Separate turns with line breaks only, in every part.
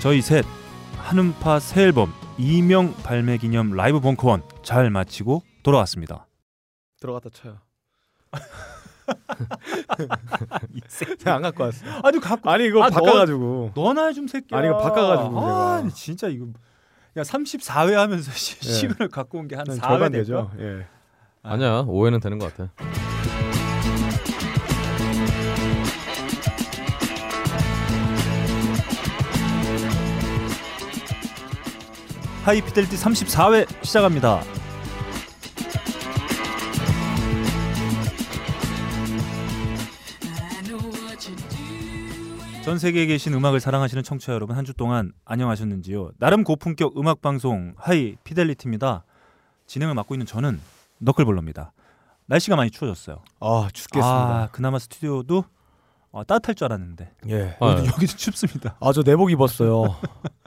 저희 셋 한음파 새 앨범 이명 발매 기념 라이브 벙커원 잘 마치고 돌아왔습니다.
들어갔다 쳐요. 내가 안 갖고 왔어.
아니 갖고
아니 이거
아,
바꿔가지고.
너나 좀 새끼야.
아니, 이거 바꿔가지고
아
내가.
진짜 이거 야 34회 하면서 시-
예.
시간을 갖고 온 게 한
한
4회
절반
되죠.
되죠. 예.
아니야 오해는 되는 것 같아.
하이피델티 34회 시작합니다. 전 세계에 계신 음악을 사랑하시는 청취자 여러분 한 주 동안 안녕하셨는지요? 나름 고품격 음악 방송 하이 피델리티입니다. 진행을 맡고 있는 저는 너클볼러입니다. 날씨가 많이 추워졌어요.
아 죽겠습니다.
아, 그나마 스튜디오도 어, 따뜻할 줄 알았는데
예.
아,
여기도, 여기도 춥습니다.
아저 내복 입었어요.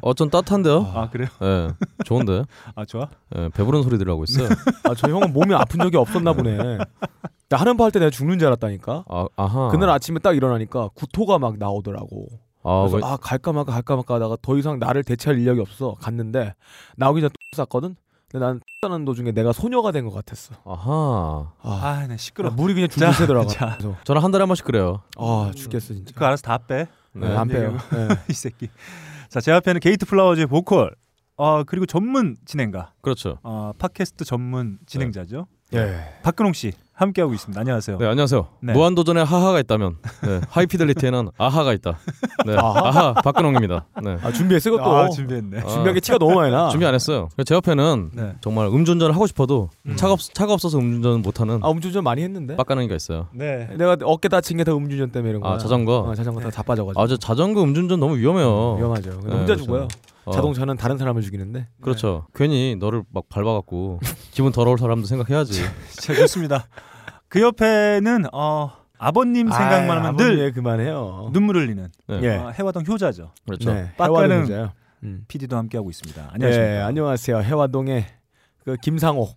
어쩐 따뜻한데요?
아 그래요?
예, 좋은데.
아 좋아?
예, 배부른 소리들 하고 있어요.
아 저 형은 몸이 아픈 적이 없었나 보네. 나 하는 할때 내가 죽는 줄 알았다니까.
아, 아하.
그날 아침에 딱 일어나니까 구토가 막 나오더라고.
아,
그래서
왜-
아 갈까 말까 갈까 말까 하다가 더 이상 나를 대체할 인력이 없어 갔는데 나오기 전에 또 쌌거든. 근데 난 싸는 도중에 내가 소녀가 된 것 같았어.
아하.
아,
아나 네, 시끄러.
아,
워
물이 그냥 줄줄
자,
새더라고.
자.
그래서
저는 한 달에 한 번씩 그래요.
아 죽겠어 진짜.
그거 알아서 다 빼.
네.
네, 안 빼요. 네.
이 새끼. 자, 제 앞에는 게이트 플라워즈의 보컬. 어, 그리고 전문 진행가.
그렇죠.
어, 팟캐스트 전문 진행자죠.
예.
박근홍 씨 함께하고 있습니다. 안녕하세요.
네, 안녕하세요.
네.
무한 도전에 하하가 있다면 네, 하이피델리티에는 아하가 있다. 네, 아하 박근홍입니다. 네.
아 준비했어 이것도.
아, 준비했네.
아,
준비한 게 티가 너무 많이 나.
준비 안 했어요. 제 옆에는
네.
정말 음주운전을 하고 싶어도
음.
차가 없, 차가 없어서 음주운전 못 하는
아 음주운전 많이 했는데.
빡가능이가 있어요.
네.
내가 어깨 다친 게 다 음주운전 때문에 이런
아,
거야.
자전거.
어, 자전거 다 자빠져가지고.
아, 저 자전거 음주운전 너무 위험해요.
위험하죠. 근데
네,
혼자
그렇죠.
죽어요.
어,
자동차는 다른 사람을 죽이는데.
그렇죠. 괜히 너를 막 밟아갖고 기분 더러울 사람도 생각해야지.
자, 좋습니다. 그 옆에는 어, 아버님 생각만 하면 늘
예, 그만해요.
눈물 흘리는
네,
예.
어, 해화동 효자죠.
그렇죠.
네,
빡가는-
해와는 문제예요. 음.
PD도 함께하고 있습니다. 안녕하십니까?
예, 안녕하세요. 해화동의 그 김상호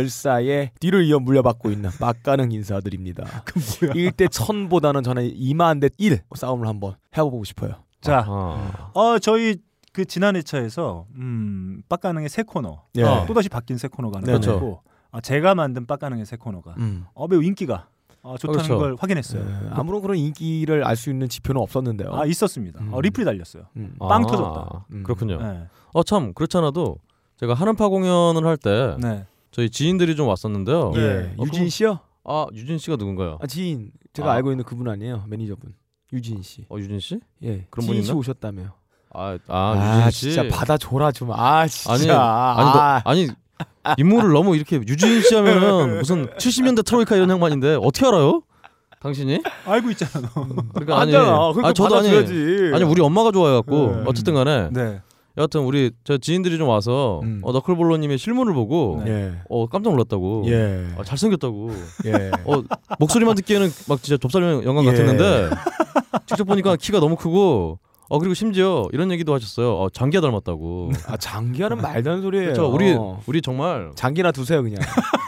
열사의 뒤를 이어 물려받고 있는 빡가능 인사드립니다.
그 뭐야?
1대 1000보다는 저는 2만 대1 싸움을 한번 해보고 싶어요.
자,
아하.
어, 저희 그 지난 회차에서 음, 빡가능의 새 코너.
예.
어.
또다시 바뀐 새 코너가 하나
네네.
있고 아, 제가 만든 빡가능의 새 코너가
음.
어, 매우 인기가 어, 좋다는
그렇죠.
걸 확인했어요.
예, 아무런 그런 인기를 알 수 있는 지표는 없었는데요.
아 있었습니다.
음.
어, 리플이 달렸어요.
음.
빵
아,
터졌다.
음.
그렇군요.
네.
어 참 그렇잖아도 제가 한음파 공연을 할 때
네.
저희 지인들이 좀 왔었는데요.
예.
예,
어,
유진
그럼-
씨요?
아 유진 씨가 누군가요?
아, 지인 제가
아.
알고 있는 그분 아니에요 매니저분 유진 씨.
어 유진 씨?
예,
그런
지인
분이
씨
있나?
오셨다며.
아, 아,
아,
유진 씨.
진짜 받아줘라 좀. 아 진짜.
아니, 아니, 너,
아,
아니 인물을 너무 이렇게 유진 씨 하면은 무슨 70년대 트로이카 이런 양반인데 어떻게 알아요? 당신이?
알고 있잖아. 너.
그러니까 아니,
아니잖아. 그러니까
아니, 저도 아니,
받아줘야지.
아니 우리 엄마가 좋아해갖고
음.
어쨌든간에
네.
여하튼 우리 저 지인들이 좀 와서
음.
어, 너클볼러님의 실물을 보고
네.
예.
어 깜짝 놀랐다고.
예.
아, 잘생겼다고.
예.
어 목소리만 듣기에는 막 진짜 좁쌀 영광
예.
같았는데 직접 보니까 키가 너무 크고 어 그리고 심지어 이런 얘기도 하셨어요. 어, 장기가 닮았다고.
아 장기하는 말도 안 소리예요. 어.
저 그렇죠. 우리 우리 정말
장기나 두세요 그냥.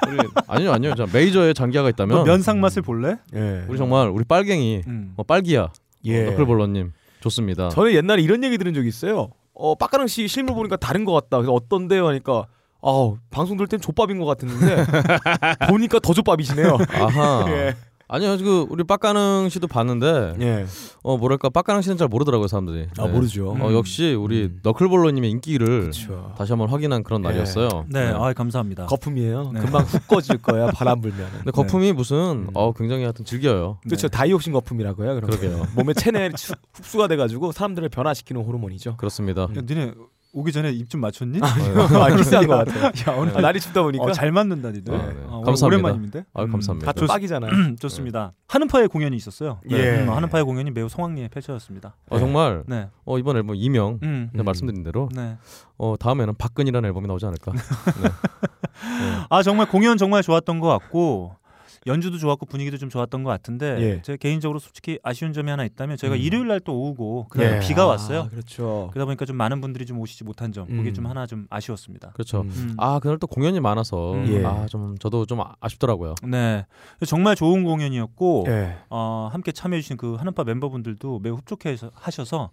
우리 아니요 아니요 저 메이저에 장기가
너
있다면
면상 맛을 볼래?
예.
우리 정말 우리 빨갱이
음.
어, 빨기야
예.
너클볼러님 좋습니다.
저는 옛날에 이런 얘기 들은 적이 있어요. 어, 빡가랑 씨 실물 보니까 다른 것 같다. 그래서 어떤데요 하니까 아우, 방송 들을 땐 족밥인 것 같았는데 보니까 더 족밥이시네요.
아하.
예.
아니요 그 우리 빡가능 씨도 봤는데
예.
어 뭐랄까 빡가능 씨는 잘 모르더라고요 사람들이.
아
네.
모르죠.
어 역시 우리
음.
너클볼러님의 인기를
그렇죠.
다시 한번 확인한 그런
예.
날이었어요.
네.
네.
아 감사합니다.
거품이에요.
네.
금방 훅 꺼질 거야 바람 불면.
근데 거품이 무슨
음.
어 굉장히 하여튼 즐겨요.
네.
그렇죠. 다이옥신 거품이라고 해요. 그러면.
그러게요.
몸에 체내 수- 흡수가 돼가지고 사람들을 변화시키는 호르몬이죠.
그렇습니다.
음.
야, 니네 오기 전에 입 좀 맞췄니?
아, 비싼 것 같아.
야 오늘
아, 날이 춥다 보니까
어, 잘 맞는다 니들.
아, 네.
어, 오늘
감사합니다.
오랜만인데. 음.
아유,
음,
감사합니다.
다
좋,
빡이잖아요.
습니다 한은파의 공연이 있었어요.
예.
음, 한은파의 공연이 매우 성황리에 펼쳐졌습니다.
어, 정말
네.
어, 이번 앨범 이명
음.
제가
음.
말씀드린 대로
네.
어, 다음에는 박근이라는 앨범이 나오지 않을까.
아 정말 공연 정말 좋았던 것 같고 연주도 좋았고 분위기도 좀 좋았던 것 같은데
예.
제 개인적으로 솔직히 아쉬운 점이 하나 있다면 저희가
음.
일요일 날 또 오고 그날
예.
비가 왔어요.
아, 그렇죠.
그러다 보니까 좀 많은 분들이 좀 오시지 못한 점 그게
음.
좀 하나 좀 아쉬웠습니다.
그렇죠.
음.
음.
아 그날 또 공연이 많아서
음.
예. 음.
아 좀 저도 좀 아- 아쉽더라고요.
네, 정말 좋은 공연이었고
예.
어, 함께 참여해주신 그 한은파 멤버분들도 매우 흡족해 하셔서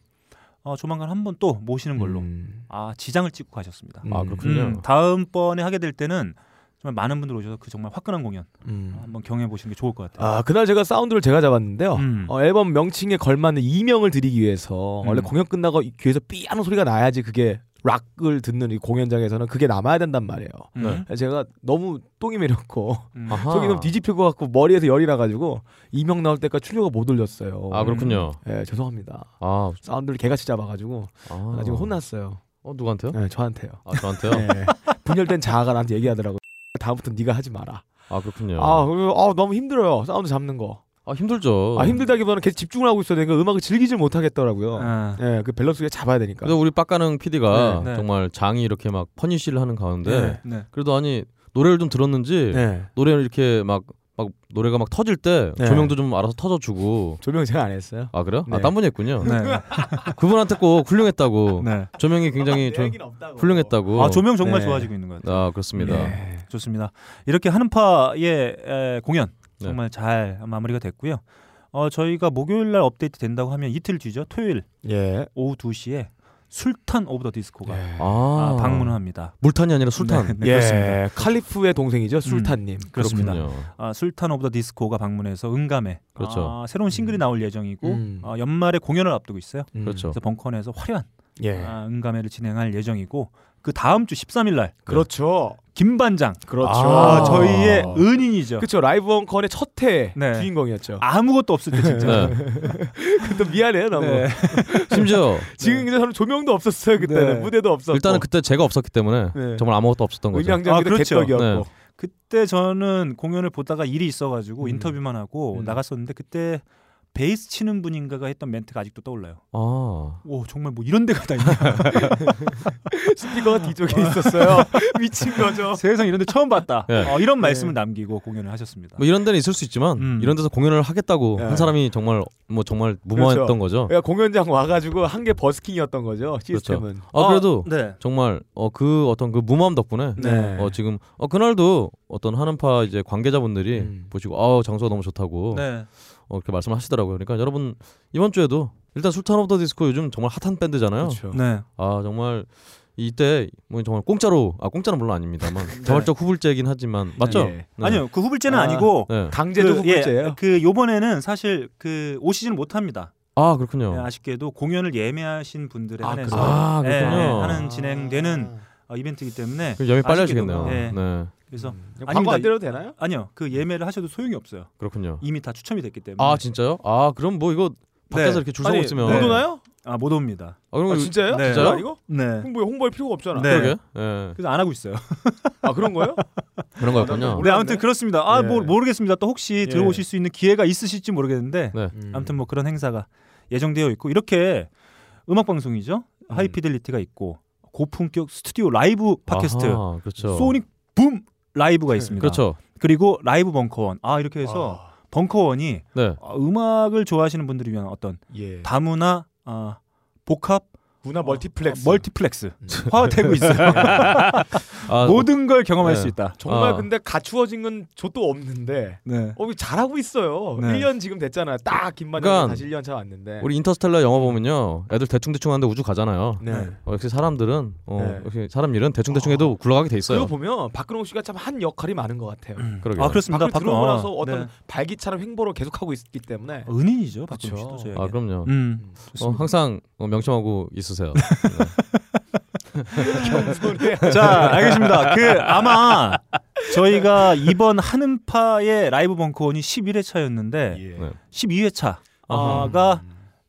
어, 조만간 한번 또 모시는 걸로
음.
아 지장을 찍고 가셨습니다.
아, 그렇군요.
음, 다음번에 하게 될 때는 정말 많은 분들 오셔서 그 정말 화끈한 공연
음.
한번 경험해 보시는 게 좋을 것 같아요.
아 그날 제가 사운드를 제가 잡았는데요.
음.
어, 앨범 명칭에 걸맞는 이명을 드리기 위해서 원래
음.
공연 끝나고 이- 귀에서 삐하는 소리가 나야지 그게 락을 듣는 이 공연장에서는 그게 남아야 된단 말이에요.
음.
제가 너무 똥이 매렸고
음.
네. 아하.
속이 너무 뒤집힐 것 같고 머리에서 열이 나가지고 이명 나올 때까지 출력을 못 올렸어요.
아 그렇군요.
예, 죄송합니다.
아,
사운드를 개같이 잡아가지고
아.
나 지금 혼났어요.
어 누구한테요?
예, 저한테요.
아 저한테요?
예. 분열된 자아가 나한테 얘기하더라고. 다음부터 네가 하지 마라.
아 그렇군요.
아,
아,
그리고, 아, 너무 힘들어요. 사운드 잡는 거.
힘들죠.
아 힘들다기보다는 계속 집중을 하고 있어야 되니까 음악을 즐기질 못하겠더라고요.
아.
예, 그 밸런스를 잡아야 되니까.
근데 우리 빡가능 PD가
네, 네.
정말 장이 이렇게 막 퍼니쉬를 하는 가운데
네.
네.
그래도 아니 노래를 좀 들었는지
네.
노래를 이렇게 막 막 노래가 막 터질 때
네.
조명도 좀 알아서 터져주고
조명 제가 안 했어요.
아 그래요?
네.
아 딴 분이 했군요.
네.
그분한테 꼭 훌륭했다고
네.
조명이 굉장히 조, 훌륭했다고.
아 조명 정말
네.
좋아지고 있는 것 같아요.
아, 그렇습니다.
네.
좋습니다. 이렇게 한파의 에, 공연
네.
정말 잘 마무리가 됐고요. 어, 저희가 목요일 날 업데이트 된다고 하면 이틀 뒤죠. 토요일
예.
오후 2시에 술탄 오브 더 디스코가
예.
아,
아, 방문을 합니다.
물탄이 아니라 술탄.
네, 네,
예,
그렇습니다.
칼리프의 동생이죠, 술탄님.
그렇습니다.
음, 그렇군요.
아, 술탄 오브 더 디스코가 방문해서 응감에
그렇죠.
아, 새로운 싱글이
음.
나올 예정이고
음.
어, 연말에 공연을 앞두고 있어요.
음.
그렇죠.
그래서 벙커 내에서 화려한
예.
아, 응감회를 진행할 예정이고 그 다음 주 13일 날
네.
그렇죠.
김반장
그렇죠.
아, 저희의 은인이죠.
그렇죠. 라이브 원컨의 첫해
네.
주인공이었죠.
아무것도 없을 때 진짜.
네.
그때 미안해요, 너무.
네.
심지어
지금 이제 저는 조명도 없었어요, 그때는.
네.
무대도 없었고.
일단은 그때 제가 없었기 때문에
네.
정말 아무것도 없었던 거죠. 네.
아,
음향장비도
그렇죠.
개떡이었고.
그때 저는 공연을 보다가 일이 있어가지고
음.
인터뷰만 하고
음.
나갔었는데 그때 베이스 치는 분인가가 했던 멘트가 아직도 떠올라요.
아.
오 정말 뭐 이런 데가 다 있냐.
스피커가 뒤쪽에 있었어요. 미친 거죠.
세상 이런 데 처음 봤다.
예.
어, 이런 말씀을 남기고 공연을 하셨습니다.
뭐 이런 데는 있을 수 있지만
음.
이런 데서 공연을 하겠다고
네.
한 사람이 정말 뭐 정말 무모했던
그렇죠.
거죠.
그러니까 공연장 와가지고 한 게 버스킹이었던 거죠, 시스템은.
아 그래도
네.
정말 어 그 어떤 그 무모함 덕분에
네.
어 지금 어 그날도 어떤 한은파 이제 관계자분들이
음.
보시고 아우 장소가 너무 좋다고
네.
어, 그렇게 말씀을 하시더라고요. 그러니까 여러분 이번 주에도 일단 술탄 오브 더 디스코 요즘 정말 핫한 밴드잖아요.
그렇죠.
네.
아 정말 이때 뭐 정말 공짜로 아 공짜는 물론 아닙니다만 자발적 후불제이긴 하지만 맞죠?
예.
네.
아니요 그 후불제는
아,
아니고
네.
강제도
그,
후불제예요.
예, 그 요번에는 사실 그 오시지는 못합니다.
아
네,
그렇군요.
아쉽게도 공연을 예매하신 분들에
아,
한해서
그래요?
아
예,
그렇군요.
예, 하는 진행되는 어, 이벤트이기 때문에
그럼 염이 빨려지겠네요.
아쉽게도, 예.
네
그래서
광고
아닙니다.
안 때려도 되나요?
아니요 그 예매를 하셔도 소용이 없어요.
그렇군요.
이미 다 추첨이 됐기 때문에
아 진짜요? 아 그럼 뭐 이거 밖에서
네.
이렇게 줄 서고
아니,
있으면
네.
못 오나요?
아, 못 옵니다.
아, 그럼
아,
이거-
진짜요?
네.
진짜요? 이거
네.
홍보에 홍보할 필요가 없잖아.
네.
그러게. 예.
그래서 안 하고 있어요.
아 그런 거예요?
그런 거였군요.
몰랐네.
네, 아무튼 그렇습니다. 아,
예.
뭐 모르겠습니다. 또 혹시
예.
들어오실 수 있는 기회가 있으실지 모르겠는데
네.
아무튼 뭐 그런 행사가 예정되어 있고 이렇게 음악 방송이죠.
음.
하이피델리티가 있고 고품격 스튜디오 라이브 팟캐스트
아하, 그렇죠.
소닉 붐 라이브가 있습니다.
그렇죠.
그리고 라이브 벙커원. 아, 이렇게 해서
아,
벙커원이
네.
아, 음악을 좋아하시는 분들을 위한 어떤
예.
다문화 아, 복합
문화 멀티플렉스.
어, 멀티플렉스
음.
화되고 있어요.
아,
모든 걸 경험할
네.
수 있다.
정말
아.
근데 갖추어진 건 저도 없는데.
네.
어, 이거 잘하고 있어요.
네.
1년 지금 됐잖아요. 딱 김만장
그러니까
다시 1년 차 왔는데.
우리 인터스텔라 영화 보면요, 애들 대충 대충 하는데 우주 가잖아요.
네.
어, 역시 사람들은 어,
네.
역시 사람 일은 대충 대충 해도 굴러가게 돼
그거
있어요.
보면 박근홍 씨가 참 한 역할이 많은 것 같아요.
음, 그러게요.
아 그렇습니다.
박근홍 들어오고
박근홍.
나서 어떤
네. 어, 음.
발기처럼 행보를 계속 하고 있기 때문에.
은인이죠 박근홍
그쵸.
씨도 저에게.
아, 그럼요.
음,
음,
어,
좋습니다.
항상 어, 명심하고 있으세요.
겸손해.
자 알겠습니다. 그 아마 저희가 이번 한은파의 라이브 벙커원이 11회차였는데
예.
네.
12회차가
아하.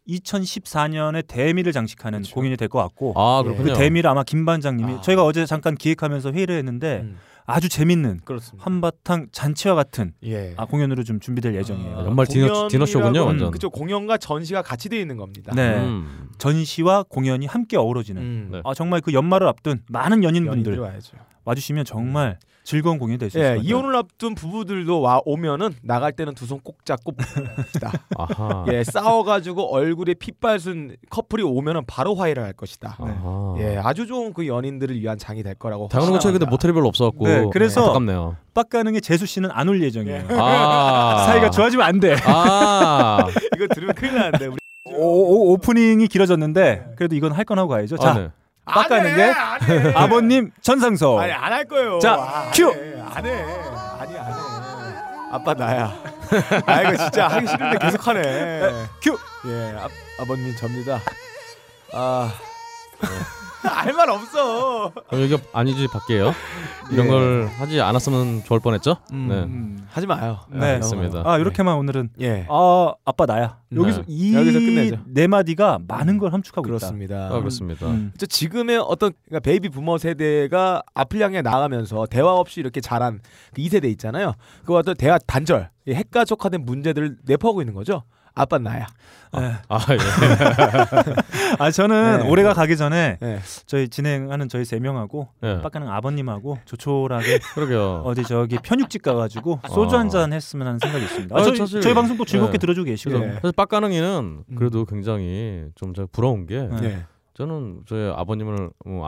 2014년에 대미를 장식하는
그쵸.
공연이 될 것 같고
아
예.
그
그렇군요.
대미를 아마 김 반장님이
아.
저희가 어제 잠깐 기획하면서 회의를 했는데
음,
아주 재밌는
음.
그렇습니다.
한바탕 잔치와 같은
예.
아, 공연으로 좀 준비될 예정이에요.
아,
연말 디너- 디너쇼군요,
공연이라고- 음,
완전.
그쵸 공연과 전시가 같이 돼 있는 겁니다.
네.
음.
전시와 공연이 함께 어우러지는
음.
네.
아 정말 그 연말을 앞둔 많은 연인분들
연인들 와야죠.
와주시면 정말 즐거운 공연이 될 수 네. 있을
예,
것 같아요.
이혼을 앞둔 부부들도 와 오면은 나갈 때는 두 손 꼭 잡고 봅시다.
아하.
예, 싸워가지고 얼굴에 핏발순 커플이 오면은 바로 화해를 할 것이다.
아하.
네.
예, 아주 좋은 그 연인들을 위한 장이 될 거라고.
당연한 것처럼 근데
확신합니다.
모텔이 별로 없어갖고
아, 네, 그래서-
안타깝네요.
빡가능의 재수 씨는 안 올 예정이에요.
아
사이가 좋아지면 안 돼.
아
이거 들으면 큰일 나는데 우리.
오, 프닝이 길어졌는데 그래도 이건 할 건 하고 가야죠. 자,
아, 네.
빡가는 게
아,
아버님 전상서.
아니 안 할 거예요.
자,
아,
큐!
안 해. 아니 안 해. 아빠 나야. 아 이거 진짜 하기 싫은데 계속 하네.
큐.
예. 아,
아버님 접니다. 아
네. 할말 없어.
그럼 여기가 아니지 밖에요. 이런
예.
걸 하지 않았으면 좋을 뻔했죠.
음.
네.
하지 마요.
네.
알겠습니다.
아, 이렇게만 오늘은
예.
어,
아, 아빠 나야. 여기서
네.
여기서
이
끝내죠.
네 마디가 많은 걸 함축하고
그렇습니다.
아, 그렇습니다.
있다. 음.
진짜 지금의 어떤 그러니까 베이비 부머 세대가 앞을 향해 나가면서 대화 없이 이렇게 자란 그 2세대 있잖아요. 그와 어떤 대화 단절, 이 핵가족화된 문제들을 내포하고 있는 거죠. 아빠 나야.
네.
아 예.
아, 저는
네.
올해가 가기 전에
네.
저희 진행하는 저희 세 명하고
예.
빡가는 아버님하고 조촐하게
그러게요.
어디 저기 편육집 가가지고 소주
어.
한 잔 했으면 하는 생각이 있습니다. 아, 예.
아,
저희,
사실-
저희 방송 또 즐겁게
네.
들어주고 계시고
예.
그래서
요
사실 빡가능이는
음.
그래도 굉장히 좀 제가 부러운 게
네.
예.
저는 저희 아버님을 뭐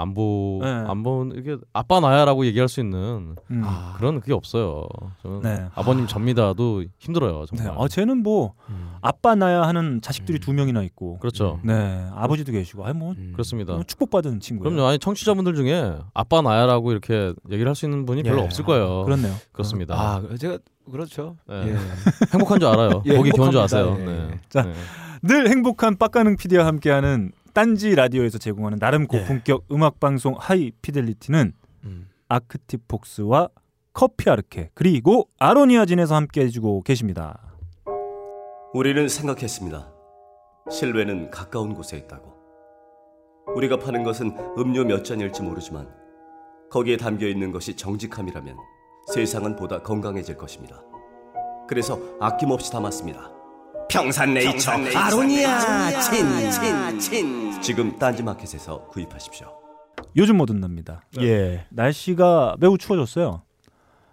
네.
안보안본 이게 아빠 나야라고 얘기할 수 있는
음.
아,
그런 그게 없어요. 저는
네.
아버님 접니다도 힘들어요
네.
정말.
아, 쟤는 뭐
음.
아빠 나야 하는 자식들이 두 명이나 있고
그렇죠.
네 아버지도 계시고 아니 뭐
음.
그렇습니다.
너무 축복받은 친구예요.
그럼요. 아니 청취자분들 중에 아빠 나야라고 이렇게 얘기를 할 수 있는 분이 별로
예.
없을 거예요.
그렇네요.
습니다
아, 제가 그렇죠.
네.
예.
행복한 줄 알아요.
예,
보기 좋은 줄 아세요.
행복합니다. 예.
네.
자,
네.
늘 행복한 빡가능 PD와 함께하는 딴지 라디오에서 제공하는 나름 고품격 음악 방송 하이 피델리티는
음.
아크티폭스와 커피 아르케 그리고 아로니아진에서 함께 해주고 계십니다.
우리는 생각했습니다. 실외는 가까운 곳에 있다고. 우리가 파는 것은 음료 몇 잔일지 모르지만 거기에 담겨 있는 것이 정직함이라면 세상은 보다 건강해질 것입니다. 그래서 아낌없이 담았습니다.
평산네이처 아로니아 친친친
지금 딴지마켓에서 구입하십시오.
요즘 뭐 듣납니다.
네.
예.
날씨가 매우 추워졌어요.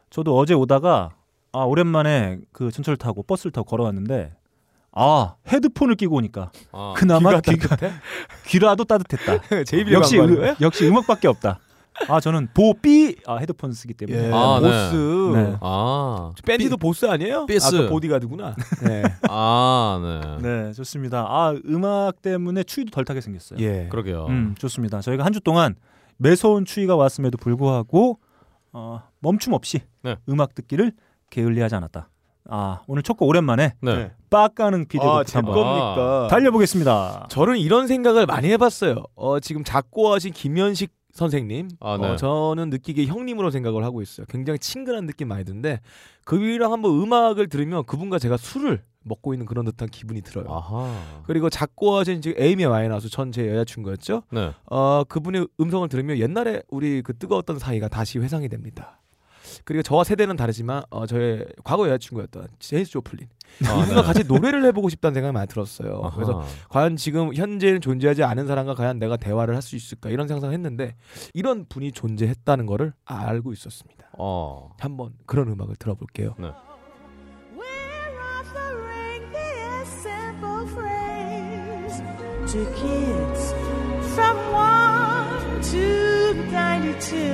저도 어제 오다가 아 오랜만에 그 전철 타고 버스를 타고 걸어왔는데 아 헤드폰을 끼고 오니까
아,
그나마 귀가 귀라도 따뜻했다.
예. 제이비
역시
역시
음, 역시 음악밖에 없다. 아 저는 보삐 아, 헤드폰 쓰기 때문에
예.
아, 네.
보스.
네.
아,
밴디도 보스 아니에요?
삐스.
아, 그 보디가드구나. 네.
아, 네.
네 좋습니다. 아 음악 때문에 추위도 덜 타게 생겼어요.
예.
그러게요.
음 좋습니다. 저희가 한 주 동안 매서운 추위가 왔음에도 불구하고 어, 멈춤 없이
네.
음악 듣기를 게을리하지 않았다. 아 오늘 첫 곡 오랜만에
네.
네.
빡가는 피디
아,
곡
제
한번
겁니까?
달려보겠습니다.
저는 이런 생각을 많이 해봤어요. 어, 지금 작고하신 김현식 선생님,
아, 네.
어, 저는 느끼기에 형님으로 생각을 하고 있어요. 굉장히 친근한 느낌 많이 드는데 그분이랑 한번 음악을 들으면 그분과 제가 술을 먹고 있는 그런 듯한 기분이 들어요.
아하.
그리고 작고하신 지금 에이미 와인하우스 전 제 여자친구였죠.
네.
어, 그분의 음성을 들으면 옛날에 우리 그 뜨거웠던 사이가 다시 회상이 됩니다. 그리고 저와 세대는 다르지만 어, 저의 과거 여자친구였던 제이스 조플린
아,
이분과 같이 노래를 해보고 싶다는 생각이 많이 들었어요.
아하.
그래서 과연 지금 현재는 존재하지 않은 사람과 과연 내가 대화를 할 수 있을까 이런 상상을 했는데 이런 분이 존재했다는 거를 알고 있었습니다.
어.
한번 그런 음악을 들어볼게요.
We're offering these simple frames to kids from 1 to 92.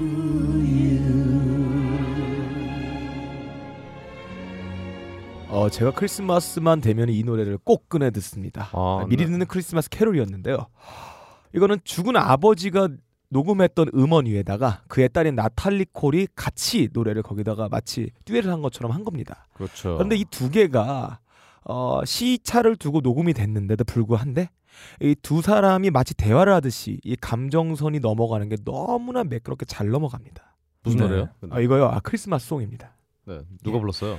to you.
어, 제가 크리스마스만 되면 이 노래를 꼭 꺼내 듣습니다.
아,
미리
네.
듣는 크리스마스 캐롤이었는데요. 이거는 죽은 아버지가 녹음했던 음원 위에다가 그의 딸인 나탈리 콜이 같이 노래를 거기다가 마치 듀엣을 한 것처럼 한 겁니다.
그렇죠.
그런데 이 두 개가 어, 시차를 두고 녹음이 됐는데도 불구한데 이 두 사람이 마치 대화를 하듯이 이 감정선이 넘어가는 게 너무나 매끄럽게 잘 넘어갑니다.
무슨
네.
노래요?
아, 이거요. 아 크리스마스 송입니다.
네. 누가 불렀어요?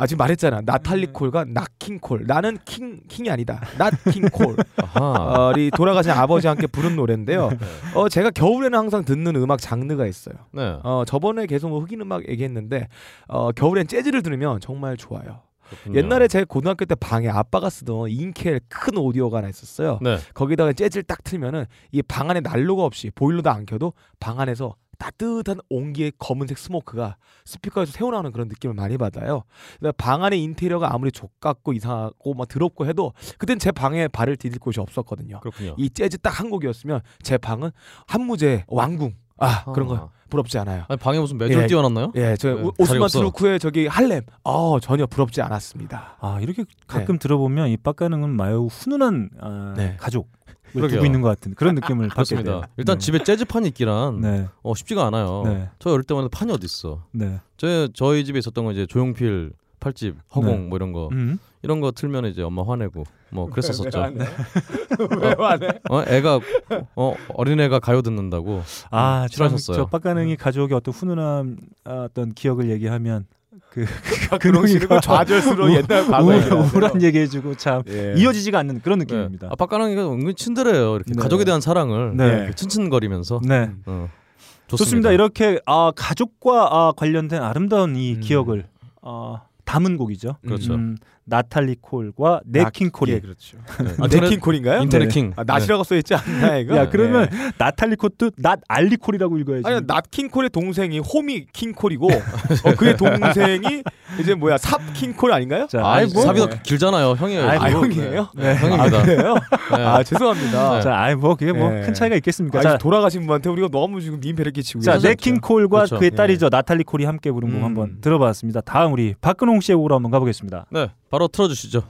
아 지금 말했잖아. 나탈리 콜과 나킹 콜. 나는 킹 킹이 아니다. 나킹 콜.
아하.
어, 우리 돌아가신 아버지와 함께 부른 노래인데요. 어 제가 겨울에는 항상 듣는 음악 장르가 있어요.
네.
어 저번에 계속 뭐 흑인 음악 얘기했는데 어 겨울엔 재즈를 들으면 정말 좋아요.
그렇군요.
옛날에 제 고등학교 때 방에 아빠가 쓰던 인켈 큰 오디오가 하나 있었어요.
네.
거기다가 재즈를 딱 틀면은 이 방 안에 난로가 없이 보일러도 안 켜도 방 안에서 따뜻한 온기의 검은색 스모크가 스피커에서 새어나오는 그런 느낌을 많이 받아요. 그러니까 방 안의 인테리어가 아무리 족같고 이상하고 막 더럽고 해도 그땐 제 방에 발을 디딜 곳이 없었거든요.
그렇군요.
이 재즈 딱 한 곡이었으면 제 방은 한무제 왕궁 아 그런 거 부럽지 않아요.
아니, 방에 무슨 매듭
예.
띄워놨나요?
예, 저
네,
오-
자리
오스만
없어.
트루크의 저기 할렘. 아 전혀 부럽지 않았습니다.
아 이렇게 가끔
네.
들어보면 이 빡가능은 마요 훈훈한 아,
네.
가족
그러게요.
두고 있는 것 같은 그런 느낌을 받게 돼요.
그렇습니다. 일단 집에 재즈판이 있기란
네,
어, 쉽지가 않아요.
네.
저 어릴 때마다 판이 어디 있어?
네.
저 저희 집에 있었던 건 이제 조용필 팔집 허공
네.
뭐 이런 거
음.
이런 거 틀면 이제 엄마 화내고 뭐 그랬었었죠.
왜안 해?
어, 애가 어 어린 애가 가요 듣는다고
아, 참,
음, 싫어하셨어요. 음.
저 빡가능이 가족의 어떤 훈훈한 아, 어떤 기억을 얘기하면
그런 식으로
그러니까.
그놈이가-
좌절스러운 옛날 과거에
우울, 우울한 얘기해주고 참
예.
이어지지가 않는 그런
네.
느낌입니다.
아 박가랑이가 은근 친절해요. 이렇게
네.
가족에 대한 사랑을
네.
이렇게 츤츤거리면서
네.
어,
좋습니다.
좋습니다.
이렇게 아, 가족과 아, 관련된 아름다운 이
음.
기억을 아, 담은 곡이죠.
그렇죠.
음, 나탈리 콜과 네킹 콜이.
예, 그렇죠.
네. 인터넷-
음, 네킹 콜인가요?
인터넷
네.
킹.
아, 낫이라고 써 있지 않나 이거? 네.
야
네.
그러면 나탈리 콜도 낫 알리 콜이라고 읽어야지.
아니 낫킹 콜의 동생이 호미 킹 콜이고 어, 그의 동생이 이제 뭐야 삽 킹 콜 아닌가요?
자,
아이
아니,
뭐
삽이
삽이
더-
더 길잖아요, 형이에요.
아이,
아
아이고,
형이에요?
네,
아
형입니다.
그래요?
네.
아 죄송합니다.
네.
자, 아이 뭐 그게 뭐
예.
큰 차이가 있겠습니까?
아,
자,
지금 돌아가신 분한테 우리가 너무 지금 민폐를 끼치고
자,
있어요.
네킹 콜과
그렇죠.
그의 딸이죠 나탈리 콜이 함께 부른 곡
음.
한번 들어봤습니다. 다음 우리 박근홍 씨의 곡으로 한번 가보겠습니다.
네, 바로 틀어주시죠.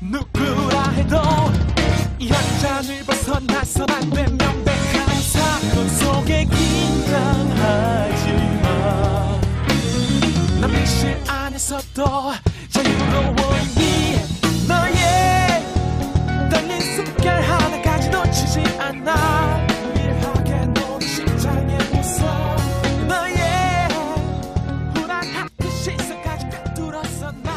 누구라 해도 이 현장을 벗어나선 안된 명백한 사건 속에 긴장하지마 난 미실 안에서도 자유로워니 너의 떨린 숨결 하나까지 놓치지 않아 미하게 노래 심장에 웃어 너의 불안하듯 시선까지 꿰뚫어서 난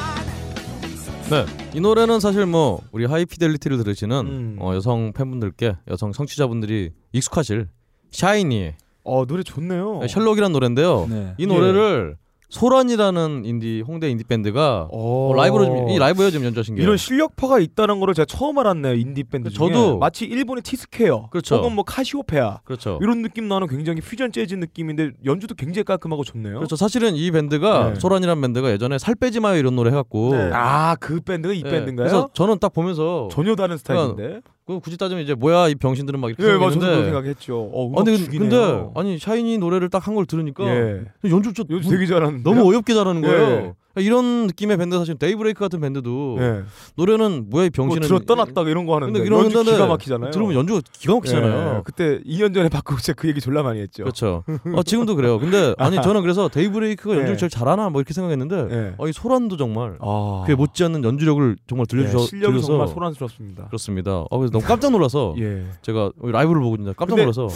네, 이 노래는 사실 뭐 우리 하이피델리티를 들으시는
음.
어, 여성 팬분들께 여성 청취자분들이 익숙하실 샤이니의
어 예. 노래 좋네요.
셜록이란 노래인데요.
네.
이 노래를 소란이라는 인디 홍대 인디 밴드가 어, 라이브로 지금 이 라이브에 지금 연주하신 게
이런 실력파가 있다는 거를 제가 처음 알았네요 인디 밴드 중에
저도.
마치 일본의 티스케어
그렇죠.
혹은 뭐 카시오페아
그렇죠.
이런 느낌 나는 굉장히 퓨전 재즈 느낌인데 연주도 굉장히 깔끔하고 좋네요.
그렇죠. 사실은 이 밴드가
네.
소란이라는 밴드가 예전에 살 빼지 마요 이런 노래 해갖고
아그 밴드가 이
예,
밴드인가요?
네. 그래서 저는 딱 보면서
전혀 다른 스타일인데.
그 굳이 따지면 이제 뭐야 이 병신들은 막 이렇게
예, 맞아. 저도 그렇게
생각했는데
생각했죠. 어, 음악
그러니까 아니 근데,
죽이네요.
근데 아니 샤이니 노래를 딱 한 걸 들으니까
예.
연주 저
요즘
무-
되게 잘하는데.
너무 어이없게 잘하는
예.
거예요. 그러니까 이런 느낌의 밴드 사실 데이브레이크 같은 밴드도
예.
노래는 뭐야 이
뭐
병신은 예.
들어 떠났다가 이런 거 하는데
근데 이런
연주
밴드는
기가 막히잖아요.
들으면 연주가 기가 막히잖아요.
예, 그때 2년 전에 박국수 씨가 그 얘기 졸라 많이 했죠.
그렇죠. 어, 지금도 그래요. 근데 아니 저는 그래서 데이브레이크가 연주를
예.
제일 잘하나 뭐 이렇게 생각했는데
예.
어, 이 소란도 정말
아.
그게 못지않는 연주력을 정말 들려주셔
예, 실력이
들려서
정말 소란스럽습니다.
그렇습니다. 어, 그래서 너무 깜짝 놀라서
예.
제가 라이브를 보고 있는데 깜짝
근데-
놀라서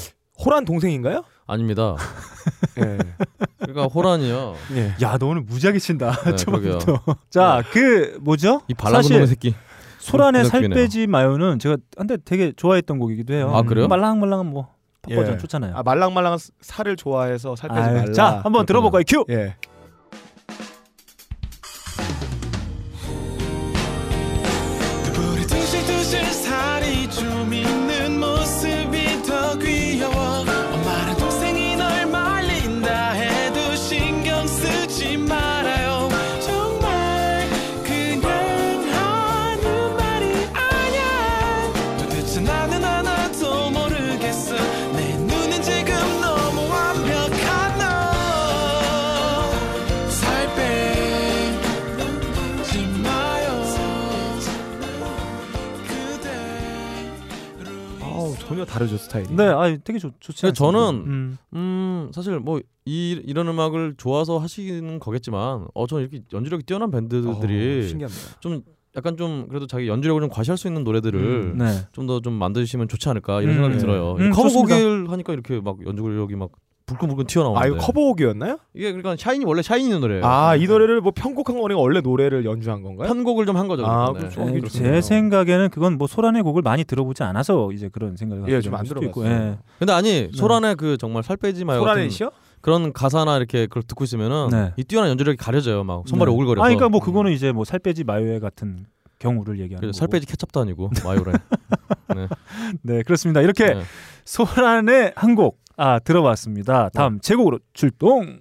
호란 동생인가요?
아닙니다.
예.
그러니까 호란이요.
예.
야, 너 오늘 무지하게 친다.
아,
네,
초반부터. 자,
예.
그 뭐죠?
이 발라드
사실
음.
놈의 새끼.
소란의 살
끄덕이네요.
빼지 마요는 제가 한때 되게 좋아했던 곡이기도 해요.
아, 그래요?
말랑말랑한 뭐
예.
팝버전 좋잖아요.
아 말랑말랑한 스- 살을 좋아해서 살 빼지
아유,
말라.
자, 한번 들어볼까요? 큐.
예.
우리 두실두실 살이 좀 있는 모습이 더 귀여워 엄마랑 동생이 널 말린다 해도 신경 쓰지 말아요 정말 그냥 하는 말이 아냐 도대체 나는 하나도 모르겠어 내 눈은 지금 너무 완벽한 너살 빼지 마요
아우 전혀 다르죠 스타일이.
네, 아, 되게 좋 좋지.
근데
않습니까?
저는
음.
음 사실 뭐 이, 이런 음악을 좋아서 하시는 거겠지만 어 저는 이렇게 연주력이 뛰어난
어,
밴드들이
신기합니다.
좀 약간 좀 그래도 자기 연주력을 좀 과시할 수 있는 노래들을
음,
네.
좀 더 좀 만드시면 좋지 않을까 이런
음,
생각이
네.
들어요.
음,
커버곡을 하니까 이렇게 막 연주력이 막 불끈불끈
아
네.
튀어나오는데
이거 커버곡이었나요?
이게 그러니까 샤이니 원래 샤이니 노래예요.
아 이 노래를 뭐 편곡한 거니까 원래 노래를 연주한 건가요?
편곡을 좀 한 거죠.
아,
그러니까.
그렇죠. 어,
네.
네,
그렇군요.
제 생각에는 그건 뭐 소란의 곡을 많이 들어보지 않아서 이제 그런 생각을
예,
갖게
좀
된
안
수도
들어봤어요.
있고, 예.
근데 아니 소란의 그 정말 살 빼지 마요
소란의
같은
시요?
그런 가사나 이렇게 그걸 듣고 있으면은
네.
이 뛰어난 연주력이 가려져요. 막 손발이
네.
오글거려서.
아,
음.
그러니까 뭐 그거는 이제 뭐 살 빼지 마요에 같은 경우를 얘기하는 거고.
살 빼지 케첩도 아니고 마요래. 네.
네, 그렇습니다. 이렇게
네.
소란의 한 곡 아, 들어봤습니다. 다음 제곡으로 출동.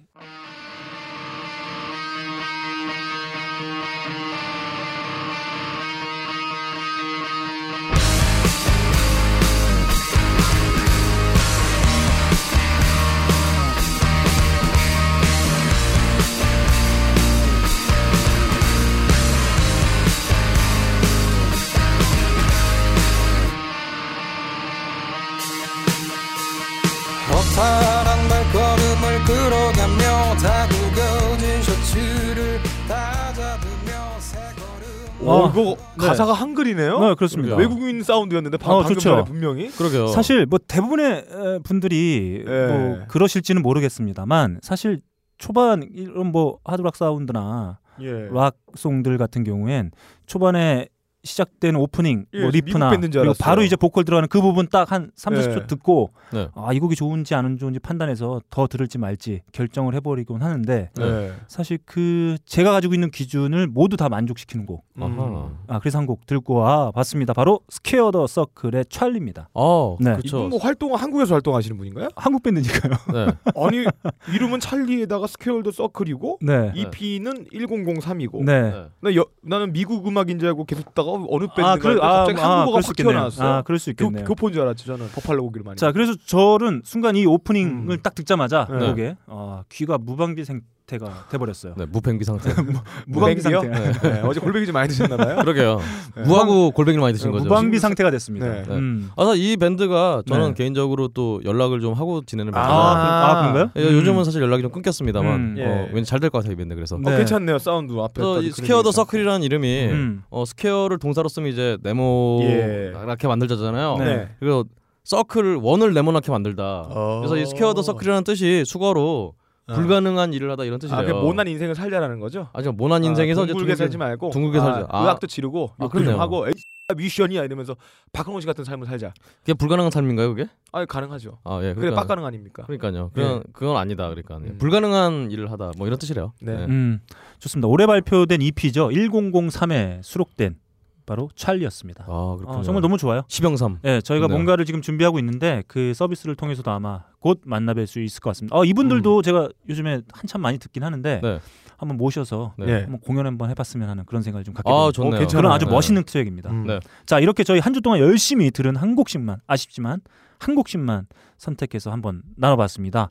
허탈한 발걸음을 끌어가며 다구겨진 셔츠를 다 잡으며 새 걸음
오,
아,
이거
네.
가사가 한글이네요.
네, 그렇습니다.
그러니까.
외국인 사운드였는데 방,
어,
방금
좋죠.
전에 분명히
그러게요.
사실 뭐 대부분의 에, 분들이
어. 예.
뭐 그러실지는 모르겠습니다만 사실 초반 이런 뭐 하드락 사운드나
예.
락송들 같은 경우엔 초반에 시작되는 오프닝
예,
뭐 리프나
미국 밴드인 줄
그리고
알았어요.
바로 이제 보컬 들어가는 그 부분 딱 한 3, 40초
예.
듣고
네.
아, 이 곡이 좋은지 안 좋은지 판단해서 더 들을지 말지 결정을 해버리곤 하는데
네.
사실 그 제가 가지고 있는 기준을 모두 다 만족시키는 곡.
음.
아하.
아, 그래서 한 곡 들고 와 봤습니다. 바로 스퀘어 더 서클의 찰리입니다.
어,
네.
그렇죠.
이분 뭐 활동은 한국에서 활동하시는 분인가요?
한국 밴드니까요.
네.
아니 이름은 찰리에다가 스퀘어도 서클이고
네.
EP는 1003이고.
네.
네.
나 여, 나는 미국 음악인 줄 알고 계속 듣다가 어느 밴드가
아, 그래, 아,
갑자기
아,
한국어가
그럴 수
확
있겠네요.
튀어나왔어.
아, 그럴 수
교,
있겠네요.
교포인 줄 알았지 저는 버팔로 고기를 많이.
자, 그래서 저는 순간 이 오프닝을
음.
딱 듣자마자
네.
곡에 아, 귀가 무방비 상태가 돼버렸어요.
네, 무팽비 상태.
무방비
무뱅비요?
상태.
네, 어제 골뱅이 좀 많이 드셨나봐요.
그러게요. 무하고 골뱅이를 많이 드신 거죠.
네. 무방비 상태가 됐습니다.
네.
네.
음.
아, 사실 이 밴드가 저는
네.
개인적으로 또 연락을 좀 하고 지내는
아,
밴드예요.
아.
그, 런가요
예, 요즘은 사실 연락이 좀 끊겼습니다만
음.
어,
예.
왠지 잘 될 것 같아요 이 밴드 그래서
네.
어, 괜찮네요 사운드 앞에.
그래서 이 스퀘어 더 서클이라는 이름이
음.
어, 스퀘어를 동사로 쓰면 이제 네모
예.
이렇게 만들자잖아요
네.
네.
그리고 서클을 원을 네모나게 만들다
어.
그래서 이 스퀘어 더 서클이라는 뜻이 수거로
어.
아.
불가능한 일을 하다 이런 뜻이래요
아, 그 모난 인생을 살자라는 거죠.
아니 모난 인생에서
아,
이제
둥글게
둥글게-
살지 말고
둥글게
아,
살자. 아.
의학도 지르고
아,
욕도 좀
그러네요.
하고 에이, 미션이야 이러면서 박근홍 씨 같은 삶을 살자.
그게 불가능한 삶인가요 그게?
아 가능하죠.
아예
그래 빡가능 아닙니까?
그러니까요. 그건 그건 아니다. 그러니까 예.
음.
불가능한 일을 하다 뭐 이런 뜻이래요.
네.
예.
음. 좋습니다. 올해 발표된 EP죠. 1003에 수록된 바로 찰리였습니다.
아 그렇군요.
어, 정말 너무 좋아요.
시병삼.
예, 저희가
네.
뭔가를 지금 준비하고 있는데 그 서비스를 통해서도 아마 곧 만나뵐 수 있을 것 같습니다. 어, 이분들도 제가 요즘에 한참 많이 듣긴 하는데
음. 네.
한번 모셔서
네.
네.
한번 공연 한번 해봤으면 하는 그런 생각을 좀 갖게
아
됩니다.
좋네요.
어, 괜찮아요.
그런 아주
네.
멋있는 트랙입니다.
음.
네.
자, 이렇게 저희 한 주 동안 열심히 들은 한 곡씩만 아쉽지만 한 곡씩만 선택해서 한번 나눠봤습니다.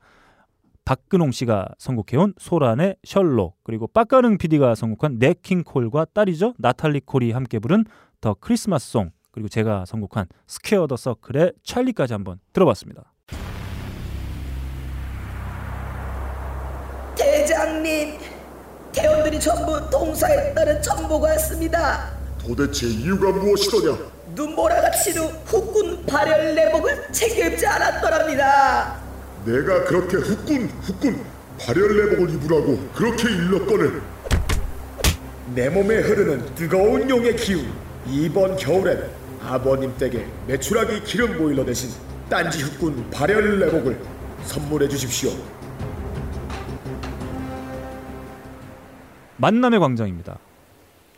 박근홍 씨가 선곡해온 소란의 셜록 그리고 빡가릉 PD가 선곡한 네킹 콜과 딸이죠 나탈리 콜이 함께 부른 더 크리스마스 송 그리고 제가 선곡한 스퀘어 더 서클의 찰리까지 한번 들어봤습니다.
대장님, 대원들이 전부 동사에 따른 전보가 왔습니다.
도대체 이유가 무엇이더냐?
눈보라같이 후 후군 발열 내복을 책임지 않았더랍니다.
내가 그렇게 후끈 후끈 발열내복을 입으라고 그렇게 일렀거늘 내 몸에 흐르는 뜨거운 용의 기운 이번 겨울엔 아버님 댁에 메추라기 기름 보일러 대신 딴지 후끈 발열내복을 선물해 주십시오
만남의 광장입니다.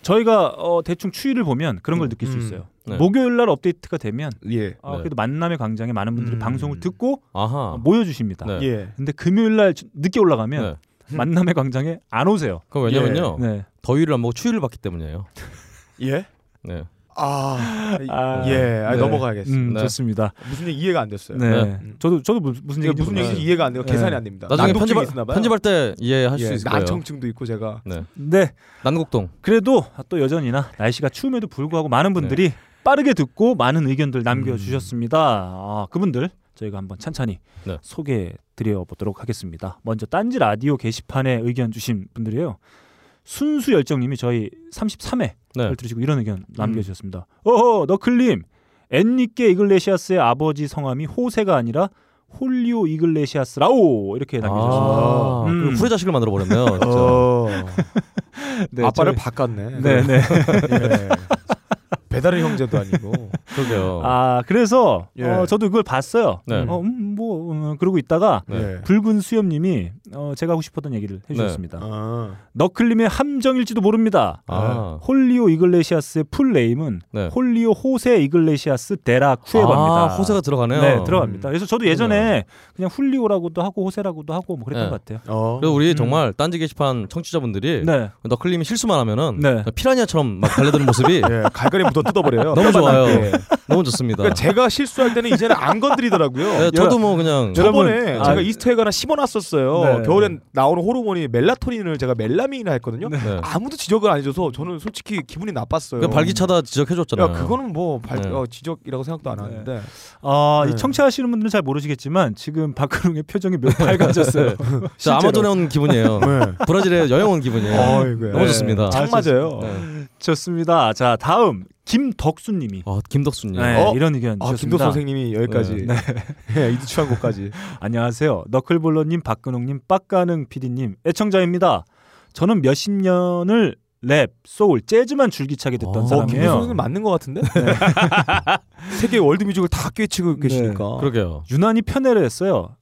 저희가 어, 대충 추이를 보면 그런 걸 느낄 수 있어요.
네.
목요일 날 업데이트가 되면
예.
아,
네.
그래도 만남의 광장에 많은 분들이
음.
방송을 듣고
아하.
어,
뭐-
모여주십니다.
네.
예.
근데 금요일 날 저- 늦게 올라가면
네.
만남의 광장에 안 오세요.
그럼
어.
왜냐면요
네.
더위를 안 먹고 추위를 받기 때문이에요.
예.
네.
아.
아,
예. 아,
네.
넘어가야겠습니다.
음,
네.
좋습니다.
무슨 얘기 이해가 안 됐어요.
네.
네.
음.
저도 저도 무- 무슨
이게
얘기
무슨 얘기인지
네.
이해가 안 돼요.
네.
계산이 안 됩니다.
나중에
난독증이
편집할
있으나 봐요.
편집할 때 이해할 수
예,
있을 거예요.
난청증도 있고 제가
네.
난곡동.
그래도 또 여전히나 날씨가 추움에도 불구하고 많은 분들이 빠르게 듣고 많은 의견들 남겨 주셨습니다. 아, 그분들 저희가 한번 찬찬히
네.
소개해 드려 보도록 하겠습니다. 먼저 딴지 라디오 게시판에 의견 주신 분들이에요. 순수 열정님이 저희 33회
네.
를 들으시고 이런 의견 남겨주셨습니다. 어허 너클님 엔리케 이글레시아스의 아버지 성함이 호세가 아니라 홀리오 이글레시아스라오 이렇게 남겨주셨습니다.
아,
음.
그리고 후레자식을 만들어 버렸네요. 진짜.
어.
네,
아빠를
저희-
바꿨네.
네, 네.
예. 배달의 형제도 아니고.
그러게요.
아 그래서
예.
어, 저도 그걸 봤어요.
어. 네.
어, 음, 뭐 음, 그러고 있다가
네.
예.
붉은 수염님이 어, 제가 하고 싶었던 얘기를 해주셨습니다.
어.
네. 아.
너클림의 함정일지도 모릅니다.
아.
홀리오 이글레시아스의 풀네임은
어. 네.
홀리오 호세 이글레시아스 데라 쿠에바입니다.
아, 호세가 들어가네요. 음.
네, 들어갑니다. 그래서 저도 예전에
그러네요. 네.
그냥 훌리오라고도 하고 호세라고도 하고 뭐 그랬던 것 같아요.
어.
그래서 우리 정말 딴지 게시판 청취자분들이
네.
너클림이 실수만 하면은
네.
피라냐처럼 막 달려드는 모습이
예, 갈갈이 묻어 뜯어버려요.
너무 좋아요.
네.
너무 좋습니다.
그러니까 제가 실수할 때는 이제는 안 건드리더라고요.
네, 저도 뭐 그냥-
저번에
여러분, 아,
제가 이스터에그 하나 심어놨었어요.
네.
겨울엔 나오는 호르몬이 멜라토닌을 제가 멜라민이라 했거든요. 아무도 지적을 안 해줘서 저는 솔직히 기분이 나빴어요.
네. 그 발기차다 지적해줬잖아요.
야, 그거는 뭐 발,
네.
어, 지적이라고 생각도 안 하는데.
아, 이
네.
청취하시는 분들은 잘 모르시겠지만 지금 박근홍의 표정이 몇 밝아졌어요.
자, 아마존에 온 기분이에요. 브라질에 여행 온 기분이에요.
어, 예.
너무
네.
좋습니다. 네.
아, 좋- 좋습니다. 자, 다음 김덕수 님이.
아, 김덕수 님.
네,
어?
이런 의견
아,
주셨습니다.
김덕수 선생님이 여기까지.
네.
예,
이두추한 곳까지. 안녕하세요. 너클볼러 님, 박근홍 님, 빡가능 PD 님, 애청자입니다. 저는 몇십 년을 랩, 소울, 재즈만 줄기차게 듣던
어, 김
사람이에요.
선생님 맞는 것 같은데? 세계 월드 뮤직을 다 꿰치고 계시니까.
아, 그러게요.
유난히 편애를 했어요.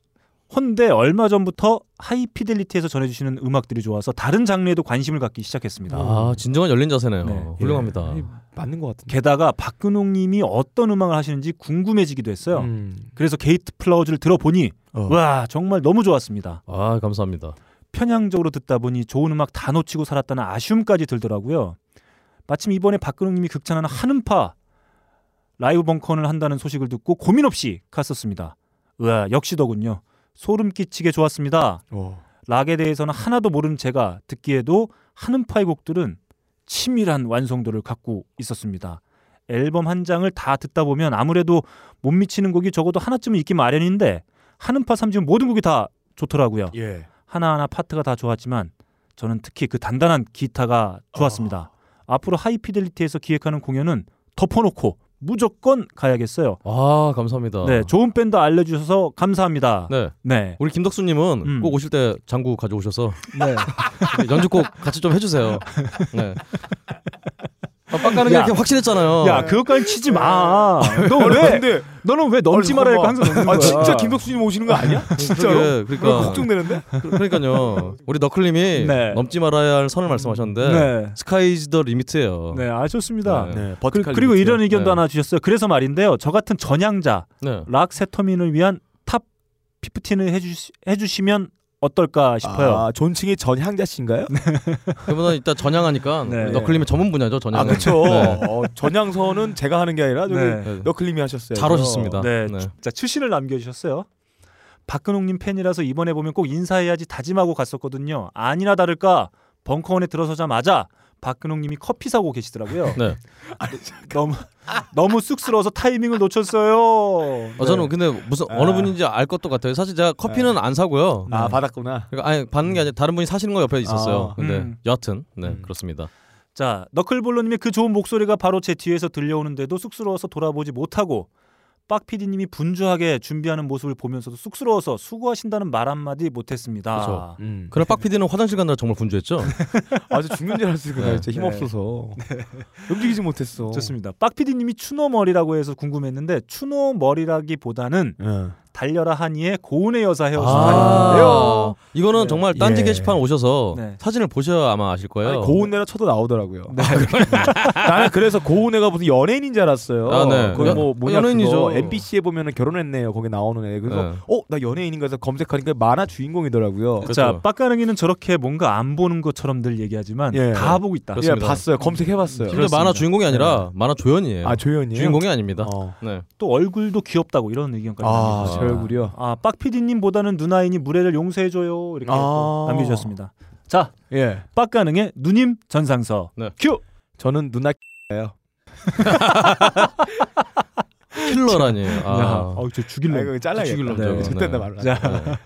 헌데 얼마 전부터 하이피델리티에서 전해주시는 음악들이 좋아서 다른 장르에도 관심을 갖기 시작했습니다.
음.
아, 진정한 열린 자세네요. 훌륭합니다.
예. 맞는 것 같은데.
게다가 박근홍님이 어떤 음악을 하시는지 궁금해지기도 했어요.
음.
그래서 게이트 플라워즈를 들어보니 와 정말 너무 좋았습니다.
아, 감사합니다.
편향적으로 듣다 보니 좋은 음악 다 놓치고 살았다는 아쉬움까지 들더라고요. 마침 이번에 박근홍님이 극찬하는 한음파 라이브 벙컨을 한다는 소식을 듣고 고민 없이 갔었습니다. 와 역시더군요. 소름 끼치게 좋았습니다. 락에 대해서는 하나도 모르는 제가 듣기에도 한음파의 곡들은 치밀한 완성도를 갖고 있었습니다. 앨범 한 장을 다 듣다 보면 아무래도 못 미치는 곡이 적어도 하나쯤은 있기 마련인데 한음파 삼집 모든 곡이 다 좋더라고요.
예.
하나하나 파트가 다 좋았지만 저는 특히 그 단단한 기타가 좋았습니다. 앞으로 하이피델리티에서 기획하는 공연은 덮어놓고 무조건 가야겠어요.
아, 감사합니다.
네, 좋은 밴드 알려주셔서 감사합니다.
네.
네.
우리 김덕수 님은 꼭 오실 때 장구 가져오셔서
음. 네.
연주 꼭 같이 좀해 주세요. 네. 아, 빡가는 게
야.
이렇게 확실했잖아요.
어.
야, 그것까지 치지 마. 너 왜?
그런데-
너는 왜 넘지 말아야 할까 항상 넘는 거야. 어.
아, 진짜 김덕수님 오시는 거 아니야? 진짜로?
그러게,
나
그러니까
걱정되는데?
그러니까요. 우리 너클님이
네.
넘지 말아야 할 선을 말씀하셨는데
네.
스카이즈 더 리미트예요.
네, 아 좋습니다.
네. 네,
그,
버티컬
그리고
리미트요.
이런 의견도
네.
하나 주셨어요. 그래서 말인데요. 저 같은 전향자
네.
락 세터민을 위한 탑 피프틴을 해주시, 해주시면 어떨까 싶어요.
아, 존칭이 전향자 씨인가요?
그보다 일단 전향하니까
네.
우리 너클님의 전문 분야죠. 전향.
아, 그렇죠.
네.
어, 전향선은 제가 하는 게 아니라 저기
네.
너클님이 하셨어요.
잘 오셨습니다.
네,
네.
자 추신을 남겨주셨어요. 박근홍님 팬이라서 이번에 보면 꼭 인사해야지 다짐하고 갔었거든요. 아니나 다를까 벙커원에 들어서자마자 박근홍님이 커피 사고 계시더라고요.
네.
너무 너무 쑥스러워서 타이밍을 놓쳤어요.
어, 저는 근데 무슨
네.
어느 분인지 알 것도 같아요. 사실 제가 커피는 안 사고요.
아, 받았구나.
그러니까 아니 받는 게 아니라 다른 분이 사시는 거 옆에 있었어요.
아,
근데
음.
여하튼 네 그렇습니다.
자, 너클볼로님의 그 좋은 목소리가 바로 제 뒤에서 들려오는데도 쑥스러워서 돌아보지 못하고 빡피디님이 분주하게 준비하는 모습을 보면서도 쑥스러워서 수고하신다는 말 한마디 못했습니다.
그렇죠. 그럼 빡 PD는 화장실 가느라 정말 분주했죠.
아주 죽는 줄 알았으니까
네.
진짜 힘없어서 움직이지 못했어.
좋습니다. 빡피디님이 추노 머리라고 해서 궁금했는데 추노 머리라기보다는
예.
달려라 하니의 고운의 여사 헤어스타일인데요.
아, 이거는 정말 딴지
예.
게시판 오셔서
네.
사진을 보셔야 아마 아실 거예요.
아니, 고운 애라 쳐도 나오더라고요. 아, 나는 그래서 고운 애가 무슨 연예인인 줄 알았어요.
아, 네.
거기
여-
뭐 뭐냐
연예인이죠.
그거 MBC에 보면은 결혼했네요. 거기 나오는 애. 그래서
네.
어 나 연예인인가 해서 검색하니까 만화 주인공이더라고요.
그렇죠.
예,
자, 빡가능이는 저렇게 뭔가 안 보는 것처럼 늘 얘기하지만
예.
다 보고 있다.
예, 봤어요. 검색해봤어요.
근데 만화 주인공이 아니라 만화 조연이에요.
아, 조연이에요?
음, 주인공이 아닙니다.
어.
네.
또 얼굴도 귀엽다고 이런 의견까지
아,
남겨주셨어요.
제 얼굴이요?
아, 빡피디님보다는 누나이니 무례를 용서해줘요 이렇게
아.
또 남겨주셨습니다. 자,
예.
빡가능의 누님 전상서 큐.
저는 누나 예요.
킬러라니. 아.
야, 어우, 저 죽일래.
아, 이거 잘라야겠다.
죽일래.
네. 절대 말로 안
자,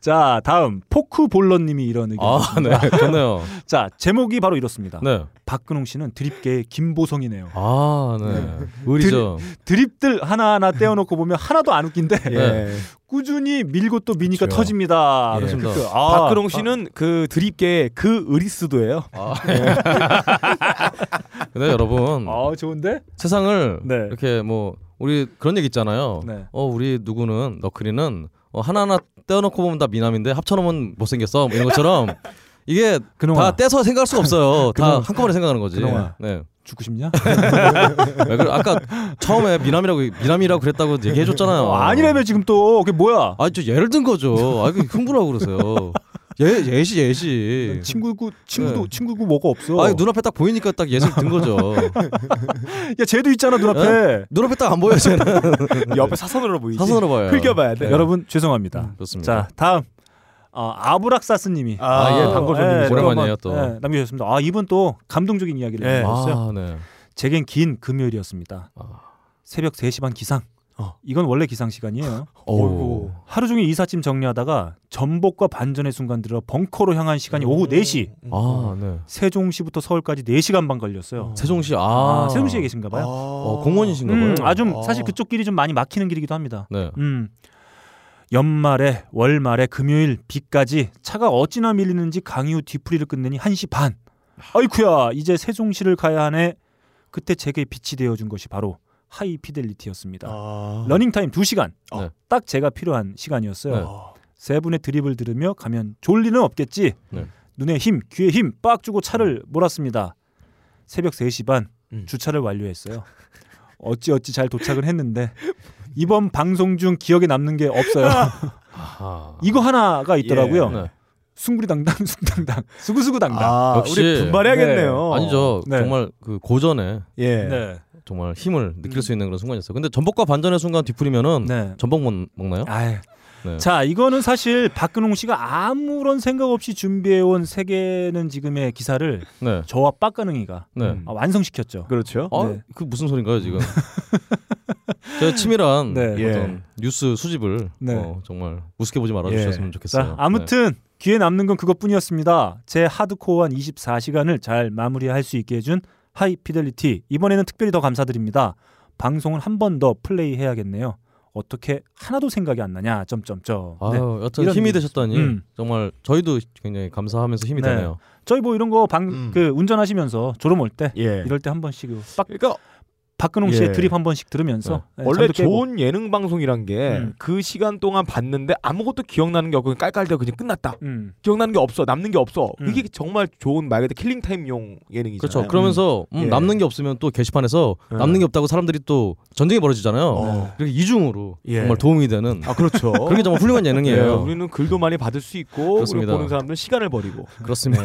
자, 다음 포크볼러님이 이런 의견.
아, 네, 좋네요.
자, 제목이 바로 이렇습니다.
네.
박근홍 씨는 드립계의 김보성이네요.
아, 네. 의리죠.
드립, 들 하나하나 떼어놓고 보면 하나도 안 웃긴데
네.
예.
꾸준히 밀고 또 미니까 터집니다.
예,
그렇습니다.
그,
아,
박근홍 씨는 그 드립계 그 의리스도예요.
근데 네, 여러분.
아, 좋은데?
세상을 이렇게 뭐 우리 그런 얘기 있잖아요.
네.
어, 우리 누구는 너클이는 어, 하나하나 떼어놓고 보면 다 미남인데 합쳐놓으면 못생겼어 뭐 이런 것처럼 이게 다 떼서 생각할 수가 없어요. 다
그놈아.
한꺼번에 생각하는 거지.
그놈아.
네.
죽고 싶냐?
왜 그래? 아까 처음에 미남이라고 미남이라고 그랬다고 얘기해줬잖아요.
어, 아니라며 지금 또 그게 뭐야?
아 저 예를 든 거죠. 아 그 흥분하고 그러세요. 예 예시 예시.
친구고 친구도 친구고 뭐가 없어.
아 눈앞에 딱 보이니까 딱 예시 든 거죠.
야 쟤도 있잖아 눈앞에.
예? 눈앞에 딱 안 보여 쟤는.
옆에 사선으로 보이지.
사선으로 봐요.
흘겨봐야 돼.
여러분 죄송합니다.
네. 음, 좋습니다.
자 다음 어, 아브락사스님이
아, 예, 단골 손님이시죠.
오랜만이에요, 또.
한번, 예, 남겨주셨습니다. 아 이분 또 감동적인 이야기를
예.
남겨주셨어요.
아, 네.
제겐 긴 금요일이었습니다. 새벽 3시 반 기상.
어.
이건 원래 기상 시간이에요.
어우.
하루 종일 이삿짐 정리하다가 전복과 반전의 순간 들어 벙커로 향한 시간이 오후 4시.
아
음.
네.
세종시부터 서울까지 4시간 반 걸렸어요.
세종시
아,
아,
세종시에 계신가 봐요.
어, 공원이신가 봐요.
음, 아좀 사실
아.
그쪽 길이 좀 많이 막히는 길이기도 합니다.
네.
음. 연말에 월말에 금요일 비까지 차가 어찌나 밀리는지 강유 뒤풀이를 끝내니 1시 반. 아이쿠야 이제 세종시를 가야 하네. 그때 제게 빛이 되어준 것이 바로 하이피델리티였습니다.
아,
어.
러닝타임 2시간.
네.
딱 제가 필요한 시간이었어요.
네.
세 분의 드립을 들으며 가면 졸리는 없겠지.
네. 음.
눈에 힘, 귀에 힘 빡 주고 차를 몰았습니다. 새벽 3시 반
음.
주차를 완료했어요. 어찌어찌 잘 도착을 했는데 이번 방송 중 기억에 남는 게 없어요.
아.
이거 하나가 있더라고요.
네.
숭구리당당, 숭당당, 수구수구당당.
아,
역시.
우리 분발해야겠네요.
아니죠.
네.
정말 그 고전에
예.
네.
정말 힘을 느낄 수 있는 그런 순간이었어요. 근데 전복과 반전의 순간 뒤풀이면은
음. 네.
전복 먹, 먹나요?
아유.
네.
자, 이거는 사실 박근홍 씨가 아무런 생각 없이 준비해온 세계는 지금의 기사를
네.
저와 빡가능이가
네.
음.
아, 완성시켰죠.
그렇죠.
아,
네.
그 무슨 소린가요, 지금? 제 치밀한
네.
어떤 뉴스 수집을
네. 예.
어, 정말 우습게 보지 말아 주셨으면 좋겠어요. 네.
자, 아무튼 귀에 남는 건 그것뿐이었습니다. 제 하드코어한 24시간을 잘 마무리할 수 있게 해준 하이피델리티 이번에는 특별히 더 감사드립니다. 방송을 한 번 더 플레이해야겠네요. 어떻게 하나도 생각이 안 나냐? 점점점.
네.
네.
아유, 여튼
이런
힘이 되셨다니
음.
정말 저희도 굉장히 감사하면서 힘이
네.
되네요.
저희 뭐 이런 거 방 그 운전하시면서 졸음 올 때
예.
이럴 때 한 번씩 그 빡,
그러니까
박근홍 씨의
예.
드립 한 번씩 들으면서 네,
원래
잠도 깨고.
좋은 예능 방송이란 게
음.
그 시간 동안 봤는데 아무것도 기억나는 게 없고 그냥 깔깔대고 그냥 끝났다.
음.
기억나는 게 없어. 남는 게 없어.
음.
이게 정말 좋은 말 그대로 킬링 타임용 예능이잖아요.
그렇죠. 그러면서 음,
예.
남는 게 없으면 또 게시판에서
네.
남는 게 없다고 사람들이 또 전쟁이 벌어지잖아요.
어.
그렇게 이중으로
예.
정말 도움이 되는
아, 그렇죠.
그런 게 정말 훌륭한
예,
예능이에요.
우리는 글도 많이 받을 수 있고 우리
그렇습니다.
보는 사람들은 시간을 버리고 네.
그렇습니다.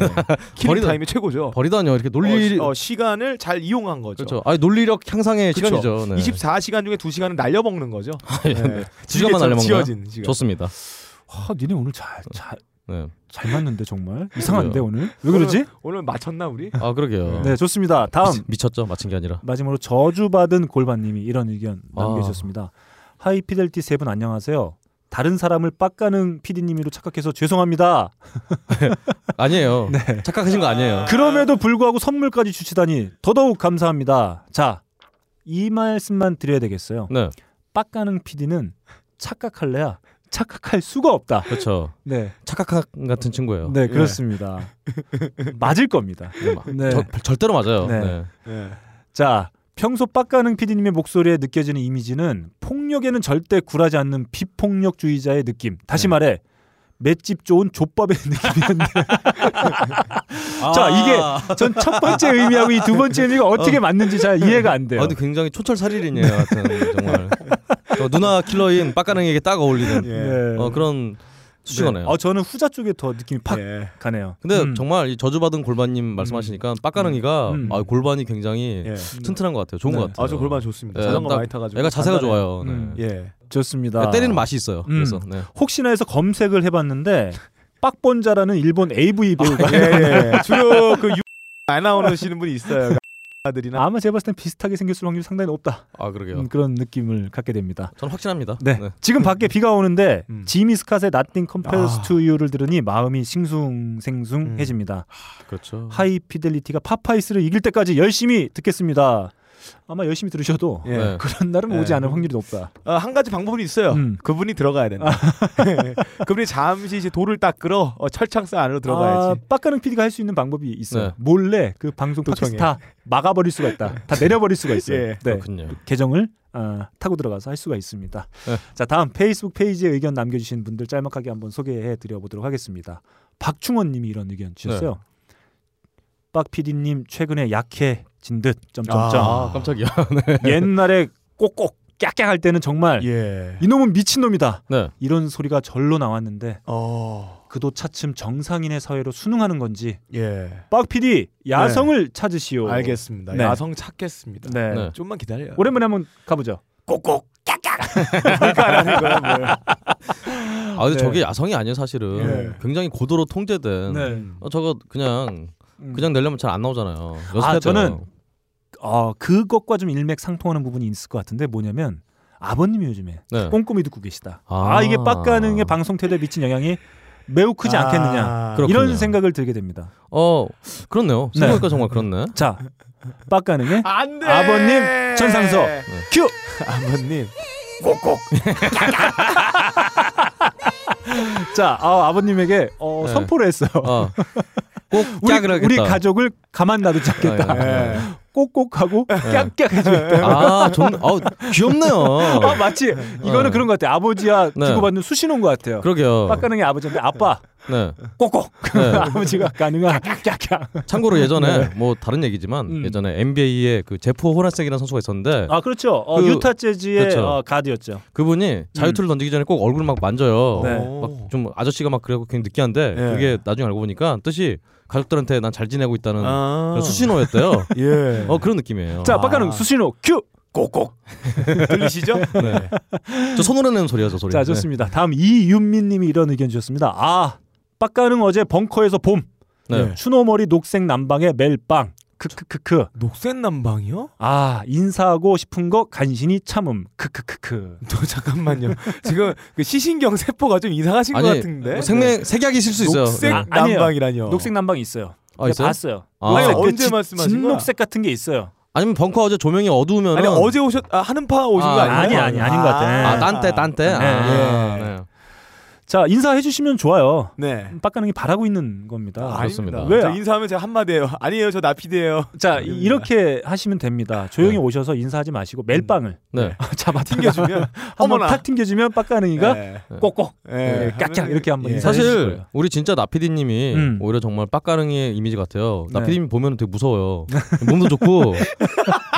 킬링
버리다-
타임이 최고죠.
버리다니요. 이렇게 논리
어, 시- 어, 시간을 잘 이용한 거죠.
그렇죠. 아 논리력 향상의
그렇죠.
시간이죠. 네.
24시간 중에 2시간은 날려먹는 거죠. 네.
예. 시간만 날려먹나요?
지어진 시간.
좋습니다.
아, 니네 오늘 잘 잘,
네.
잘 맞는데 정말 이상한데 오늘 왜 그러지?
오늘 맞췄나 우리?
아 그러게요.
네 좋습니다. 다음
미, 쳤죠 맞힌 게 아니라.
마지막으로 저주받은 골반님이 이런 의견
아.
남겨주셨습니다. 하이피델티 세 분 안녕하세요. 다른 사람을 빡가는 PD님으로 착각해서 죄송합니다.
아니에요. 착각하신 거 아니에요.
그럼에도 불구하고 선물까지 주시다니 더더욱 감사합니다. 자, 이 말씀만 드려야 되겠어요.
네.
빡가는 PD는 착각할래야 착각할 수가 없다.
그렇죠.
네,
착각 같은 친구예요.
네 그렇습니다. 맞을 겁니다. 네.
절- 절대로 맞아요.
네.
네.
자, 평소 빡가는 PD님의 목소리에 느껴지는 이미지는 폭력에는 절대 굴하지 않는 비폭력주의자의 느낌.
네.
다시 말해 맷집 좋은 족밥의 느낌이었는데. 자,
아.
이게 전 첫 번째 의미하고 이 두 번째 의미가 어떻게 맞는지 잘 이해가 안 돼요.
아, 근데 굉장히 초철살인이에요. 하여튼 정말 어, 누나 킬러인 빡가능에게 딱 어울리는
네.
어, 그런 수식어네요.
아, 저는 후자 쪽에 더 느낌이 팍
예.
가네요.
근데
음.
정말 이 저주받은 골반님 말씀하시니까 빡가능이가
음.
아, 골반이 굉장히
예.
튼튼한 것 같아요. 좋은
네.
것 같아요.
아, 저 골반 좋습니다.
예,
자전거
딱
많이 타가지고.
얘가 자세가
단단해요.
좋아요. 네.
음.
예.
좋습니다.
그러니까 때리는 맛이 있어요.
음.
그래서 네.
혹시나 해서 검색을 해봤는데 빡본자라는 일본 AV
아,
배우가
예, 예. 주로 그 유... 안 나오시는 분이 있어요. 그 아들이나
아마 제가 봤을 땐 비슷하게 생겼을 확률이 상당히 높다.
아 그러게요.
음, 그런 느낌을 갖게 됩니다.
저는 확신합니다.
네. 지금 밖에 비가 오는데
음.
지미 스캇의 Nothing Compares
아. 음.
to You를 들으니 마음이 싱숭생숭해집니다.
그렇죠.
아.
하이피델리티가 파파이스를 이길 때까지 열심히 듣겠습니다. 아마 열심히 들으셔도
예. 네.
그런 날은 오지
예.
않을 확률이 높다.
어, 한 가지 방법은 있어요.
음.
그분이 들어가야 된다. 그분이 잠시 이제 돌을 닦으러 어, 철창사 안으로 들어가야지.
아, 빡가는 PD가 할 수 있는 방법이 있어요.
네.
몰래 그 방송 팟캐스트 다 막아버릴 수가 있다. 다 내려버릴 수가 있어요.
예.
네.
그렇군요.
계정을 아, 타고 들어가서 할 수가 있습니다.
네.
자 다음 페이스북 페이지에 의견 남겨주신 분들 짤막하게 한번 소개해 드려보도록 하겠습니다. 박충원님이 이런 의견 주셨어요.
네.
빡 PD님 최근에 약해진 듯 점점점.
아, 깜짝이야. 네.
옛날에 꼭꼭 깍깍 할 때는 정말
예.
이놈은 미친 놈이다.
네.
이런 소리가 절로 나왔는데 그도 차츰 정상인의 사회로 순응하는 건지
어. 예.
빡 PD 야성을 찾으시오.
알겠습니다.
네.
야성 찾겠습니다.
네.
좀만 기다려요.
오랜만에 한번 가보죠. 꼭꼭
하는 거야, 뭐야.
아 근데
네.
저게 야성이 아니에요 사실은. 굉장히 고도로 통제된.
네.
어, 저거 그냥 그냥 내려면 잘 안 나오잖아요.
아
연습해야
저는
돼요.
어, 그것과 좀 일맥상통하는 부분이 있을 것 같은데 뭐냐면 아버님이 요즘에
네.
꼼꼼히 듣고 계시다.
아.
아, 이게 빡가능의 방송 태도에 미친 영향이 매우 크지
아,
않겠느냐
그렇군요.
이런 생각을 들게 됩니다.
어 그렇네요.
네.
생각보니까 정말 그렇네.
자 빡가능의
안돼.
아버님 전상서 큐
아버님
꼭꼭 자 아, 아버님에게 어,
네.
선포를 했어요
꼭
우리,
깍을 하겠다. 아, 예.
우리 가족을 가만 놔두지 않겠다
네.
꼭꼭 하고 깍깍 해주겠다
아, 좋네. 아우, 귀엽네요.
아, 마치 이거는 그런 것 같아요 아버지와
네.
주고받는 수신호인 것 같아요
그러게요.
빡가능의 아버지한테 아빠
네.
꼭꼭
네.
아버지가 가능한 깍깍
참고로
네.
예전에 뭐 다른 얘기지만 예전에 NBA에 그 제포 호나색이라는 선수가 있었는데
음. 아 그렇죠 어,
그-
유타 재즈의
그렇죠.
어, 가드였죠
그분이 자유투를 던지기 전에 꼭 얼굴 막 만져요.
음. 네.
막 좀 아저씨가 막 그래갖고 굉장히 느끼한데
예.
그게 나중에 알고 보니까 뜻이 가족들한테 난 잘 지내고 있다는
아. 네.
그런 수신호였대요.
예.
어 그런 느낌이에요.
자 빡가능 수신호 큐 꼭꼭
들리시죠?
네. 저 손으로 내는 소리야 저 소리.
자 좋습니다. 다음 이윤민님이 이런 의견 주셨습니다. 아 빡가능 어제 벙커에서 봄
네.
추노머리 녹색 남방에 멜빵 크크크크
녹색 남방이요?
아 인사하고 싶은 거 간신히 참음 크크크크
너 잠깐만요. 지금 그 시신경 세포가 좀 이상하신 것 같은데.
뭐 생명 색약이실 수 있어요.
녹색 남방이라뇨.
녹색 남방 있어요.
아, 있어요?
봤어요.
아.
녹색
아니,
그
언제
진-
말씀하신 거야?
진녹색 같은 게 있어요.
아니면 벙커 어제 조명이 어두우면
아니 어제 오셨 아, 한은파 오신 거 아니에요?
아니 아니 아닌 것 같아.
아, 딴 때, 딴 때? 아, 네.
자 인사해 주시면 좋아요.
네.
빡가능이 바라고 있는 겁니다.
아닙니다.
왜
저 인사하면 제가 한마디예요. 아니에요, 저 나피디예요.
자 이- 이렇게 하시면 됩니다. 조용히 오셔서 인사하지 마시고 멜빵을 어,
네.
잡아
튕겨주면,
한번
어머나.
탁 튕겨주면 빡가능이가
네.
꼭꼭
네.
깍깍 이렇게 한번 인사해 주실
사실
거예요.
우리 진짜 나피디님이
네. 음.
오히려 정말 빡가릉이의 이미지 같아요.
네.
나피디님 보면 되게 무서워요. 몸도 좋고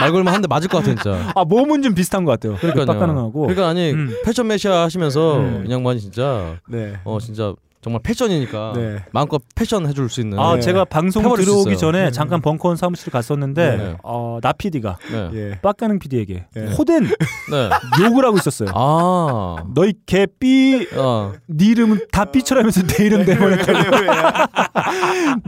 말 걸면 한 대 맞을 것 같아 진짜.
아 몸은 좀 비슷한 것 같아요.
그러니까요.
빡가능하고
그러니까 아니
음.
패션 메시아 하시면서
음.
이 양반이 진짜
네.
어 진짜 정말 패션이니까
네.
마음껏 패션 해줄 수 있는.
아
네.
제가 방송
태워줄 수
들어오기
있어요.
전에
음.
잠깐 벙커원 사무실 갔었는데
네.
어, 나 PD가
네.
빡가능 PD에게 호된
네.
욕을 하고 있었어요.
아
너희 개삐
어.
네 이름은 다 삐처라면서 내 이름 내보냈다고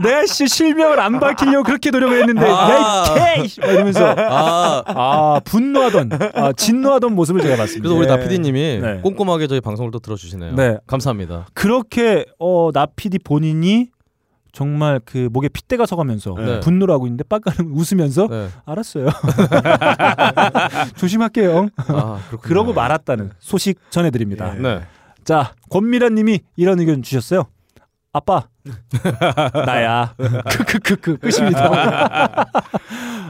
내씨 실명을 안 밝히려고 그렇게 노력을 했는데
아.
내개 이러면서
아.
아, 분노하던 아, 진노하던 모습을 제가 봤습니다.
그래서 우리
네.
나피디님이
네.
꼼꼼하게 저희 방송을 또 들어주시네요.
네.
감사합니다.
그렇게 어, 나피디 본인이 정말 그 목에 핏대가 서가면서
네.
분노를 하고 있는데 빡가는 웃으면서 알았어요. 조심할게요.
아, 그렇군요.
그러고 말았다는 소식 전해드립니다.
네.
자 권미란님이 이런 의견 주셨어요. 아빠 나야 크크크크 끝입니다.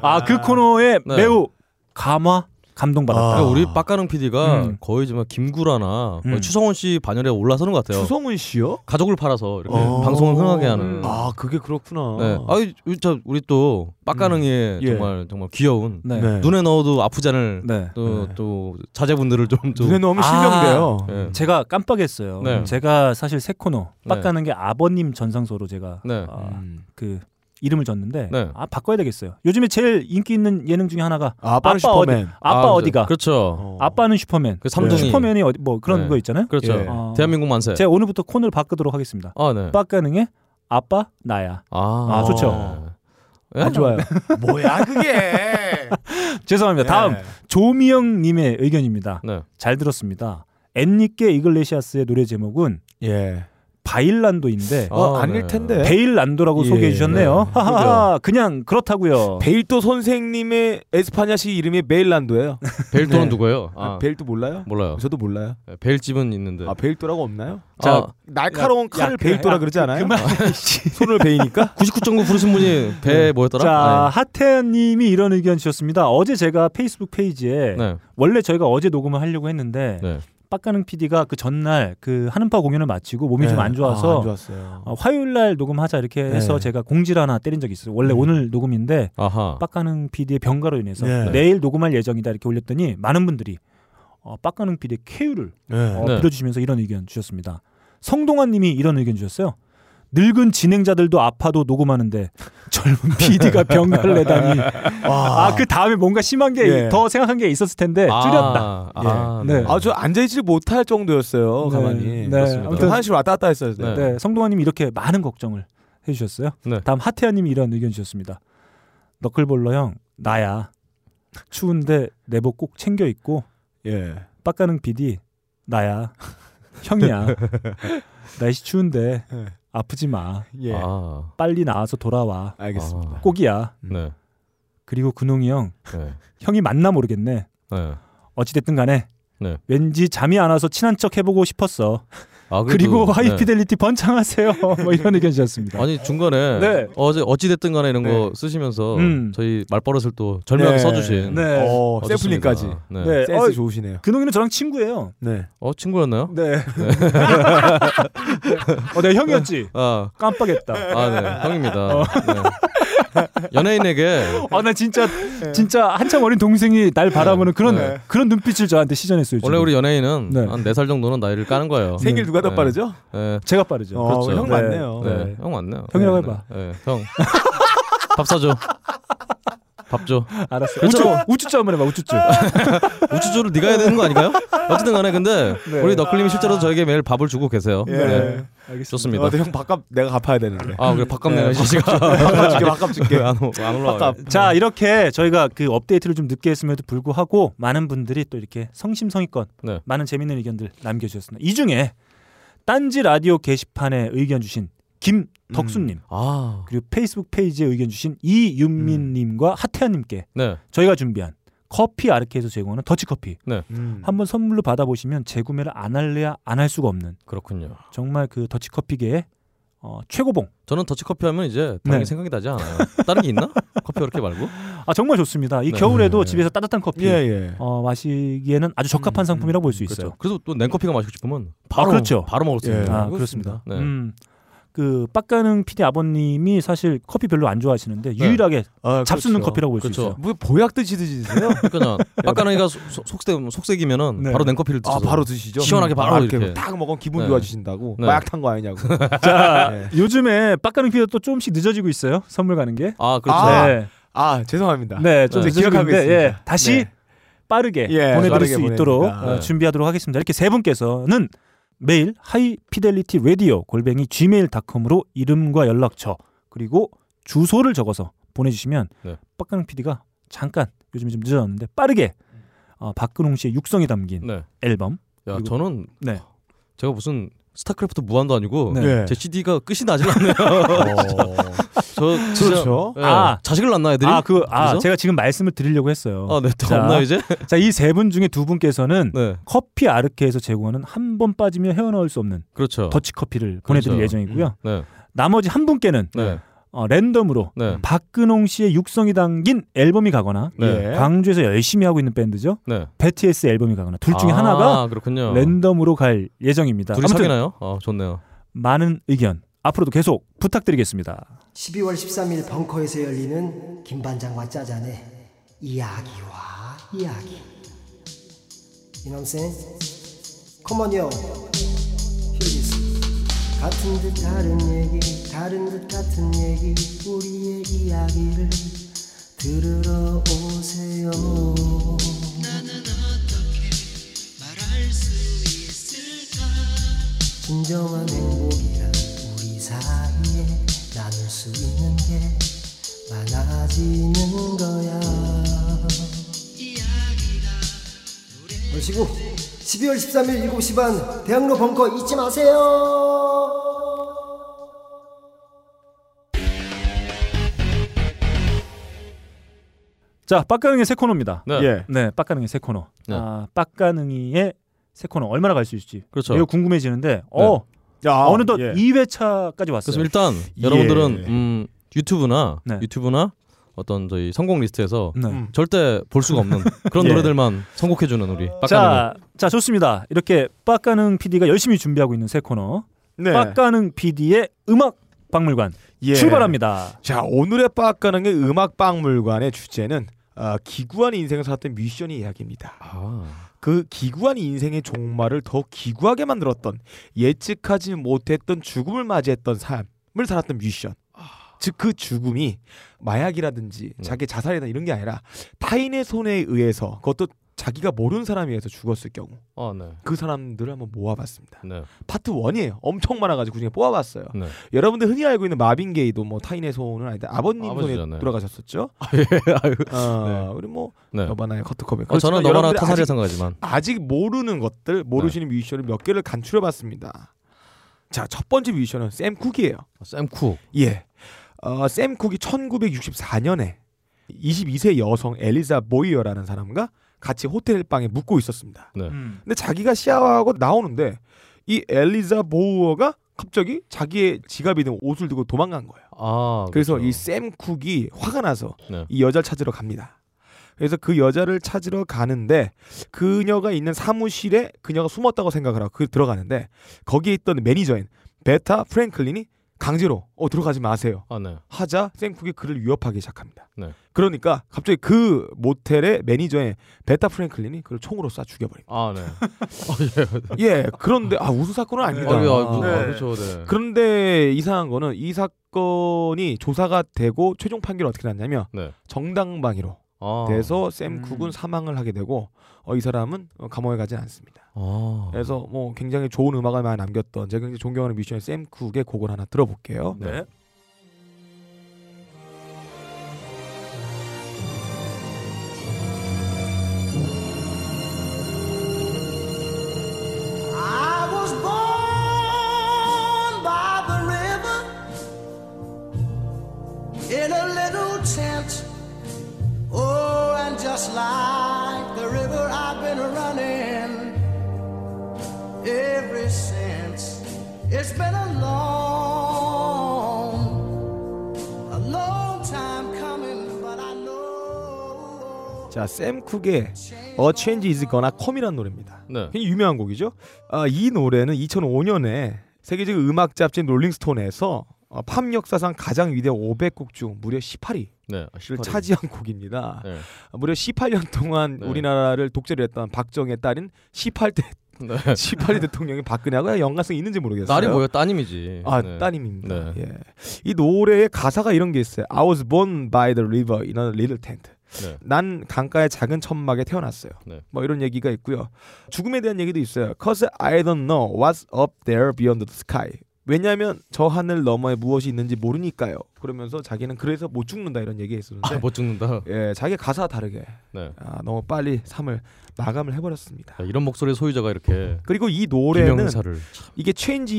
아 그 코너에
네.
매우 감화 감동받았다.
그러니까 우리 빡가릉 PD가
아. 음.
거의 지만 김구라나 거의
음.
추성훈 씨 반열에 올라서는 것 같아요.
추성훈 씨요?
가족을 팔아서 이렇게
어.
방송을 흥하게
음.
하는.
아, 그게 그렇구나.
네. 아이 저 우리 또 빡가릉이의
예.
정말 정말 귀여운
음. 네.
네.
눈에 넣어도 아프지 않을
네.
또, 또 자제분들을 좀, 좀
눈에
아.
넣으면 실명돼요.
네.
제가 깜빡했어요.
네.
제가 사실 새 코너
네.
빡가는 게 아버님 전상소로 제가
네.
아, 그 이름을 줬는데
네.
아 바꿔야 되겠어요. 요즘에 제일 인기 있는 예능 중에 하나가
아, 아빠는
어디
슈퍼맨.
아빠
아,
어디가
그렇죠.
아빠는 슈퍼맨
그 삼둥이.
슈퍼맨이 어디 뭐 그런
네.
거 있잖아요.
그렇죠.
예. 어,
대한민국 만세.
제가 오늘부터 코너를 바꾸도록 하겠습니다.
아, 네.
빡가능의 아빠 나야.
아,
아, 좋죠.
예?
안 좋아요.
뭐야 그게?
네. 네, 죄송합니다. 다음
네.
조미영 님의 의견입니다.
네.
잘 들었습니다. 엔리케 이글레시아스의 노래 제목은
예.
바일란도인데
어, 아닐 텐데.
베일란도라고
예,
소개해 주셨네요.
네.
하하하. 그냥 그렇다고요.
어. 베일도 선생님의 에스파냐식 이름이 베일란도예요.
네.
베일도는 누구예요? 아.
베일도 몰라요?
몰라요. 예,
저도 몰라요.
벨집은 있는데.
아 베일도라고 없나요?
자,
아, 날카로운
야,
칼을
야, 그,
베일도라
야,
그러지
그,
않아요? 어.
그만.
손을 베이니까?
99.9 부르신 분이 배 뭐였더라?
자,
네.
하태현님이 이런 의견 주셨습니다. 어제 제가 페이스북 페이지에
네.
원래 저희가 어제 녹음을 하려고 했는데
네.
빡가는 PD가 그 전날 그 한음파 공연을 마치고 몸이
네.
좀 안 좋아서
아, 안 좋았어요.
어, 화요일 날 녹음하자 이렇게
네.
해서 제가 공지를 하나 때린 적이 있어요. 원래 오늘 녹음인데
아하.
빡가는 PD의 병가로 인해서
네.
내일 녹음할 예정이다 이렇게 올렸더니 많은 분들이 어, 빡가는 PD의 쾌유를
네.
어,
네.
빌어주시면서 이런 의견 주셨습니다. 성동환님이 이런 의견 주셨어요. 늙은 진행자들도 아파도 녹음하는데 젊은 PD가 병가를 내다니. 아 그 다음에 뭔가 심한 게
예.
더 생각한 게 있었을 텐데 네, 줄였다.
아, 아,
예.
네.
네.
아 저 앉아있질 못할 정도였어요.
네.
가만히.
네.
그렇습니다.
아무튼-
화장실 왔다 갔다 했어요.
네.
네, 성동환님이 이렇게 많은 걱정을 해주셨어요.
네.
다음 하태현님이 이런 의견 주셨습니다. 너클볼러 형 나야 추운데 내복 꼭 챙겨 입고
예.
빡가는 PD 나야 형이야 날씨 추운데
예.
아프지 마
예.
아,
빨리 나와서 돌아와
알겠습니다.
아,
꼭이야
네.
그리고 근홍이 형
네.
형이 맞나 모르겠네
네.
어찌됐든 간에
네.
왠지 잠이 안 와서 친한 척 해보고 싶었어
아,
그리고
그래도- 네.
하이피델리티 번창하세요 뭐 이런 의견 주셨습니다
아니 중간에
네.
어제 어찌 됐든 간에 이런
네.
거 쓰시면서
음.
저희 말버릇을 또 절묘하게
네.
써주신
네.
어,
어쨌습니다.
세플링까지.
네.
네.
센스
어이.
좋으시네요.
근홍이는 저랑 친구예요
네.
어 친구였나요?
네. 어, 내가 형이었지.
아,
깜빡했다.
아, 네, 형입니다. 네. 연예인에게
아, 나 진짜 진짜 한참 어린 동생이 날 바라보는 그런
네.
그런 눈빛을 저한테 시전했어요.
원래
지금.
우리 연예인은
네.
한 네 살 정도는 나이를 까는 거예요.
생일 누가 더
네.
빠르죠?
네.
제가 빠르죠.
어,
그렇죠.
형
네.
맞네요.
네.
네.
형 맞네요.
형이라고
네,
해봐.
네. 네, 형. 밥 사줘. 밥 줘.
알았어. 우쭈
그렇죠. 아.
우쭈쭈 한번 해봐. 우쭈쭈.
우쭈쭈를 네가 해야 되는 거 아닐까요? 어쨌든 간에 근데
네.
우리 너클님이 실제로 저에게 매일 밥을 주고 계세요.
예.
네.
알겠습니다.
좋습니다.
어, 근데 형 밥값 내가 갚아야 되는데.
아, 그래
네,
밥값 내는 시시가
아, 밥값 밥값 줄게. 아,
안, 오- 안 올라와.
밥값.
자 이렇게 저희가 그 업데이트를 좀 늦게 했음에도 불구하고 많은 분들이 또 이렇게 성심성의껏
네.
많은 재밌는 의견들 남겨주셨습니다. 이 중에 딴지 라디오 게시판에 의견 주신 김덕수님
아,
그리고 페이스북 페이지에 의견 주신
음.
이윤민님과 하태현님께
네,
저희가 준비한 커피 아르케에서 제공하는 더치커피
네.
음.
한번 선물로 받아보시면 재구매를 안 할래야 안 할 수가 없는
그렇군요.
정말 그 더치커피계의 어, 최고봉
저는 더치커피 하면 이제
네.
당연히 생각이 나지 않아요. 다른 게 있나? 커피 이렇게 말고?
아 정말 좋습니다 이
네.
겨울에도 집에서 따뜻한 커피
예, 예.
어, 마시기에는 아주 적합한 상품이라고 볼 수 있어요
그렇죠. 그래서 또 냉커피가 마시고 싶으면
아,
바로
그렇죠.
바로 먹을 수
예.
있는.
아 그렇습니다
네.
음, 그 빡가능 PD 아버님이 사실 커피 별로 안 좋아하시는데
네.
유일하게
아,
잡수는
그렇죠.
커피라고 볼 수
그렇죠.
있어요
뭐 보약 드시듯이 드세요?
그러니까 아까랑이가 속색 속색이면은
네.
바로 냉커피를
아
드셔서
바로 드시죠?
시원하게 바로
아,
이렇게.
딱 먹으면 기분
네.
좋아지신다고
네.
마약 탄 거 아니냐고.
자
네.
요즘에 빡가능 PD가 또 조금씩 늦어지고 있어요 선물 가는 게
아 그렇죠.
아,
네.
아 죄송합니다.
네, 좀
네,
늦어지고
기억하고
있는데, 예,
있습니다.
다시
네.
빠르게
예,
보내드릴
빠르게
수 있도록
보냅니다.
어,
네.
준비하도록 하겠습니다. 이렇게 세 분께서는 메일 하이피델리티 라디오 골뱅이 gmail.com으로 이름과 연락처 그리고 주소를 적어서 보내주시면
네.
빡가능 PD가 잠깐 요즘에 좀 늦어졌는데 빠르게 어, 박근홍 씨의 육성이 담긴
네.
앨범
야
그리고-
저는
네.
제가 무슨 스타크래프트 무한도 아니고
네.
제 CD가 끝이 나질 않네요.
어.
저 진짜
그렇죠.
예.
아.
자식을 낳나 애들이?
아 그 아
그래서?
제가 지금 말씀을 드리려고 했어요.
아, 네, 또
자.
없나 이제?
자 이 세 분 중에 두 분께서는
네,
커피 아르케에서 제공하는 한 번 빠지면 헤어나올 수 없는
그렇죠.
더치 커피를 보내드릴
그렇죠.
예정이고요.
네,
나머지 한 분께는
네,
어, 랜덤으로
네,
박근홍 씨의 육성이 담긴 앨범이 가거나
네.
광주에서 열심히 하고 있는 밴드죠.
네.
BTS 앨범이 가거나 둘 중에
아,
하나가
그렇군요.
랜덤으로 갈 예정입니다.
둘이
아무튼
사귀나요? 아, 좋네요.
많은 의견 앞으로도 계속 부탁드리겠습니다.
12월 13일 벙커에서 열리는 김반장과 짜잔의 이야기와 이야기. 이놈생, 컴온요. 같은 듯 다른 얘기, 다른 듯 같은 얘기, 우리의 이야기를 들으러 오세요. 진정한 행복이란 우리 사이에 나눌 수 있는 게 많아지는 거야. 보시고 12월 13일 7시 반 대학로 벙커 잊지 마세요.
자, 빡가능의 새 코너입니다.
네. 예.
네, 빡가능의 새 코너.
네.
아, 빡가능이의 새 코너 얼마나 갈 수 있을지.
그렇죠.
이거 궁금해지는데, 어, 어느덧
예.
2회차까지 왔어요.
그래서 일단
예.
여러분들은 음,
네.
유튜브나 유튜브나 어떤 저희 선곡 리스트에서
네.
절대 볼 수가 없는 그런
예.
노래들만 선곡해주는 우리
자,
빡가는
자 좋습니다. 이렇게 빡가능 PD가 열심히 준비하고 있는 새 코너.
네.
빡가능 PD의 음악 박물관
예.
출발합니다.
자 오늘의 빡가능의 음악 박물관의 주제는 아, 기구한 인생을 살았던 미션의 이야기입니다.
아.
아,
그 기구한 인생의 종말을 더욱 기구하게 만들었던 예측하지 못했던 죽음을 맞이했던 삶을 살았던 뮤지션.
아.
즉 그 죽음이 마약이라든지
음.
자기 자살이나 이런 게 아니라 타인의 손에 의해서 그것도 자기가 모르는 사람에 의해서 죽었을 경우
아, 네.
그 사람들을 한번 모아봤습니다.
네.
파트 1이에요. 엄청 많아가지고 그중에 뽑아봤어요.
네.
여러분들 흔히 알고 있는 마빈 게이도 뭐 타인의 손은 아니다. 아버님 손에
아버지잖아요.
돌아가셨었죠.
예, 아유.
어,
네.
우리 뭐
네.
너바나의 커트컵에.
어, 저는 너바나 타살이라 생각하지만. 네.
아직 모르는 것들 모르시는 뮤지션을 몇 개를 간추려봤습니다. 자 첫 번째 뮤지션은 샘 쿡이에요.
어, 샘 쿡.
예. 어, 샘 쿡이 1964년에 22세 여성 엘리자 보이어라는 사람과 같이 호텔 방에 묵고 있었습니다.
네.
근데 자기가 샤워하고 나오는데 이 엘리자 보우어가 갑자기 자기의 지갑이 든 옷을 들고 도망간 거예요.
아,
그래서
그렇죠.
이 샘 쿡이 화가 나서
네.
이 여자를 찾으러 갑니다. 그래서 그 여자를 찾으러 가는데 그녀가 있는 사무실에 그녀가 숨었다고 생각을 하고 그 들어가는데 거기에 있던 매니저인 베타 프랭클린이 강제로 어 들어가지 마세요.
아, 네.
하자 샘 쿡이 그를 위협하기 시작합니다.
네.
그러니까 갑자기 그 모텔의 매니저인 베타 프랭클린이 그를 총으로 쏴 죽여버립니다.
아, 네.
예, 그런데 아 우수 사건은 아닙니다.
아, 예, 아, 그- 아, 그렇죠, 네.
런데 이상한 거는 이 사건이 조사가 되고 최종 판결은 어떻게 났냐면
네.
정당방위로
아.
돼서 샘 쿡은 사망을 하게 되고 어, 이 사람은 어, 감옥에 가지 않습니다.
아.
그래서 뭐 굉장히 좋은 음악을 많이 남겼던 제가 굉장히 존경하는 뮤지션 샘 쿡의 곡을 하나 들어볼게요.
네.
I was born by the river in a little tent. Oh, and just like the river, I've been running ever since. It's been a long, a long time coming, but I
자, 샘 쿡의 A Change Is Gonna Come이라는 노래입니다.
네.
굉장히 유명한 곡이죠. 아, 이 노래는 2005년에 세계적 음악 잡지 롤링스톤에서 어, 팝 역사상 가장 위대한 500곡 중 무려 18위.
네,
를
18위.
그 차지한 곡입니다.
네.
아, 무려 18년 동안
네.
우리나라를 독재를 했던 박정희의 딸인 18대
네.
18대 대통령인 박근혜하고 연관성이 있는지 모르겠어요.
딸이 뭐예요? 따님이지.
아,
네.
따님입니다. 예. 이 노래의 가사가 이런 게 있어요. I was born by the river in a little tent.
네.
난 강가의 작은 천막에 태어났어요.
네.
뭐 이런 얘기가 있고요. 죽음에 대한 얘기도 있어요. Cause I don't know what's up there beyond the sky. 왜냐하면 저 하늘 너머에 무엇이 있는지 모르니까요. 그러면서 자기는 그래서 못 죽는다 이런 얘기 했었는데
아, 못 죽는다.
예, 자기 가사 다르게
네.
아, 너무 빨리 삶을 마감을 해버렸습니다.
자, 이런 목소리의 소유자가 이렇게
그리고 이 노래는
네. 김영사를
이게 change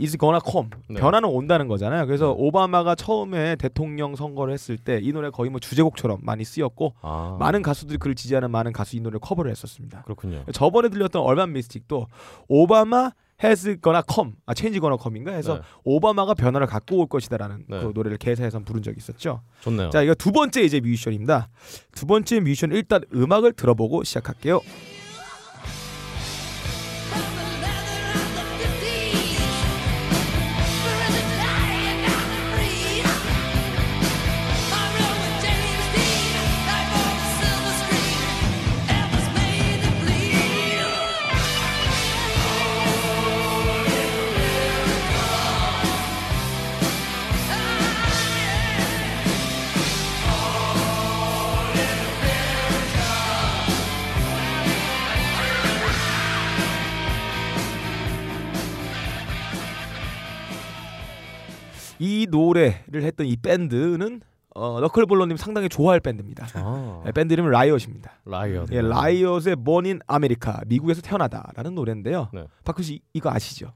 is gonna come
네.
변화는 온다는 거잖아요. 그래서 오바마가 처음에 대통령 선거를 했을 때 이 노래 거의 뭐 주제곡처럼 많이 쓰였고
아.
많은 가수들이 그를 지지하는 많은 가수 이 노래를 커버를 했었습니다.
그렇군요.
저번에 들렸던 얼반 미스틱도 오바마 has gonna come 아 change gonna come인가 해서
네.
오바마가 변화를 갖고 올 것이다라는
네.
그 노래를 개사해서 부른 적이 있었죠.
좋네요.
자, 이거 두 번째 이제 뮤지션입니다. 두 번째 뮤지션 일단 음악을 들어보고 시작할게요. 이 노래를 했던 이 밴드는 어, 너클볼러님 상당히 좋아할 밴드입니다. 예, 밴드 이름은 라이엇입니다.
라이엇.
예, 라이엇의 Born in America 미국에서 태어나다라는 노래인데요.
네.
박근 씨 이거 아시죠?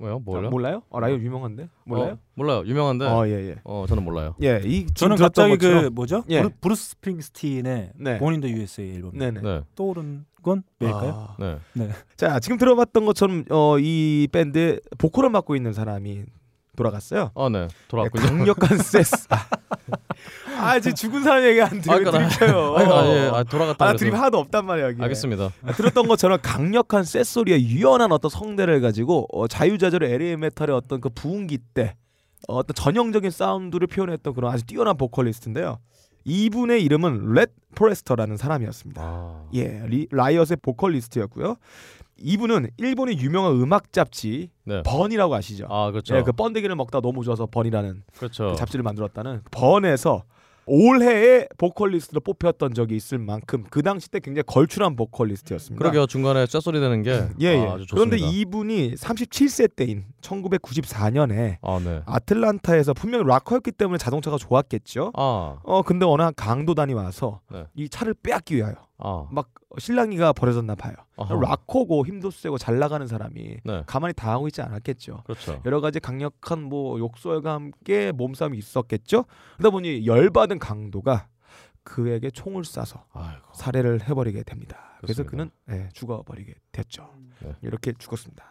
왜요? 몰라?
몰라요? 어, 라이오 유명한데? 몰라요?
어, 몰라요. 유명한데.
어, 예, 예.
어, 저는 몰라요.
예, 이 지금
저는
들었던
갑자기 그
것처럼-
뭐죠?
예.
브루, 브루스 스프링스틴의
네.
본인 더 USA 앨범
네네. 네.
떠오른 건 왜일까요?
아.
네.
자, 지금 들어봤던 것처럼 어, 이 밴드 보컬을 맡고 있는 사람이 돌아갔어요. 예,
어, 네. 돌아왔군요.
강력한 세스. 아. 아, 지금 죽은 사람 얘기 안
아,
들어요.
그러니까
드립쳐요.
나- 아, 예, 아, 돌아갔다
아,
그래서.
드립 하나도 없단 말이야, 여기.
알겠습니다.
아, 들었던 것처럼 강력한 쇳소리의 유연한 어떤 성대를 가지고 어, 자유자재로 LA 메탈의 어떤 그 부흥기 때 어, 어떤 전형적인 사운드를 표현했던 그런 아주 뛰어난 보컬리스트인데요. 이분의 이름은 렛 포레스터라는 사람이었습니다.
아.
예, 리, 라이엇의 보컬리스트였고요. 이분은 일본의 유명한 음악 잡지
네.
번이라고 아시죠?
아, 그렇죠.
예, 그 번데기를 먹다 너무 좋아서 번이라는
그렇죠.
그 잡지를 만들었다는 번에서 올해의 보컬리스트로 뽑혔던 적이 있을 만큼 그 당시 때 굉장히 걸출한 보컬리스트였습니다.
그러게요. 중간에 쇳소리 되는 게
예, 예.
아, 주 좋습니다.
그런데 이분이 37세 때인 1994년에
아, 네.
아틀란타에서 분명히 락커였기 때문에 자동차가 좋았겠죠.
아.
어 근데 어느 한 강도단이 와서
네.
이 차를 빼앗기 위하여
아.
막 신랑이가 버려졌나 봐요.
아하.
락커고 힘도 세고 잘 나가는 사람이
네.
가만히 당하고 있지 않았겠죠.
그렇죠.
여러 가지 강력한 뭐 욕설과 함께 몸싸움이 있었겠죠. 그러다 보니 열받은 강도가 그에게 총을 쏴서 살해를 해버리게 됩니다. 그래서 그는
그렇습니다.
예, 죽어버리게 됐죠.
네.
이렇게 죽었습니다.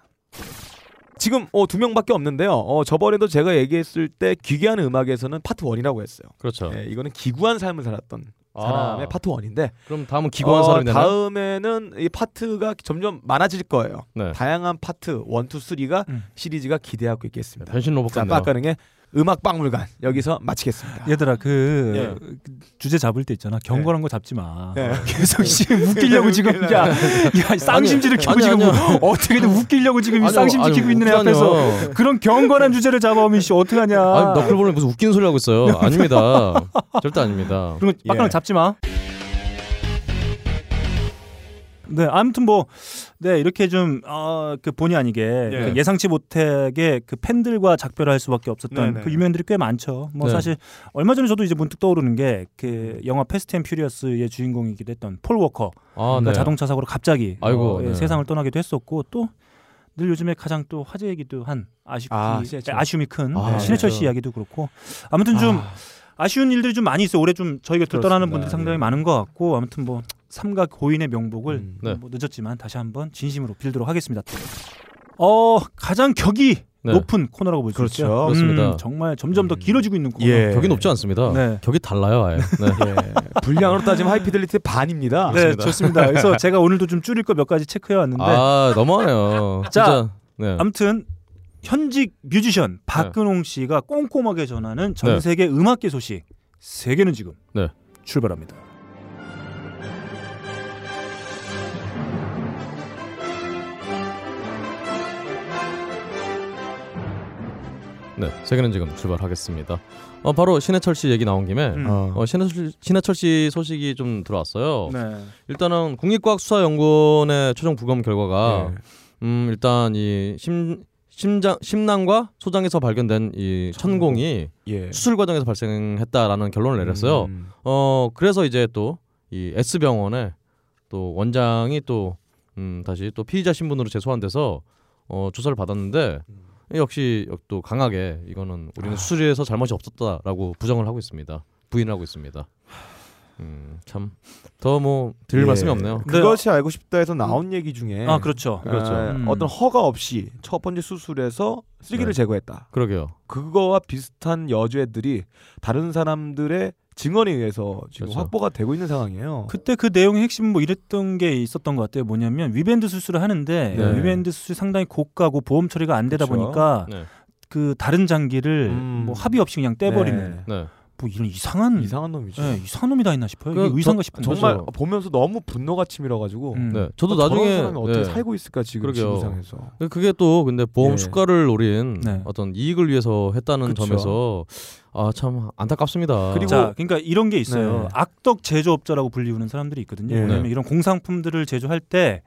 지금 어, 두 명밖에 없는데요. 어, 저번에도 제가 얘기했을 때 기괴한 음악에서는 파트 1이라고 했어요.
그렇죠.
네.
예, 이거는 기구한 삶을 살았던
아.
사람의 파트 1인데 어,
그럼 다음은
어,
기구한 사람이 되나요?
다음에는 이 파트가 점점 많아질 거예요.
네.
다양한 파트 1, 2, 3가 시리즈가 기대하고 있겠습니다.
변신 로봇
자,
같네요.
빠가능의 음악 박물관 여기서 마치겠습니다.
얘들아 그
예.
주제 잡을 때 있잖아 경건한 거 잡지 마
네.
계속 지금 웃기려고 지금
웃기려고.
야, 야 쌍심지를
아니,
켜고
아니,
지금
아니요.
어떻게든 웃기려고 지금 이
아니요,
쌍심지
아니요,
켜고 있는 애
웃기잖아요.
앞에서 그런 경건한 주제를 잡아오면 씨 어떡하냐
아니, 너클볼은 무슨 웃기는 소리 하고 있어요. 아닙니다. 절대 아닙니다.
그런 거 빡가는 잡지 마. 네, 아무튼 뭐, 네 이렇게 좀 어, 그 본의 아니게
예.
그 예상치 못하게 그 팬들과 작별할 수밖에 없었던
네네.
그 유명인들이 꽤 많죠. 뭐
네.
사실 얼마 전에 저도 이제 문득 떠오르는 게 그 영화 패스트 앤 퓨리어스의 주인공이기도 했던 폴 워커,
아,
그
네.
자동차 사고로 갑자기
아이고,
어, 예,
네.
세상을 떠나기도 했었고 또 늘 요즘에 가장 또 화제이기도 한 아쉽기
아,
아,
신해철.
아쉬움이 큰
아,
네, 신해철
그렇죠.
씨 이야기도 그렇고 아무튼 좀 아... 쉬운 일들이 좀 많이 있어 요 올해 좀 저희 곁을 떠나는 분들이 상당히 많은 것 같고 아무튼 뭐 삼각 고인의 명복을
네.
뭐 늦었지만 다시 한번 진심으로 빌도록 하겠습니다. 어 가장 격이
네.
높은 코너라고 볼 수
그렇죠.
있죠. 음,
그렇습니다. 예.
정말 점점 더 길어지고 있는 코너.
격이 높지 않습니다.
네.
격이 달라요, 아예. 네.
분량으로 따지면 하이피델리티의 반입니다.
네, 좋습니다. 그래서 제가 오늘도 좀 줄일 거 몇 가지 체크해 왔는데
아, 너무하네요.
자,
진짜. 네.
아무튼 현직 뮤지션 박근홍 씨가 꼼꼼하게 전하는
네.
전 세계 음악계 소식 세계는 지금
네.
출발합니다.
네, 세계는 지금 출발하겠습니다. 어, 바로 신해철 씨 얘기 나온 김에
음.
어, 신해철, 씨- 신해철 씨 소식이 좀 들어왔어요.
네.
일단은 국립과학수사연구원의 최종 부검 결과가 음, 일단 이 심, 심장 심낭과 소장에서 발견된 이 천공이
예.
수술 과정에서 발생했다라는 결론을 내렸어요.
음,
어, 그래서 이제 또 이 S 병원에 또 원장이 또 음, 다시 또 피의자 신분으로 재소환돼서 어, 조사를 받았는데
음.
역시 역- 또 강하게 이거는
아.
우리는 수술에서 잘못이 없었다라고 부정을 하고 있습니다. 부인하고 있습니다. 음, 참 더 뭐 드릴 말씀이 없네요.
예. 그것이 알고 싶다에서 나온 얘기 중에
아, 그렇죠.
예,
그렇죠. 음.
어떤 허가 없이 첫 번째 수술에서 쓰기를
네.
제거했다.
그러게요.
그거와 비슷한 여죄들이 다른 사람들의 증언에 의해서 지금
그렇죠.
확보가 되고 있는 상황이에요.
그때 그 내용의 핵심 뭐 이랬던 게 있었던 것 같아요. 뭐냐면 위밴드 수술을 하는데
네.
위밴드 수술 이 상당히 고가고 보험 처리가 안 되다
그렇죠. 음.
보니까
네.
그 다른 장기를 뭐 합의 없이 그냥 떼버리는
네.
네.
뭐 이런 이상한
이상한 놈이죠.
예, 이상한 놈이 다 있나 싶어요.
그
이게 의상가 음.
저-
싶은
정말
그렇죠.
거죠.
보면서 너무 분노가 치밀어가지고
네, 저도
아, 저런
나중에
사람이 어떻게
네.
살고 있을까 지금
그러게요.
지구상에서
근데 그게 또 근데 보험
예.
수가를 노린
네.
어떤 이익을 위해서 했다는
그쵸.
점에서 아 참 안타깝습니다.
그리고 자, 그러니까 이런 게 있어요.
네.
악덕 제조업자라고 불리우는 사람들이 있거든요.
예.
왜냐면
네.
이런 공산품들을 제조할 때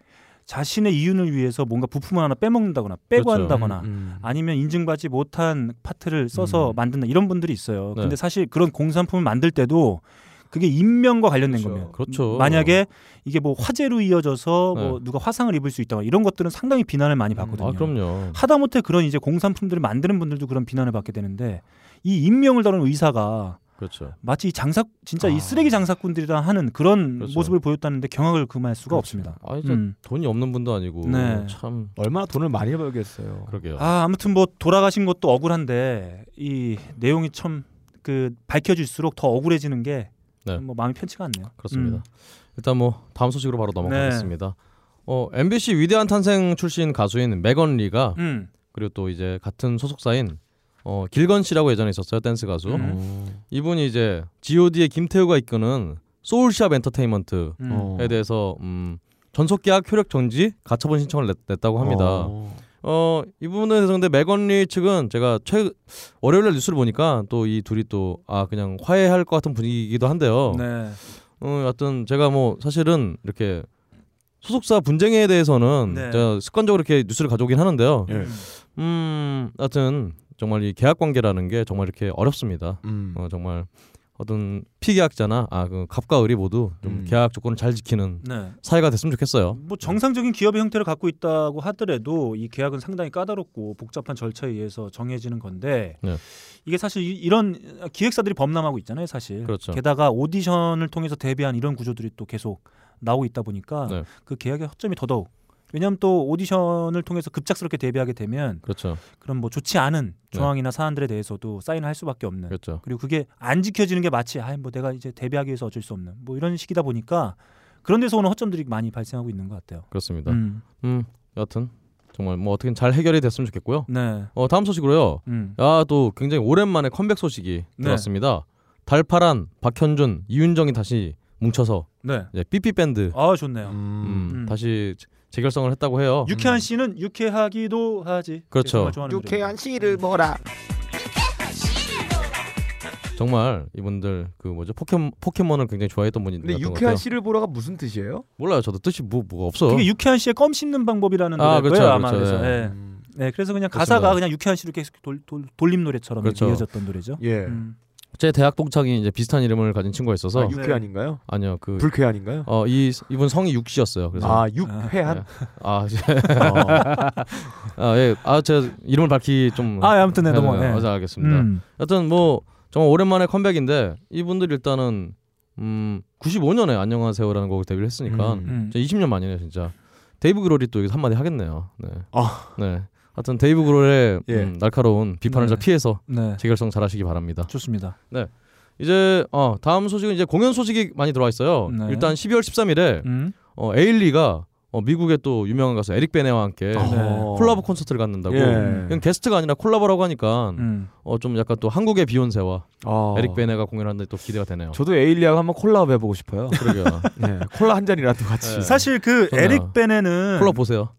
자신의 이윤을 위해서 뭔가 부품을 하나 빼먹는다거나 빼고
그렇죠.
한다거나
음, 음.
아니면 인증받지 못한 파트를 써서 만든다 이런 분들이 있어요.
네.
근데 사실 그런 공산품을 만들 때도 그게 인명과 관련된 겁니다.
그렇죠.
만약에 이게 뭐 화재로 이어져서 뭐
네.
누가 화상을 입을 수 있다 이런 것들은 상당히 비난을 많이 받거든요.
아 그럼요.
하다못해 그런 이제 공산품들을 만드는 분들도 그런 비난을 받게 되는데 이 인명을 다루는 의사가
그렇죠.
마치 이 장사 진짜
아.
이 쓰레기 장사꾼들이라 하는 그런
그렇죠.
모습을 보였다는데 경악을 금할 수가 없습니다.
아 이제
음.
돈이 없는 분도 아니고
네.
참
얼마나 돈을 많이 벌겠어요.
그러게요.
아 아무튼 뭐 돌아가신 것도 억울한데 이 내용이 참 그 밝혀질수록 더 억울해지는 게 뭐
네.
마음이 편치가 않네요.
그렇습니다.
음. 네.
일단 뭐 다음 소식으로 바로 넘어가겠습니다. 어, MBC 위대한 탄생 출신 가수인 맥건 리가
음.
그리고 또 이제 같은 소속사인 어, 길건 씨라고 예전에 있었어요 댄스 가수. 이분이 이제 G.O.D의 김태우가 이끄는 소울샵 엔터테인먼트에
음.
대해서 음, 전속계약 효력 정지 가처분 신청을 냈, 냈다고 합니다. 어, 이 부분에 대해서 근데 맥건리 측은 제가 최 월요일 날 뉴스를 보니까 또 이 둘이 또 아 그냥 화해할 것 같은 분위기이기도 한데요.
네.
어, 여하튼 제가 뭐 사실은 이렇게 소속사 분쟁에 대해서는
네.
제가 습관적으로 이렇게 뉴스를 가져오긴 하는데요.
예.
음, 하여튼 정말 이 계약 관계라는 게 정말 이렇게 어렵습니다.
음.
어, 정말 어떤 피계약자나 아, 그 갑과 을이 모두 좀
음.
계약 조건을 잘 지키는
네.
사회가 됐으면 좋겠어요.
뭐 정상적인 기업의 형태를 갖고 있다고 하더라도 이 계약은 상당히 까다롭고 복잡한 절차에 의해서 정해지는 건데
네.
이게 사실 이- 이런 기획사들이 범람하고 있잖아요, 사실.
그렇죠.
게다가 오디션을 통해서 데뷔한 이런 구조들이 또 계속 나오고 있다 보니까
네.
그 계약의 허점이 더더욱. 왜냐하면 또 오디션을 통해서 급작스럽게 데뷔하게 되면
그렇죠.
그런 뭐 좋지 않은 조항이나 사안들에 대해서도 사인을 할 수밖에 없는.
네. 그렇죠.
그리고 그게 안 지켜지는 게 마치 아뭐 내가 이제 데뷔하기 위해서 어쩔 수 없는 뭐 이런 식이다 보니까 그런 데서 오는 허점들이 많이 발생하고 있는 것 같아요.
그렇습니다.
음.
음. 여하튼 정말 뭐 어떻게든 잘 해결이 됐으면 좋겠고요.
네.
어, 다음 소식으로요.
음.
아, 또 굉장히 오랜만에 컴백 소식이
네.
들었습니다. 달파란, 박현준, 이윤정이 다시 뭉쳐서
네.
이제 삐삐 밴드
아 좋네요.
음, 다시 재결성을 했다고 해요.
유쾌한 씨는 유쾌하기도 하지.
그렇죠.
네,
음.
정말 좋아하는 노래예요.
씨를 보라.
정말 이분들 그 뭐죠 포켓 포켓몬을 굉장히 좋아했던 분이
근데
같은 것
유쾌한
같아요.
씨를 보라가 무슨 뜻이에요?
몰라요. 저도 뜻이 뭐 뭐가 없어.
그게 유쾌한 씨의 껌 씹는 방법이라는
아,
노래고요
그렇죠,
아마
그렇죠,
그래서.
예.
예. 네, 그래서 그냥
그렇습니다.
가사가 그냥 유쾌한 씨로 계속 돌, 돌, 돌림 노래처럼
그렇죠.
이어졌던 노래죠.
예.
음.
제 대학 동창이 이제 비슷한 이름을 가진 친구가 있어서
아, 육회한인가요?
아니요 그
불쾌한인가요?
어이 이분 성이 육씨였어요. 그래서
아, 육회한?
아 아예아 제가 이름을 밝히 좀
아, 예, 아무튼 네, 넘어가. 네.
어제 알겠습니다.
음.
여튼 뭐 정말 오랜만에 컴백인데 이분들 일단은 음 95년에 안녕하세요라는 곡을 데뷔를 했으니까
음.
진짜 20년 만이네요 진짜. 데이브 그롤이 또 여기서 한마디 하겠네요. 네.
아.
네. 하여튼 데이브 그롤의
예.
음, 날카로운 비판을
네.
잘 피해서
네.
재결성 잘하시기 바랍니다.
좋습니다.
네. 이제 어, 다음 소식은 이제 공연 소식이 많이 들어와 있어요.
네.
일단 12월 13일에
음.
어, 에일리가 어, 미국의 또 유명한 가수 에릭 베네와
예,
함께
어.
네.
콜라보 콘서트를 갖는다고.
예.
이건 게스트가 아니라 콜라보라고 하니까
음.
어, 좀 약간 또 한국의 비욘세와
아.
에릭 베네가 공연하는데 또 기대가 되네요.
저도 에일리하고 한번 콜라보 해보고 싶어요.
그러게요.
예, 콜라 한 잔이라도 같이. 음.
네.
사실 그
좋네요.
에릭 베네는
콜라 보세요.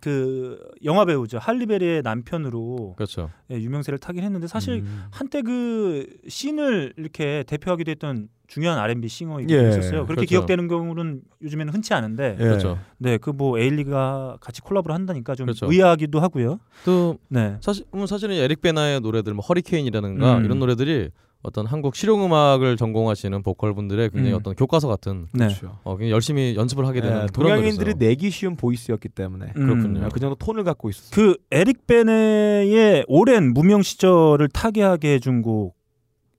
그 영화 배우죠 할리베리의 남편으로
그렇죠.
예, 유명세를 타긴 했는데 사실 한때 그 씬을 이렇게 대표하기도 했던 중요한 R&B 싱어이기도
예.
했었어요. 그렇게
그렇죠.
기억되는 경우는 요즘에는 흔치 않은데
예.
그렇죠.
네, 그 뭐 에일리가 같이 콜라보를 한다니까 좀
그렇죠.
의아하기도 하고요.
또
네.
사실 음, 사실은 에릭 베나의 노래들 뭐 허리케인이라든가
음.
이런 노래들이 어떤 한국 실용 음악을 전공하시는 보컬 분들의 굉장히
음.
어떤 교과서 같은
네.
어, 굉장히 열심히 연습을 하게 되는
예,
그런
동양인들이
노래였어요.
내기 쉬운 보이스였기 때문에
음.
그렇군요.
그 정도 톤을 갖고 있었어요.
그 에릭 베네의 오랜 무명 시절을 타개하게 해준 곡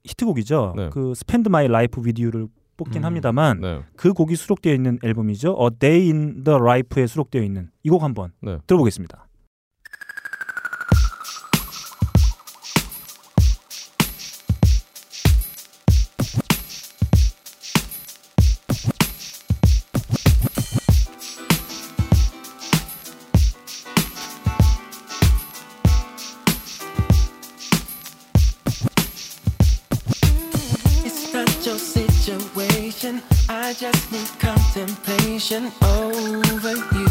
히트곡이죠.
네.
그 스펜드 마이 라이프 위디오를 뽑긴
음.
합니다만
네.
그 곡이 수록되어 있는 앨범이죠. A Day in the Life에 수록되어 있는 이 곡 한번
네.
들어보겠습니다.
It's not your situation. I just need contemplation over you.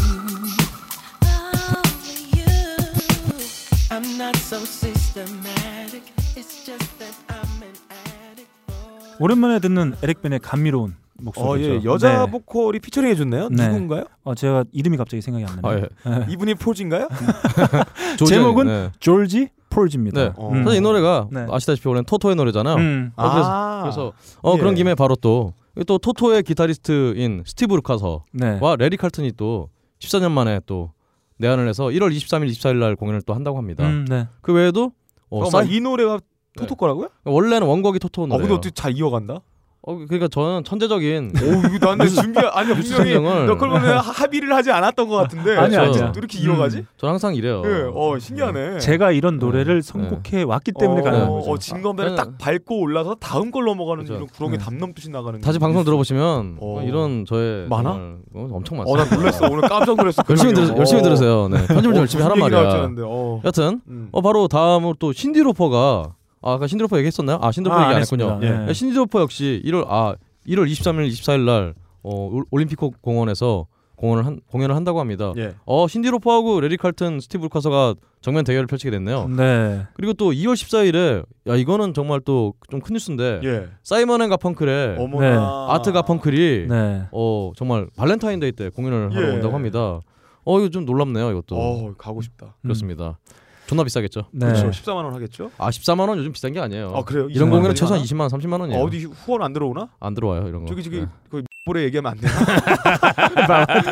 I'm not so systematic. It's just that I'm an addict.
오랜만에 듣는 에릭 벤의 감미로운
어,
목소리죠.
예, 여자
네.
보컬이 피처링 해줬네요.
네.
누군가요?
어, 제가 이름이 갑자기 생각이 안 나네요.
아, 예.
네.
이분이 프로인가요?
아, 조지
제목은
아니- 네.
졸지 프롤즈입니다.
네. 사실 이 노래가 아시다시피 원래 는 토토의 노래잖아요.
음.
어, 그래서,
아.
그래서 어
예.
그런 김에 바로 또 또 토토의 기타리스트인 스티브 루카서와
네.
레리 칼튼이 또 14년 만에 또 내한을 해서 1월 23일, 24일 날 공연을 또 한다고 합니다.
음, 네.
그 외에도 어,
어,
사이- 네.
이 노래가 토토 거라고요?
원래는 원곡이 토토
어,
노래예요.
근데 어떻게 잘 이어간다?
어, 그러니까 저는 천재적인.
오, 이거 나는 준비 아니
뉴스
분명히
선정을-
너클보면 합의를 하지 않았던 것 같은데
네. 아니, 아니야.
또 이렇게 이어가지?
저는 항상 이래요.
예, 어 신기하네.
제가 이런 노래를
네.
선곡해 왔기 때문에 가는 거죠.
어,
아.
진검배를 딱 밟고 올라서 다음 걸 넘어가는 이런 그런
네.
게 담넘듯이 나가는.
다시
게
방송
있어.
들어보시면
음.
뭐
어.
이런 저의
많아?
정말- 어, 엄청 많아요.
어, 나 놀랐어. 오늘 깜짝 놀랐어.
열심히
그러네요.
들으 열심히
어.
들으세요. 네. 편집을
어,
좀 열심히
무슨
하란
얘기 나올 줄
말이야.
알았는데, 어.
여튼 어, 바로 다음으로 또 신디로퍼가 아, 아까 신디로퍼 얘기했었나요? 아 신디로퍼
아,
얘기
안
안 했군요. 네,
했습니다.
네.
예.
신디로퍼 역시 1월 아 1월 23일 24일 날 어, 올- 올림픽 공원에서 공연을 한, 공연을 한다고 합니다.
예.
어 신디로퍼하고 레리 칼튼, 스티브 루카서가 정면 대결을 펼치게 됐네요.
네.
그리고 또 2월 14일에 야 이거는 정말 또 좀 큰 뉴스인데
예.
사이먼 앤 가펑클의
어머나. 네.
네. 아트 가펑클이
네.
어 정말 발렌타인데이 때 공연을 하러
예.
온다고 합니다. 어 이거 좀 놀랍네요 이것도.
어, 가고 싶다.
그렇습니다. 존나 비싸겠죠.
네. 그렇죠. 14만 원 하겠죠?
아 14만 원 요즘 비싼 게 아니에요.
아 그래요?
이런 공연은 최소한
20만
20만 원, 30만 원이에요.
아, 어디 후원 안 들어오나?
안 들어와요 이런 거.
저기 저기
네.
그 볼에 얘기하면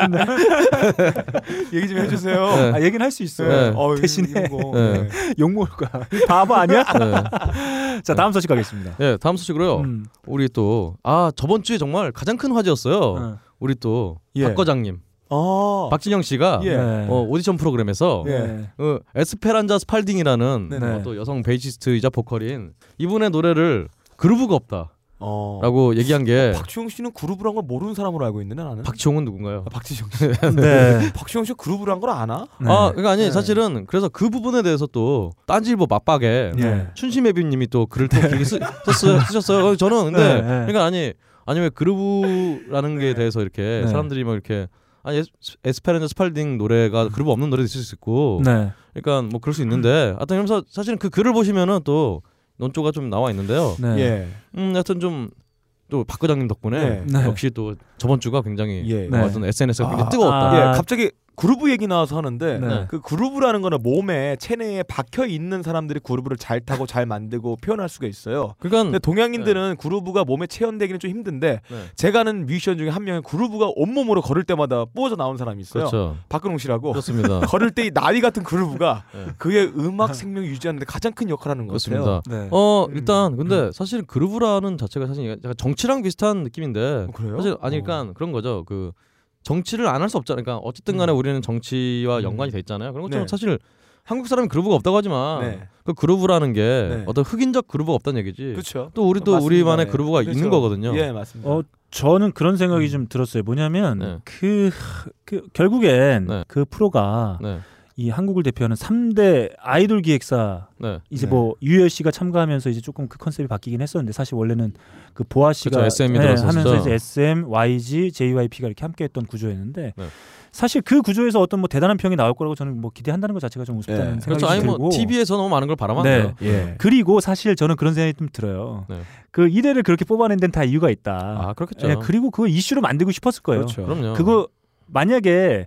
안 돼요. 얘기 좀 해주세요.
네.
아, 얘기는 할 수 있어요.
네.
어, 대신에
네.
욕먹을까? 바보 아니야? 자 다음 소식 가겠습니다.
예, 네. 다음 소식으로요. 우리 또 아 저번 주에 정말 가장 큰 화제였어요. 우리 또 박
네. 예.
과장님.
어.
박진영 씨가
예.
어, 오디션 프로그램에서
예.
어, 에스페란자 스팔딩이라는
네.
어, 또 여성 베이시스트이자 보컬인 이분의 노래를 그루브가 없다.
어.
라고 얘기한 게
어. 박주영 씨는 그룹을 한 걸 모르는 사람으로 알고 있는데 나는.
네. 박지용은 누군가요?
박지용.
네.
박주영 씨 그룹을 한 걸 아나?
네.
아, 그러니까 아니 사실은 그래서 그 부분에 대해서 또 딴지일보 맞박에
네.
예.
춘심애비님이 또 글을 또 길게 쓰, 썼어요, 쓰셨어요. 어, 저는 근데
네, 네.
그러니까 아니 아니 왜 그루브라는 게 대해서 이렇게
네.
사람들이 막 이렇게 아니 에스- 에스페란자 스팔딩 노래가 그루브 없는 노래도 있을 수 있고,
네.
그러니까 뭐 그럴 수 있는데, 하여튼 그러면서 사실은 그 글을 보시면은 또 논조가 좀 나와 있는데요.
네. 예.
음, 하여튼 좀. 또 박 과장님 덕분에
네. 네.
역시 또 저번 주가 굉장히
예.
어, 어떤 SNS가 굉장히
아,
뜨거웠다.
예, 갑자기 그루브 얘기 나와서 하는데
네.
그 그루브라는 거는 몸에 체내에 박혀 있는 사람들이 그루브를 잘 타고 잘 만들고 표현할 수가 있어요.
그러니까
근데 동양인들은 그루브가 몸에 체현되기는 좀 힘든데
네.
제가 아는 뮤지션 중에 한 명이 그루브가 온몸으로 걸을 때마다 뽀져 나온 사람이 있어요.
그렇죠.
박근홍
어.
씨라고.
그렇습니다.
네.
걸을 때 이 나비 같은 그루브가
네.
그의 음악 생명 유지하는데 가장 큰 역할을 하는 것
그렇습니다.
같아요. 네.
어
음.
일단 근데 사실 그루브라는 자체가 사실 약간 정치랑 비슷한 느낌인데
어,
사실 아니 그러니까 그런 거죠. 그 정치를 안 할 수 없잖아요. 그러니까 어쨌든간에 우리는 정치와 연관이 돼 있잖아요. 그런 것처럼
음. 네.
사실 한국 사람이 그루브가 없다고
아,
하지만
네.
그 그루브라는 게
네.
어떤 흑인적 그루브가 없다는 얘기지.
그쵸.
또 우리도
맞습니다.
우리만의
네.
그루브가 있는
그렇죠.
거거든요.
예, 맞습니다.
어 저는 그런 생각이 좀 들었어요. 뭐냐면
네.
그, 그 결국엔 그 프로가
네.
이 한국을 대표하는 3대 아이돌 기획사
네.
이제 뭐 유열 씨가 참가하면서 이제 조금 그 컨셉이 바뀌긴 했었는데 사실 원래는 그 보아 씨가
그쵸, SM 이 들어섰었죠.
하면서 이제 SM, YG, JYP가 이렇게 함께했던 구조였는데
네.
사실 그 구조에서 어떤 뭐 대단한 평이 나올 거라고 저는 뭐 기대한다는 것 자체가 좀 우습다는 생각이
그렇죠. 아니
좀 들고 네.
뭐 TV에서 너무 많은 걸 바라면 안 돼요. 예.
그리고 사실 저는 그런 생각이 좀 들어요.
네.
그 이대를 그렇게 뽑아낸 데는 다 이유가 있다. 예,
아, 그렇겠죠.
그리고 그걸 이슈로 만들고 싶었을 거예요.
그렇죠. 그럼요.
거 만약에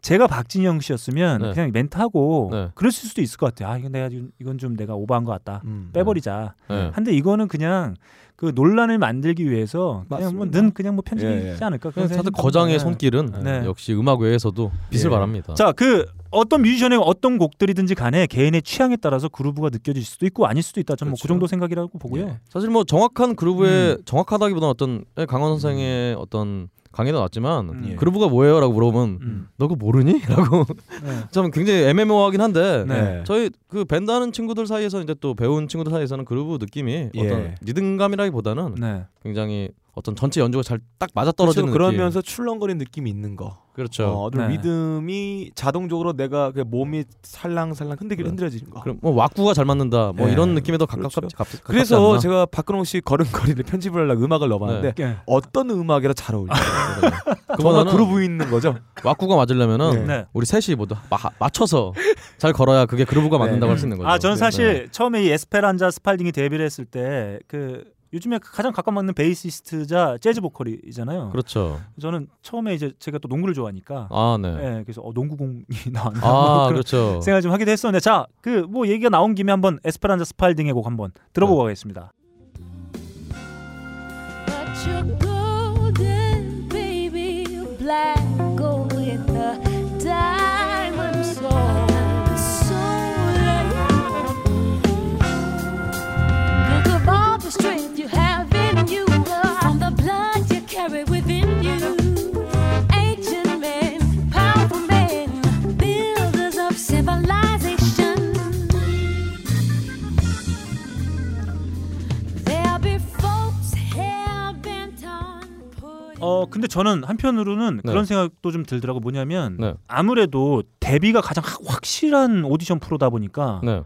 제가 박진영 씨였으면
네.
그냥 멘트하고
네.
그랬을 수도 있을 것 같아요. 아, 이건 내가 좀- 이건 좀 내가 오버한 것 같다. 빼버리자.
음, 네.
한데 이거는 그냥 그 논란을 만들기 위해서 그냥 뭐 는 그냥 뭐 편집이지
예, 예.
않을까? 그런
다들
생각이 좀
거장의
드는데.
손길은
네.
역시 음악 외에서도 빛을
예.
발합니다.
자, 그 어떤 뮤지션의 어떤 곡들이든지 간에 개인의 취향에 따라서 그루브가 느껴질 수도 있고 아닐 수도 있다. 저는 뭐그
그렇죠.
정도 생각이라고 보고요.
사실 뭐 정확한 그루브의
음.
정확하다기보다는 어떤 예, 강원 선생의 어떤 강의도 나왔지만
음.
그루브가 뭐예요라고 물어보면 너 그거 모르니?라고
네.
참 굉장히 애매모호하긴 한데
네.
저희 그 밴드하는 친구들 사이에서 이제 또 배운 친구들 사이에서는 그루브 느낌이
예.
어떤 리듬감이라기보다는
네.
굉장히 어떤 전체 연주가 잘 딱 맞아 떨어지는
그렇죠.
느낌.
그러면서 출렁거리는 느낌이 있는 거.
그렇죠.
어, 좀
네.
리듬이 자동적으로 내가 그 몸이 살랑살랑 흔들기 흔들어지는 거.
네. 그럼 뭐 왁구가 잘 맞는다 뭐
예.
이런 느낌에도 가깝
그렇죠.
가깝 가깝지
그래서
않나?
제가 박근홍 씨 걸음걸이를 편집을 하려고 음악을 넣어봤는데
네.
어떤 음악이라 잘 어울려요. 정말
아, 그거는 음.
그루브 있는 거죠.
왁구가 맞으려면은
네.
우리 셋이 모두 마- 맞춰서 잘 걸어야
네.
그게 그루브가 맞는다고 할 수 있는 거죠.
아 저는
네.
사실 처음에 이 에스페란자 스팔딩이 데뷔를 했을 때 그 요즘에 가장 가까맞는 베이시스트자 재즈 보컬이잖아요.
그렇죠.
저는 처음에 이제 제가 또 농구를 좋아하니까
아, 네.
예, 그래서 어, 농구공이 나왔나 뭐
아,
그런
그렇죠.
생각을 좀 하기도 했었는데 자 그 뭐 얘기가 나온 김에 한번 에스페란자 스팔딩의 곡 한번 들어보고
네.
가겠습니다.
But you're golden, baby, you're black gold with a diamond soul. Look of all the strength you have in you, from the blood you carry within you. Ancient men, powerful men, builders of civilization. There'll be folks hell bent on
어 근데 저는 한편으로는
네.
그런 생각도 좀 들더라고 뭐냐면 아무래도 데뷔가 가장 확- 확실한 오디션 프로다 보니까
네.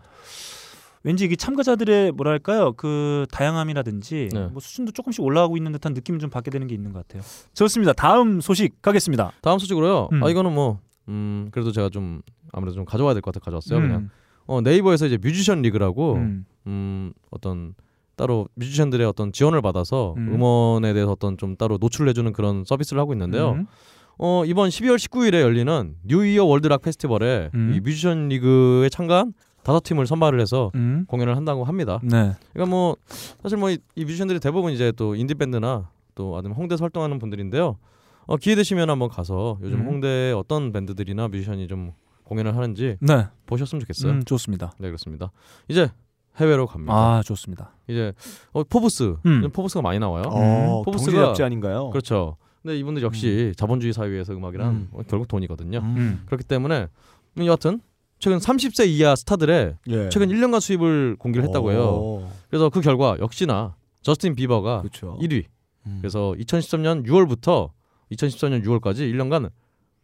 왠지 이게 참가자들의 뭐랄까요 그 다양함이라든지 뭐 수준도 조금씩 올라가고 있는 듯한 느낌을 좀 받게 되는 게 있는 것 같아요. 좋습니다. 다음 소식 가겠습니다.
다음 소식으로요.
음.
아 이거는 뭐 음, 그래도 제가 좀 아무래도 좀 가져와야 될 것 같아 가져왔어요.
음.
그냥 어, 네이버에서 이제 뮤지션 리그라고
음.
음. 어떤 따로 뮤지션들의 어떤 지원을 받아서
음.
음. 원에 대해서 어떤 좀 따로 노출해 주는 그런 서비스를 하고 있는데요.
음.
어, 이번 12월 19일에 열리는 뉴이어 월드락 페스티벌에
음.
이 뮤지션 리그에 참가한 다섯 팀을 선발을 해서
음.
공연을 한다고 합니다.
네.
그러니까 뭐 사실 뭐 이 뮤지션들이 대부분 이제 또 인디 밴드나 또 아니면 홍대에서 활동하는 분들인데요. 어, 기회 되시면 한번 가서 요즘
음.
홍대에 어떤 밴드들이나 뮤지션이 좀 공연을 하는지
네.
보셨으면 좋겠어요.
음, 좋습니다.
네 그렇습니다. 이제 해외로 갑니다.
아, 좋습니다.
이제 어, 포브스
음. 어.
요즘 포브스가 많이 나와요.
어, 동시 잡지 아닌가요?
그렇죠. 근데 이분들
음.
역시 자본주의 사회에서 음악이란
음.
어, 결국 돈이거든요.
음.
그렇기 때문에 음, 여하튼 최근 30세 이하 스타들의
예. 어,
최근 1년간 수입을 공개를 했다고
오.
해요. 그래서 그 결과 역시나 저스틴 비버가 1위. 그래서 2013년 6월부터 2014년 6월까지 1년간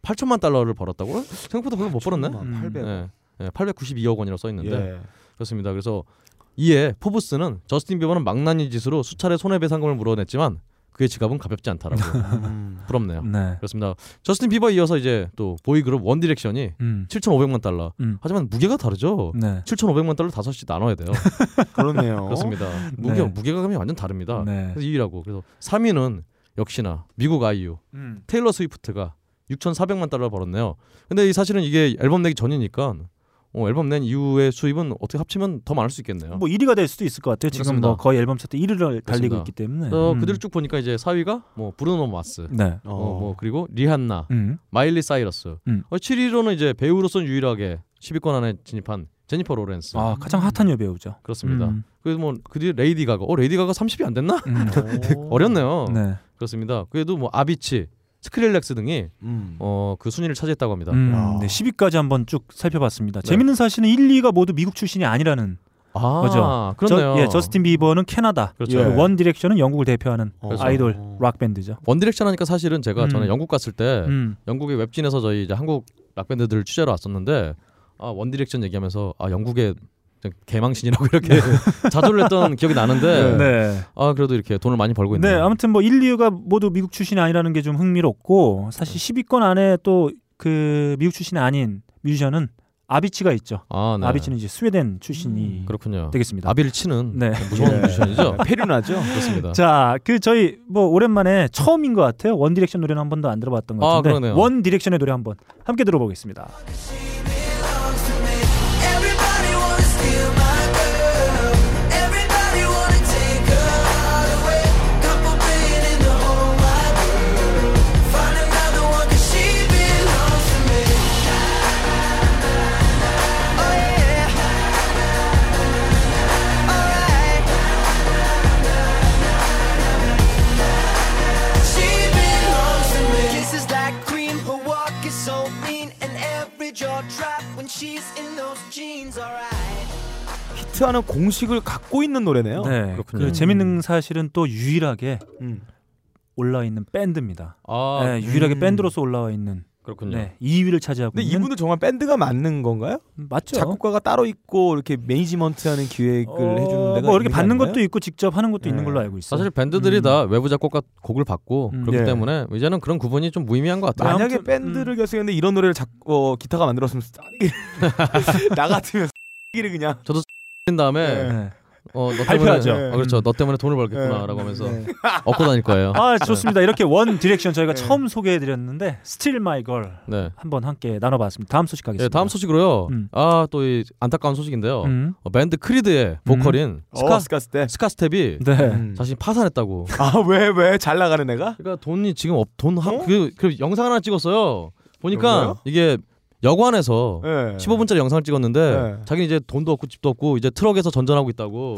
8천만 달러를 벌었다고요? 생각보다 별로 못 벌었네.
800.
예, 예, 892억 원이라고 써 있는데
음. 예.
그렇습니다. 그래서 이에 포브스는 저스틴 비버는 망나니 짓으로 수차례 손해배상금을 물어냈지만 그의 지갑은 가볍지 않다라고 부럽네요.
네.
그렇습니다. 저스틴 비버 이어서 이제 또 보이그룹 원디렉션이
음.
7,500만 달러.
음.
하지만 무게가 다르죠.
네.
7,500만 달러 다섯씩 나눠야 돼요.
어?
그러네요.
그렇습니다. 무게
네.
무게감이 완전 다릅니다.
네.
그래서 2위라고. 그래서 3위는 역시나 미국 아이유
음.
테일러 스위프트가 6,400만 달러 를 벌었네요. 근데 이 사실은 이게 앨범 내기 전이니까 어, 앨범 낸 이후의 수입은 어떻게 합치면 더 많을 수 있겠네요.
뭐 1위가 될 수도 있을 것 같아요. 지금
그렇습니다.
뭐 거의 앨범 차트 1위를 달리고
그렇습니다.
있기 때문에.
어,
음.
그들 쭉 보니까 이제 4위가 뭐 브루노 마스,
네.
어, 뭐 그리고 리한나,
음.
마일리 사이러스.
음.
어, 7위로는 이제 배우로서 유일하게 10위권 안에 진입한 제니퍼 로렌스.
아, 가장 핫한 여배우죠.
그렇습니다.
음.
그래서 뭐그 뒤에 레이디 가가, 어 레이디 가가 30이 안 됐나? 어렵네요.
음. 네.
그렇습니다. 그래도 뭐 아비치, 스크릴렉스 등이
음.
어그 순위를 차지했다고 합니다. 네.
음, 네, 10위까지 한번 쭉 살펴봤습니다. 재밌는 사실은 1, 2위가 모두 미국 출신이 아니라는
아,
거죠.
그렇네요.
저, 예, 저스틴 비버는 캐나다,
그렇죠.
그 원 디렉션은 영국을 대표하는
그렇죠.
아이돌 락 밴드죠.
원디렉션 하니까 사실은 제가
음.
저는 영국 갔을 때
음.
영국의 웹진에서 저희 이제 한국 락 밴드들 취재로 왔었는데 아 원디렉션 얘기하면서 아 영국의 개망신이라고 이렇게 자조를 했던 기억이 나는데
네.
아 그래도 이렇게 돈을 많이 벌고
네,
있네요.
아무튼 뭐 1, 2위가 모두 미국 출신이 아니라는 게 좀 흥미롭고
네.
사실 10위권 안에 또 그 미국 출신이 아닌 뮤지션은 아비치가 있죠.
아, 네. 음, 그렇죠.
비치는 이제 스웨덴 출신이
그렇군요.
되겠습니다.
아비를 치는
네.
무서운
예.
뮤지션이죠.
페륜하죠.
그렇습니다.
자, 그 저희 뭐 오랜만에 처음인 것 같아요. 원 디렉션 노래는 한 번도 안 들어봤던 것
아,
같은데
그러네요.
원 디렉션의 노래 한번 함께 들어보겠습니다.
Kisses like cream, her walk is so mean, and every jaw drop when she's in those jeans, alright.
히트하는 공식을 갖고 있는 노래네요.
어,
네,
그렇군요.
그
음.
재밌는 사실은 또 유일하게
음.
올라와 있는 밴드입니다.
아,
네, 유일하게
음.
밴드로서 올라와 있는
그렇군요.
네, 2위를
음.
차지하고
근데
있는
이분도 정말 밴드가 맞는 건가요?
맞죠.
그렇죠.
작곡가가 따로 있고 이렇게 매니지먼트하는 기획을
어,
해주는 네. 데가
뭐 이렇게 받는 것도
있
있고 직접 하는 것도 있는 걸로 알고 있어요.
사실 밴드들이 다 외부 작곡가 곡을 받고 그렇기
예.
때문에 이제는 그런 구분이 좀 무의미한 것 같아요.
만약에
음.
밴드를 결성했는데 이런 노래를 작, 어, 기타가 만들었으면 나 같으면 끼를 그냥
저도 낀 다음에
네.
어너 때문에
예. 발표하죠.
어, 그렇죠. 너 때문에 돈을 벌겠구나라고 하면서 얻고 다닐 거예요.
아 좋습니다. 이렇게 원 디렉션 저희가
네.
처음 소개해드렸는데 Still My Girl
네.
한번 함께 나눠봤습니다. 다음 소식 가겠습니다.
네,
예, 다음 소식으로요. 아, 또 이 안타까운 소식인데요.
음.
어, 밴드 크리드의 보컬인
어,
스카,
스카
스텝. 이
네. 음.
자신이 파산했다고.
아 왜 왜 잘 나가는 애가?
그러니까 돈이 지금 없, 돈 하, 그, 그 영상 하나 찍었어요. 보니까
그런가요?
이게 여관에서
예.
15분짜리 영상을 찍었는데
예.
자기는 이제 돈도 없고 집도 없고 이제 트럭에서 전전하고 있다고.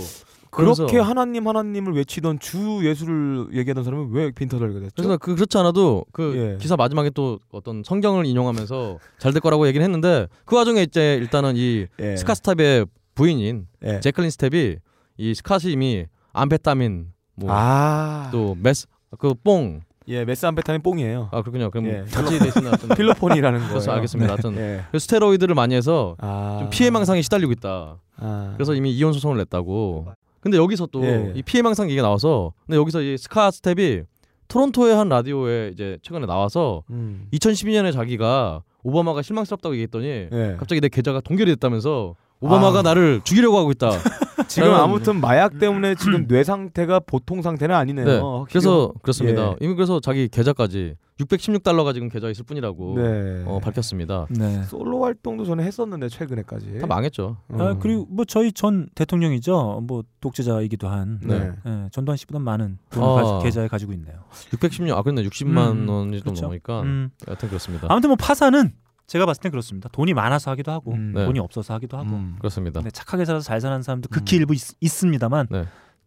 그래서-
그렇게 하나님 하나님을 외치던 주 예수를 얘기하던 사람은 왜 빈터를 하게 됐죠?
그래서 그 그렇지 않아도 그
예.
기사 마지막에 또 어떤 성경을 인용하면서 잘 될 거라고 얘기는 했는데 그 와중에 이제 일단은 이
예.
스카스탑의 부인인
예.
제클린 스텝이 이 스카시 이미 암페타민 뭐
아.
또 메스 그뽕
예, 메스암페타민 뽕이에요.
아 그렇군요. 그럼
예.
같이 되시나 하여튼
필로폰이라는 거예요.
아. 그래서 알겠습니다. 하여튼
네.
그래서 스테로이드를 많이 해서 좀 피해 망상에 시달리고 있다.
아.
그래서 이미 이혼 소송을 냈다고. 근데 여기서 또 이
예.
피해 망상 얘기가 나와서 근데 여기서 이 스카 스텝이 토론토의 한 라디오에 이제 최근에 나와서
음.
2012년에 자기가 오바마가 실망스럽다고 얘기했더니
예.
갑자기 내 계좌가 동결이 됐다면서 오바마가
아.
나를 죽이려고 하고 있다.
지금
라는-
아무튼 마약 때문에 지금 뇌 상태가 보통 상태는 아니네요.
네.
어,
확실히.
뭐,
그래서 그렇습니다.
예.
이미 그래서 자기 계좌까지 616달러가 지금 계좌 있을 뿐이라고
네.
어, 밝혔습니다.
솔로 활동도 전에 했었는데
네.
최근에까지 음.
다 망했죠.
아, 그리고 뭐 저희 전 대통령이죠. 뭐 독재자이기도 한
네.
예, 전두환 씨보다 많은 돈을
아.
가- 계좌에 가지고 있네요.
616. 아 근데 60만
음,
원이 좀
그렇죠.
아.
넘으니까
음.
여튼 그렇습니다.
아무튼 뭐 파산은 제가 봤을 땐 그렇습니다. 돈이 많아서 하기도 하고
음.
네. 음.
돈이 없어서 하기도 하고
그렇습니다.
네, 착하게 살아서 잘 사는 사람도 극히 일부 있, 습니다만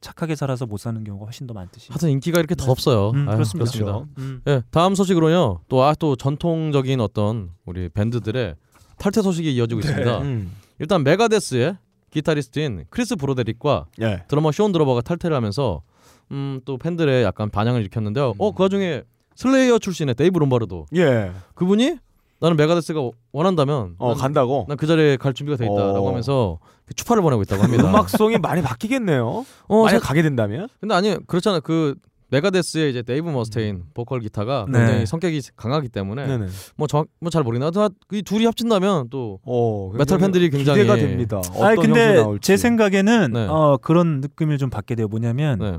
착하게 살아서 못 사는 경우가 훨씬 더 많듯이.
하여튼 인기가 이렇게 더 없어요.
음,
아유,
그렇습니다.
그렇죠.
그렇습니다.
음.
예, 다음 소식으로요. 또 아 또 전통적인 어떤 우리 밴드들의 탈퇴 소식이 이어지고
네.
있습니다.
음.
일단 메가데스의 기타리스트인 크리스 브로데릭과
예.
드러머 쇼온 드러버가 탈퇴를 하면서 음, 또 팬들의 약간 반향을 일으켰는데요.
음.
어, 그 와중에 슬레이어 출신의 데이브 롬바르도
예.
그분이 나는 메가데스가 원한다면
어, 간다고?
난 그 자리에 갈 준비가 돼 있다라고
어.
하면서 추파를 보내고 있다고 합니다.
음악성이 많이 바뀌겠네요.
어,
만약
사-
가게 된다면?
근데 아니 그렇잖아 그 메가데스의 이제 데이브 머스테인 보컬 기타가
네.
굉장히 성격이 강하기 때문에
네네.
뭐뭐잘 모르겠나 하여튼 이 둘이 합친다면 또
어,
메탈 팬들이 굉장히
기대가 됩니다.
아니
어떤
근데
형태 나올지.
제 생각에는
네.
어, 그런 느낌을 좀 받게 돼요. 뭐냐면
네.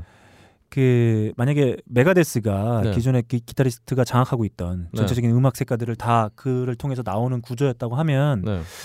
그 만약에 메가데스가
네.
기존의 기, 타리스트가 장악하고 있던
네.
전체적인 음악 색깔들을 다 그를 통해서 나오는 구조였다고
네.
하면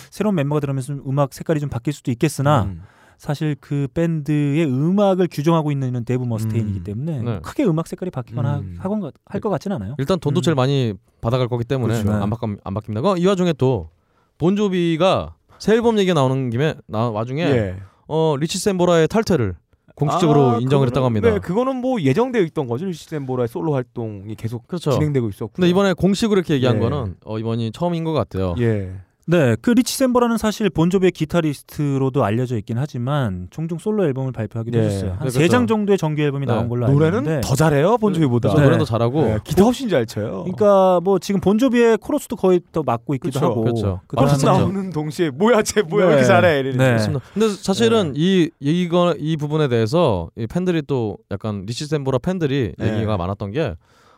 새로운 멤버가 들어오면서 좀 음악 색깔이 좀 바뀔 수도 있겠으나
음.
사실 그 밴드의 음악을 규정하고 있는 데브 머스테인이기 때문에
네.
크게 음악 색깔이 바뀌거나 하건 할것 같진 않아요.
일단
음.
돈도 제일 많이 받아갈 거기 때문에
그렇죠.
네.
안, 바뀌, 안 바뀝니다. 어, 이 와중에 또 본조비가 새 앨범 얘기가 나오는 김에 나 와중에
예.
어 리치 샌보라의 탈퇴를 공식적으로
아,
인정을 했다고
그거는-
합니다.
네, 그거는 뭐 예정되어 있던 거죠. 시스템보라의 솔로 활동이 계속
그렇죠.
진행되고 있었고.
근데 이번에 공식으로 이렇게 얘기한
예.
거는 어, 이번이 처음인 것 같아요.
예.
네, 그 리치 샌보라는 사실 본조비의 기타리스트로도 알려져 있긴 하지만 종종 솔로 앨범을 발표하기도
예.
했어요. 한
네,
세
그렇죠.
장 정도의 정규 앨범이 나온 걸로 알고 있는데
노래는 더 잘해요 본조비보다. 네.
그렇죠. 노래도
잘하고.
기타 훨씬 잘 쳐요.
그러니까 뭐 지금 본조비의 코러스도 거의 더 맡고 있기도
그렇죠.
하고
그렇죠.
그다음에
맞습니다. 나오는 동시에 뭐야 쟤 뭐야 왜
네.
이렇게 잘해 이러니까.
그렇습니다. 근데 사실은
네.
이 이거 이 부분에 대해서 이 팬들이 또 약간 리치 샌보라 팬들이
네.
얘기가 많았던 게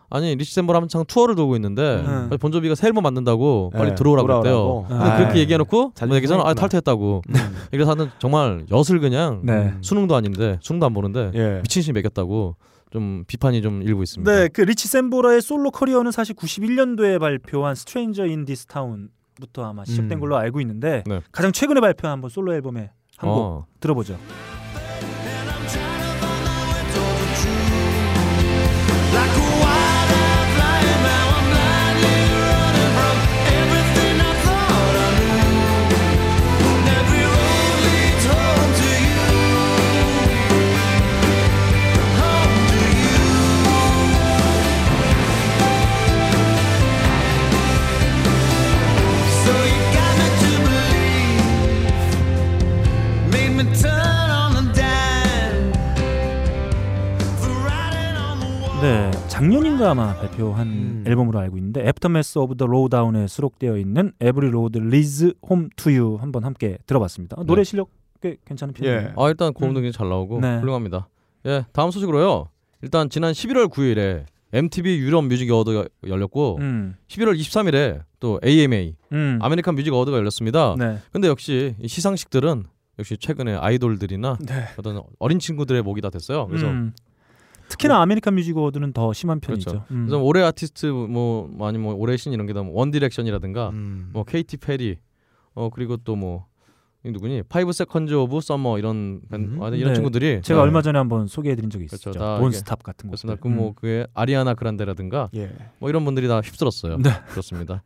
아니 리치 샌보라 한창 투어를 돌고 있는데
음.
빨리 본조비가 새 앨범 만든다고 빨리
네,
들어오라고
돌아오라고.
했대요. 근데
아,
그렇게
네.
얘기해놓고
자주
뭐 얘기해서는 아
했구나. 네.
탈퇴했다고. 그래서 하는 정말 엿을 그냥
네.
수능도 아닌데 수능도 안 보는데
예.
미친신 매겼다고 좀 비판이 좀 일고 있습니다.
네, 그 리치 샌보라의 솔로 커리어는 사실 91년도에 발표한 스트레인저 인 디스 타운부터 아마 시작된
음.
걸로 알고 있는데
네.
가장 최근에 발표한 한번 솔로 앨범의 한 곡
어.
들어보죠. 네, 작년인가 아마 발표한
음.
앨범으로 알고 있는데 애프터매스 오브 더 로우다운에 수록되어 있는 에브리 로드 리즈 홈 투유 한번 함께 들어봤습니다. 아, 노래
네.
실력 꽤 괜찮은 편이에요.
예. 아 일단 고음도 굉장히 잘 나오고
네.
훌륭합니다. 예, 다음 소식으로요. 일단 지난 11월 9일에 MTV 유럽 뮤직 어워드가 열렸고
음.
11월 23일에 또 AMA
음.
아, 아메리칸 뮤직 어워드가 열렸습니다.
네.
근데 역시 이 시상식들은 역시 최근에 아이돌들이나 어떤 어린 친구들의 목이 다 됐어요. 그래서
네.
뭐
음. 특히나 아메리칸 뮤직 어워드는 더 심한 편이죠.
그렇죠.
음.
그래서 올해 아티스트 뭐 뭐, 아니 뭐 올해 신 이런 게다뭐 원디렉션이라든가
음.
뭐 케이티 페리 어 그리고 또뭐 누구니 파이브 세컨즈 오브 서머 이런 밴- 아, 이런
네.
친구들이
제가
네.
얼마 전에 한번 소개해드린 적이 있었죠.
그렇죠. 다
본스탑
이게-
같은 음. 곳.
그렇습니다. 그뭐 그게 아리아나 그란데라든가
예.
뭐 이런 분들이 다 휩쓸었어요. 그렇습니다.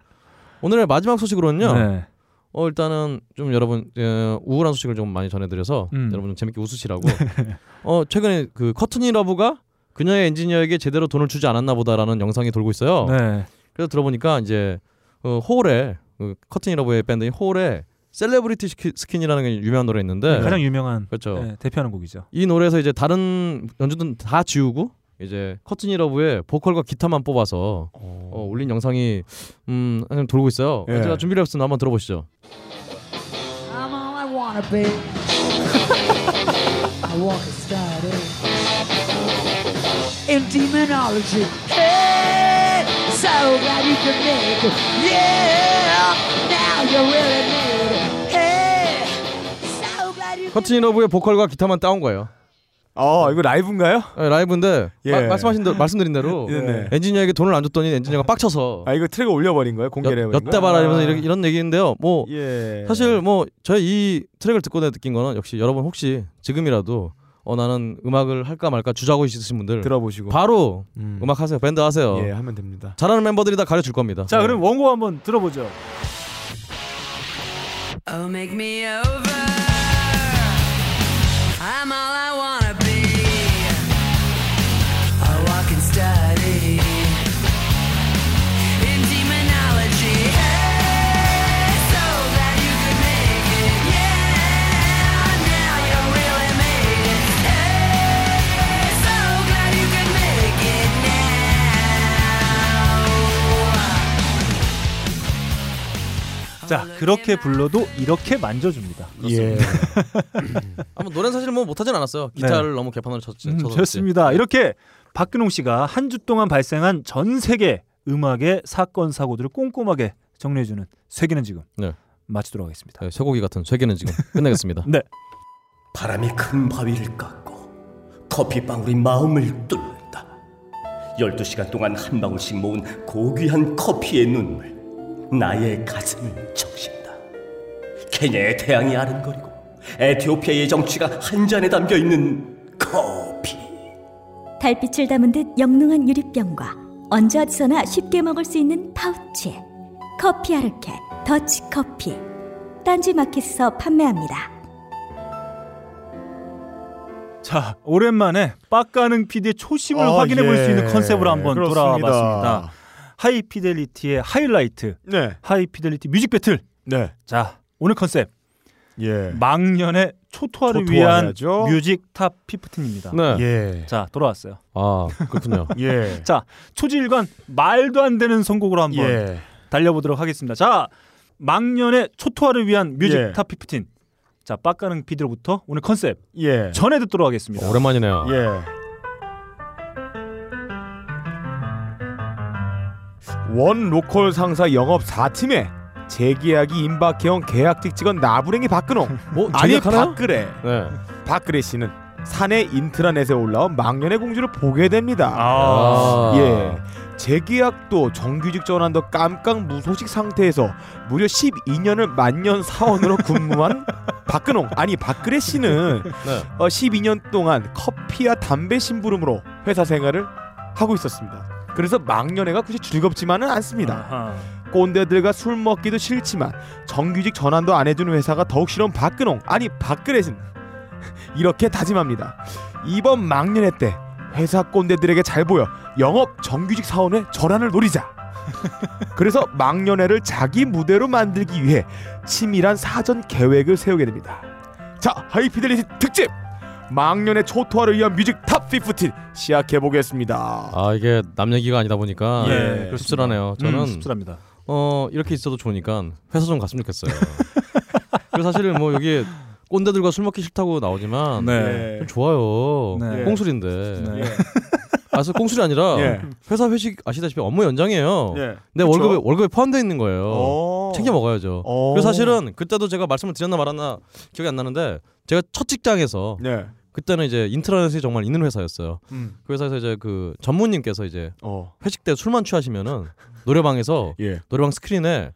오늘의 마지막 소식으로는요.
네.
어 일단은 좀 여러분 어, 우울한 소식을 좀 많이 전해드려서
음. 네.
여러분 좀 재밌게 웃으시라고. 어 최근에 그 커튼이 러브가 그녀의 엔지니어에게 제대로 돈을 주지 않았나 보다라는 영상이 돌고 있어요.
네.
그래서 들어보니까 이제 어, 홀에 그 커튼이 러브의 밴드인 홀에 셀레브리티 스키- 스킨이라는 게 유명한 노래 있는데
네, 가장 유명한
그렇죠.
네, 대표하는 곡이죠.
이 노래에서 이제 다른 연주는 다 지우고 이제 커튼이 러브의 보컬과 기타만 뽑아서 어, 올린 영상이 음 한참 돌고 있어요.
예.
제가 준비를 했으면 한번 들어보시죠.
I'm all I wanna be. I walk a star in demonology. Hey, so glad you can make it. Yeah, now you really made it. Hey, so glad you.
커튼이 러브의 보컬과 기타만 따온 거예요. 네,
아 이거 라이브인가요?
라이브인데
예.
마- 말씀하신 대- 말씀드린 대로
네네.
엔지니어에게 돈을 안 줬더니 엔지니어가 빡쳐서
아 이거 트랙을 올려버린 거예요 공개를 해버린 거예요?
엿대봐라 이러면서
아.
이렇게- 이런 얘기인데요. 뭐
예.
사실 뭐 저희 이 트랙을 듣고 내가 느낀 거는 역시 여러분 혹시 지금이라도 어 나는 음악을 할까 말까 주저하고 있으신 분들
들어보시고
바로 음. 악 하세요 밴드 하세요
예, 하면 됩니다. 네.
잘하는 멤버들이 다 가르줄 겁니다 네.
자 그럼 원고 한번 들어보죠.
Oh, make me over. I'm all I wanna be. I walk and study in demonology. Hey, so glad you could make it. Yeah, now you really made it. Hey, so glad you could make it now.
자 그렇게 불러도 이렇게 만져줍니다.
예.
한번 노래는 사실 뭐 못하진 않았어요 기타를 너무 개판으로 쳤지
네,
음,
쳐서
좋습니다. 이렇게 박근홍 씨가 한 주 동안 발생한 전 세계 음악의 사건 사고들을 꼼꼼하게 정리해주는 세계는 지금
네.
마치도록 하겠습니다.
네, 쇠고기 같은 쇠기는 지금 끝내겠습니다
네.
바람이 큰 바위를 깎고 커피방울이 마음을 뚫는다. 12시간 동안 한 방울씩 모은 고귀한 커피의 눈물 나의 가슴을 적신다. 케냐의 태양이 아른거리고 에티오피아의 정취가 한 잔에 담겨 있는 커피.
달빛을 담은 듯 영롱한 유리병과 언제 어디서나 쉽게 먹을 수 있는 파우치에 커피 아르케 더치 커피 딴지 마켓에서 판매합니다.
자 오랜만에 빡가는 PD의 초심을
아,
확인해 볼 수
예.
있는 컨셉으로 한번
그렇습니다.
돌아와봤습니다. 하이피델리티의 하이라이트,
네.
하이피델리티 뮤직 배틀.
네.
자 오늘 컨셉
예.
망년의 초토화를
초토화해야죠.
위한 뮤직 탑 피프틴입니다.
네.
예.
자 돌아왔어요.
아 그렇군요
예.
자 초지일관 말도 안 되는 선곡으로 한번
예.
달려보도록 하겠습니다. 자 망년의 초토화를 위한 뮤직
예.
탑 피프틴. 자 빡가는 PD로부터 오늘 컨셉
예.
전해 듣도록 하겠습니다.
오랜만이네요
예. 원 로컬 상사 영업 4팀에 재계약이 임박해온 계약직 직원 나부랭이 박근홍 아니
뭐, 재계약하나요?
박그래
네.
박그래 씨는 사내 인트라넷에 올라온 망년의 공주를 보게 됩니다
아.
예 재계약도 정규직 전환도 깜깜 무소식 상태에서 무려 12년을 만년 사원으로 근무한 박근홍 아니 박그래 씨는
네.
어, 12년 동안 커피와 담배 심부름으로 회사 생활을 하고 있었습니다. 그래서 망년회가 굳이 즐겁지만은 않습니다. 꼰대들과 술 먹기도 싫지만 정규직 전환도 안 해주는 회사가 더욱 싫은 박근홍 아니 박근혜는 이렇게 다짐합니다. 이번 망년회 때 회사 꼰대들에게 잘 보여 영업 정규직 사원의 전환을 노리자. 그래서 망년회를 자기 무대로 만들기 위해 치밀한 사전 계획을 세우게 됩니다. 자, 하이피델리티 특집 망년의 초토화를 위한 뮤직 탑 15 시작해 보겠습니다.
아 이게 남 얘기가 아니다 보니까
예,
예,
그렇습니다.
씁쓸하네요.
음,
저는
씁쓸합니다.
어 이렇게 있어도 좋으니까 회사 좀 갔으면 좋겠어요. 그리고 사실 뭐 여기 꼰대들과 술 먹기 싫다고 나오지만
네.
좀 좋아요.
네.
꽁술인데.
네.
아, 그래서 꽁술이 아니라
예.
회사 회식 아시다시피 업무 연장이에요.
예.
내
그쵸?
월급에 월급에 포함되어 있는 거예요. 챙겨 먹어야죠.
어.
그래서 사실은 그때도 제가 말씀을 드렸나 말았나 기억이 안 나는데 제가 첫 직장에서
네.
그때는 이제 인터넷이 정말 있는 회사였어요.
음.
그 회사에서 이제 그 전무님께서 이제
어.
회식 때 술만 취하시면은 노래방에서
예.
노래방 스크린에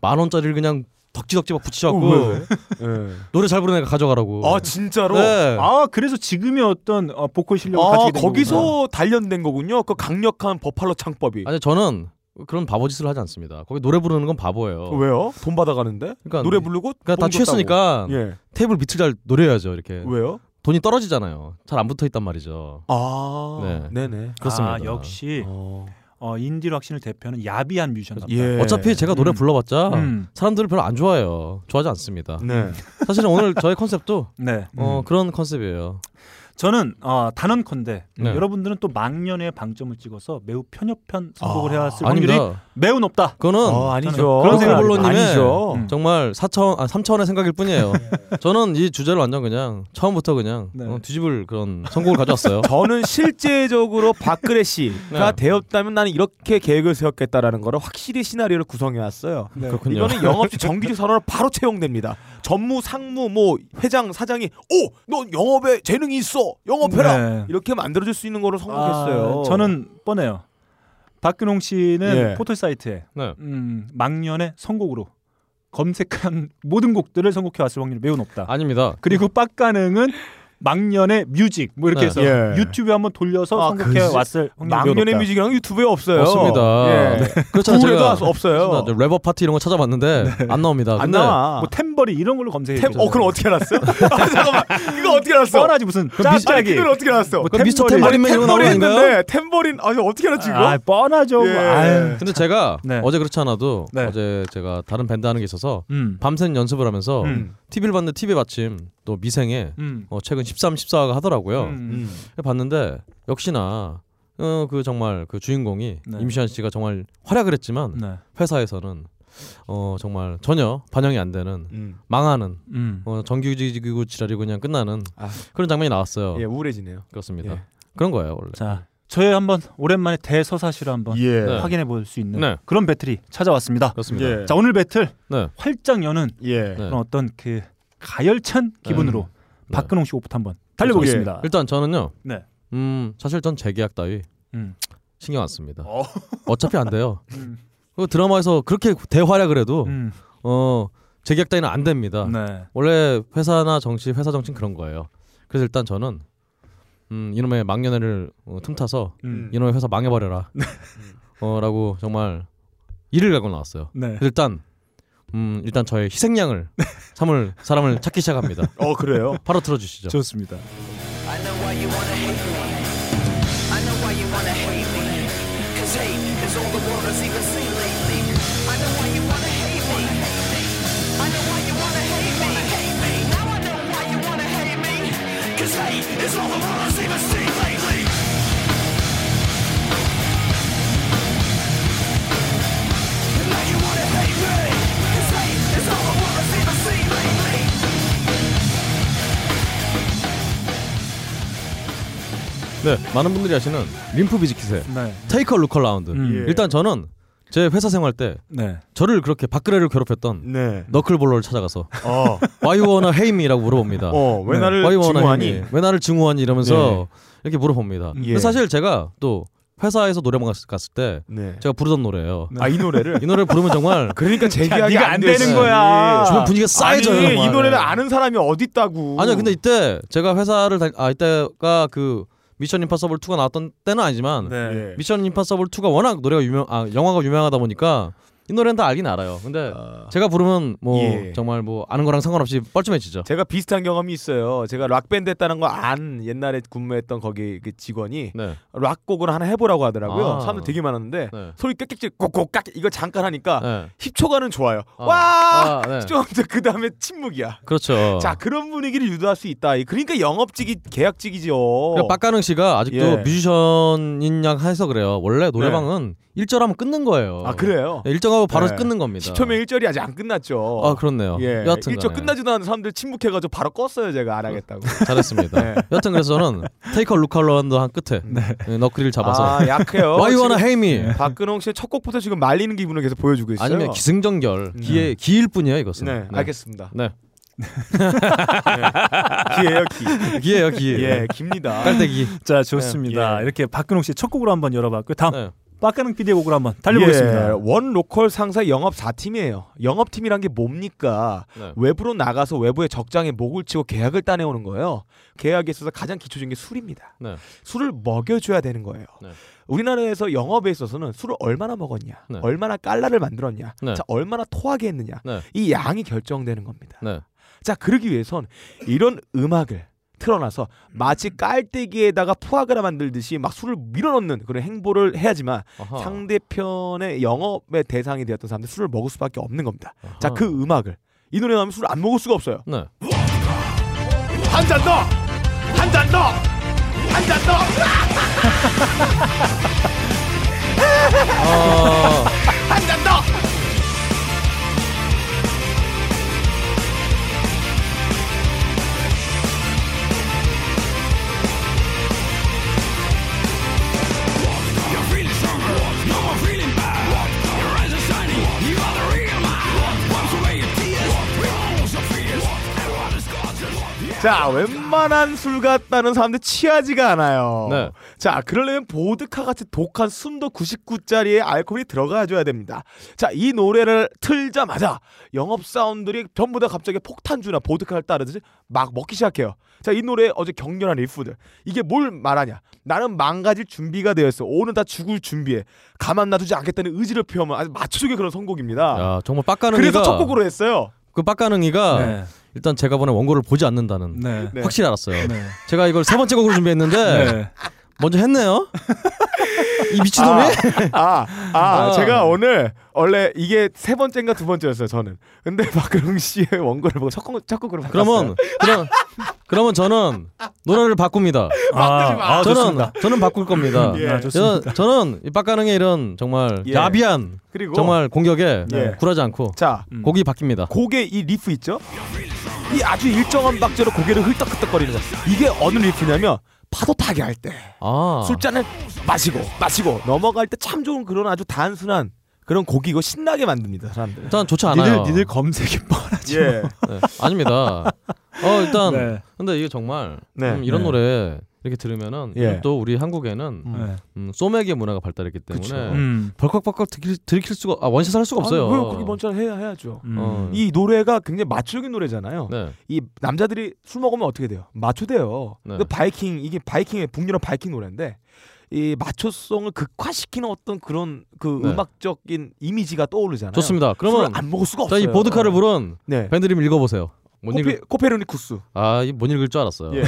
만 원짜리를 그냥 덕지덕지 막
어, 왜,
붙이셔갖고
왜?
예.
노래 잘 부르는 애가 가져가라고.
아 진짜로?
네.
아 그래서 지금의 어떤 어, 보컬 실력을
아
가지게 된
거기서
거구나.
단련된 거군요. 그 강력한 버팔로 창법이.
아니 저는 그런 바보 짓을 하지 않습니다. 거기 노래 부르는 건
그렇죠.
바보예요.
왜요? 돈 받아가는데?
그러니까
노래 부르고
그러니까 다
돈 줬다고.
취했으니까
네.
예.
테이블 밑을 잘 노려야죠 이렇게.
왜요?
돈이 떨어지잖아요. 잘 안 붙어 있단 말이죠.
아,
네.
네네.
그렇습니다.
아, 역시 어... 인디로 확신을 대표하는 야비한 뮤지션 같다.
예.
어차피 제가 노래
음.
불러봤자
음.
사람들을 별로 안 좋아해요. 좋아하지 않습니다.
음.
네.
사실은 오늘 저의 컨셉도
네.
어, 그런 컨셉이에요.
저는 어, 단언컨대
네.
여러분들은 또 망년에 방점을 찍어서 매우 편협한 선곡을 해왔을
아닙니다.
확률이 매우 높다.
그거는
어, 아,
저는 그런 생각을 합니다.
코코볼로님의
아니죠. 음.
정말 4천 아 3천의 생각일 뿐이에요.
네.
저는 이 주제를 완전 그냥 처음부터 그냥 어, 뒤집을 그런 선곡을 가져왔어요.
저는 실제적으로 박근혜 씨가
네.
되었다면 나는 이렇게 계획을 세웠겠다라는 거를 확실히 시나리오를 구성해왔어요.
네. 그렇군요.
이거는 영업시 정규직 선언을 바로 채용됩니다. 전무, 상무, 뭐 회장, 사장이 오, 넌 영업에 재능이 있어, 영업해라
네.
이렇게 만들어줄 수 있는 거로 성공했어요.
아, 저는 뻔해요. 박근홍 씨는
예.
포털 사이트에
네.
음, 망년의 선곡으로 검색한 모든 곡들을 선곡해 왔을 확률이 매우 높다.
아닙니다.
그리고 빡가능은 망년의 뮤직 뭐 이렇게
네.
해서
예.
유튜브에 한번 돌려서 선곡해
그
왔을 확률이 매우
망년의
높다.
뮤직이랑 유튜브에 없어요.
없습니다. 네.
예.
그렇잖아요.
구글에도
제가
아주 없어요. 네.
그렇습니다. 랩업 파티 이런 거 찾아봤는데 안 나옵니다.
안
근데
나와.
뭐 템버리 이런 걸로 검색해.
템- 어, 그럼 어떻게 알았어? 아, 잠깐만. 이거 어떻게 알았어?
뻔하지 무슨 짭짤기.
이걸 어떻게 알았어?
뭐 미스터 템버린 네. 맨 이런 거
템버린
나오는
했는데 템버린 아니 어떻게 알았지 이거?
아 뻔하죠.
예.
아유.
근데 제가
네.
어제 그렇지 않아도 어제 제가 다른 밴드 하는 게 있어서
음.
밤샘 연습을 하면서
음.
TV를 봤는데 TV 마침 또 미생에
음.
어, 최근 13, 14가
어,
하더라고요.
음, 음.
봤는데 역시나 어, 그 정말 그 주인공이
네.
임시완 씨가 정말 활약을 했지만
음.
네.
회사에서는 어 정말 전혀 반영이 안 되는
음.
망하는
음.
어, 정규직이고 지랄이 고 그냥 끝나는
아.
그런 장면이 나왔어요.
예, 우울해지네요.
그렇습니다. 그런 거예요 원래.
자, 저의 한번 오랜만에 대서사시로 한번
예. 네.
확인해 볼 수 있는
네.
그런 배틀이 찾아왔습니다.
그렇습니다. 예.
자, 오늘 배틀
네.
활짝 여는
네.
그런 어떤 그
음.
가열찬 기분으로 박근홍 씨 오프트 한번 달려보겠습니다.
예. 일단 저는요.
네.
음 사실 전 재계약 따위
음.
신경 안 씁니다.
어. 음.
어차피 안 돼요. 그 드라마에서 그렇게 대활약을 해도 어 재계약 따위는 안 됩니다.
네.
원래 회사나 정치, 회사 정치는 그런 거예요. 그래서 일단 저는 음, 이놈의 망년회를 어, 틈타서
음. 네.
이놈의 회사 망해버려라. 어라고 정말 일을 갈고 나왔어요.
네.
그래서 일단 음, 일단 저의 희생양을 삼을 사람을 찾기 시작합니다.
어 그래요?
바로 틀어주시죠.
좋습니다.
I know why you wanna hate me. Cause hate is all the world has even seen lately. I know why you wanna hate me. I know why you wanna hate me. Now I know why you wanna hate me. Cause hate is all the world has even seen lately. And now you wanna hate me. Cause hate is all the world has even seen lately.
네, 많은 분들이 아시는 림프 비즈킷의
네.
테이커 루컬 라운드.
음. 예.
일단 저는 제 회사 생활 때
네.
저를 그렇게 박근혜를 괴롭혔던
네.
너클볼러를 찾아가서
어.
Why you wanna hate me라고 물어봅니다.
어, 왜
네.
나를
Why you wanna hate
증오하니? 네.
me? 왜 나를 증오하니 이러면서 이렇게 물어봅니다.
예.
근데 사실 제가 또 회사에서 노래방 갔- 갔을 때
네.
제가 부르던 노래예요.
아, 이 노래를?
이 노래 부르면 정말
그러니까
야,
재계약이
네가
안, 되지.
주변 분위기가 쌓여져요.
아니,
정말.
이 노래를 아는 사람이 어디 있다고.
아니요 근데 이때 제가 회사를 다, 아 이때가 그 미션 임파서블 2가 나왔던 때는 아니지만
네.
미션 임파서블 2가 워낙 노래가 유명 아 영화가 유명하다 보니까 이 노래는 다 알긴 알아요 근데 제가 부르면 뭐
예.
정말 뭐 아는 거랑 상관없이 뻘쭘해지죠
제가 비슷한 경험이 있어요. 제가 락밴드 했다는 거 안 옛날에 근무했던 거기 그 직원이
네.
락곡을 하나 해보라고 하더라고요.
아.
사람들 되게 많았는데
네.
소리 깨끗이 꼭꼭 깍 이거 잠깐 하니까
네.
10초간은 좋아요.
아.
와!
아, 네.
10초간 그 다음에 침묵이야.
그렇죠
자 그런 분위기를 유도할 수 있다. 이- 그러니까 영업직이 계약직이죠.
그러니까 빡가능 씨가 아직도
뭐 예.
뮤지션인 양 해서 그래요 원래 노래방은 일절하면 끊는 거예요
네. 아, 그래요?
일정하고 하고 바로 끊는 겁니다.
10초면 1절이 아직 안 끝났죠.
아, 그렇네요.
예.
여하튼
1절
간에.
끝나지도 않은 사람들 침묵해가지고 바로 껐어요. 제가 안 하겠다고.
잘했습니다.
네.
여튼 그래서 저는 테이커 루칼로한도 한 끝에 네, 너클을 잡아서
아, 약해요.
Why you
지금
wanna hate me? 네.
박근홍 씨의 첫 곡부터 지금 말리는 기분을 계속 보여주고 있어요. 음.
아니면 기승전결 기의 기일 뿐이에요 이것은.
네, 알겠습니다.
네.
기예요, 기.
기예요 기.
예, 깁니다.
깔때기.
예. 자
네.
좋습니다.
예.
이렇게 박근홍 씨의 첫 곡으로 한번 열어봤고요.
아.
다음
네,
박근홍 PD의 곡으로 한번 달려보겠습니다.
예, 원 로컬 상사 영업 4팀이에요. 영업팀이란 게 뭡니까?
네.
외부로 나가서 외부의 적장에 목을 치고 계약을 따내오는 거예요. 계약에 있어서 가장 기초적인 게 술입니다.
네.
술을 먹여줘야 되는 거예요.
네.
우리나라에서 영업에 있어서는 술을 얼마나 먹었냐,
네.
얼마나 깔라를 만들었냐,
네.
자, 얼마나 토하게 했느냐,
네.
이 양이 결정되는 겁니다.
네.
자, 그러기 위해선 이런 음악을 틀어놔서 마치 깔때기에다가 푸아그라 만들듯이 막 술을 밀어넣는 그런 행보를 해야지만
아하.
상대편의 영업의 대상이 되었던 사람들 술을 먹을 수밖에 없는 겁니다. 자, 그 음악을 이 노래 나오면 술을 안 먹을 수가 없어요.
네.
한 잔 더, 한 잔 더, 한 잔 더.
한 잔 더.
자, 웬만한 술 같다는 사람들 취하지가 않아요.
네.
자, 그러려면 보드카 같이 독한 순도 99짜리의 알코올이 들어가줘야 됩니다. 자, 이 노래를 틀자마자 영업 사원들이 전부 다 갑자기 폭탄주나 보드카를 따르듯이 막 먹기 시작해요. 자, 이 노래 어제 격렬한 리프들. 이게 뭘 말하냐? 나는 망가질 준비가 되어 있어. 오늘 다 죽을 준비해. 가만 놔두지 않겠다는 의지를 표현한 아주 마초적인 그런 선곡입니다.
야 정말 빡가능이가
아. 그래서 첫 곡으로 했어요.
그 빡가능이가
네.
일단 제가 보낸 원고를 보지 않는다는
네.
네.
확실히 알았어요. 제가 이걸 세 번째 곡으로 준비했는데
네.
먼저 했네요. 이 미친놈이?
아, 아, 아,
아.
제가 오늘 원래 이게 세 번째인가 두 번째였어요 저는. 근데 박근홍 씨의 원고를 보고 첫, 곡- 첫 곡으로 바꿨어요.
그러면 그럼 그러면 저는 노래를 바꿉니다.
바꾸지 마. 아,
저는
좋습니다.
저는 바꿀 겁니다.
예. 아,
저는
좋습니다.
저는 이 빡가능의 이런 정말
예.
야비한
그리고
정말 공격에 네,
예.
굴하지 않고
자 음.
곡이 바뀝니다.
곡의 이 리프 있죠? 이 아주 일정한 박자로 고개를 흘떡흘떡거리는 거. 이게 어느 리프냐면 파도 타게 할 때.
아.
술잔을 마시고 마시고 넘어갈 때 참 좋은 그런 아주 단순한 그런 곡이고 신나게 만듭니다 사람들. 예.
일단 좋지 않아요.
검색이 뻔하지.
네, 아닙니다. 어 일단
네.
근데 이게 정말
네.
음, 이런
네.
노래 이렇게 들으면은
예.
또 우리 한국에는
네.
음, 소맥의 문화가 발달했기
그쵸.
때문에
음.
벌컥벌컥 들킬, 들킬 수가 아 원샷 할 수가 없어요.
아니, 왜 그렇게 먼저 해야 해야죠.
음.
어.
이 노래가 굉장히 마초적인 노래잖아요.
네.
이 남자들이 술 먹으면 어떻게 돼요? 마초돼요.
네.
근데 바이킹 이게 바이킹의 북유럽 바이킹 노래인데 이 마초성을 극화시키는 어떤 그런 그
네.
음악적인 이미지가 떠오르잖아요.
좋습니다. 그러면
술을 안 먹을 수가
자,
없어요.
이 보드카를 부른
네.
밴드 이름 읽어보세요. 못
코페,
읽을
코페르니쿠스.
아이못 읽을 줄 알았어요.
예.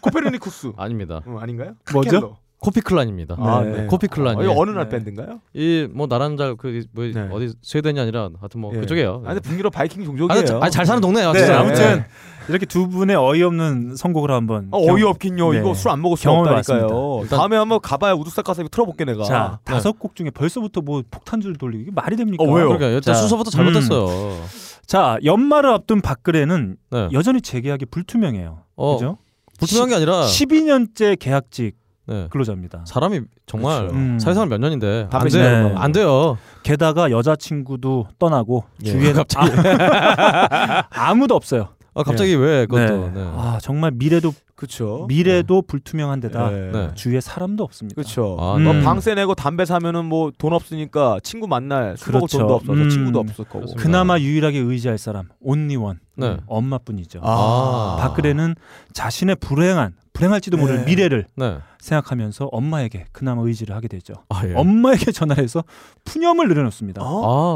코페르니쿠스.
아닙니다.
음, 아닌가요?
뭐죠? 코피클란입니다.
아, 네.
코피클란.
아, 이거 어느 날 밴드인가요?
이뭐 나라는 잘그뭐 어디 스웨덴이 아니라 하여튼 뭐
예.
그쪽이에요.
아니, 북유럽 바이킹
아, 잘- 아, 잘 사는 동네예요.
네,
진짜.
아무튼
네.
이렇게 두 분의 어이없는 선곡으로 한번
어,
경-
어이없긴요.
네.
이거 술 안 먹을 수가
경험해
없다니까요.
봤습니다.
다음에 한번 가봐야 우두싹 가사비 틀어볼게 내가.
자
네.
다섯 곡 중에 벌써부터 뭐 폭탄주를 돌리고 이게 말이 됩니까?
어, 왜요? 그러니까 일단
음.
순서부터 잘못됐어요.
자 연말을 앞둔 박근혜는 여전히 재계약이 불투명해요.
네. 어, 네.
그죠?
불투명한 게 아니라 네.
12년째 계약직 근로자입니다.
사람이 정말
그렇죠. 음.
사회생활 몇 년인데 안
담배
돼요.
시작하는 거구나.
안 돼요.
게다가 여자친구도 떠나고 주위에
예. 갑자기.
아, 무도 없어요.
아, 갑자기 왜 그것도, 네.
아 정말 미래도
그쵸.
미래도 불투명한 데다
네.
주위에 사람도 없습니다.
그렇죠.
아,
뭐
음.
방세 내고 담배 사면은 뭐 돈 없으니까 친구 만날 술 먹을 돈도 없어서
음.
친구도 없을 거고.
그나마 유일하게 의지할 사람 온리원
네.
엄마뿐이죠.
아.
박근혜는 자신의 불행한 불행할지도 모를
네.
미래를
네.
생각하면서 엄마에게 그나마 의지를 하게 되죠.
아, 예.
엄마에게 전화해서 푸념을 늘어놓습니다.
아,
아,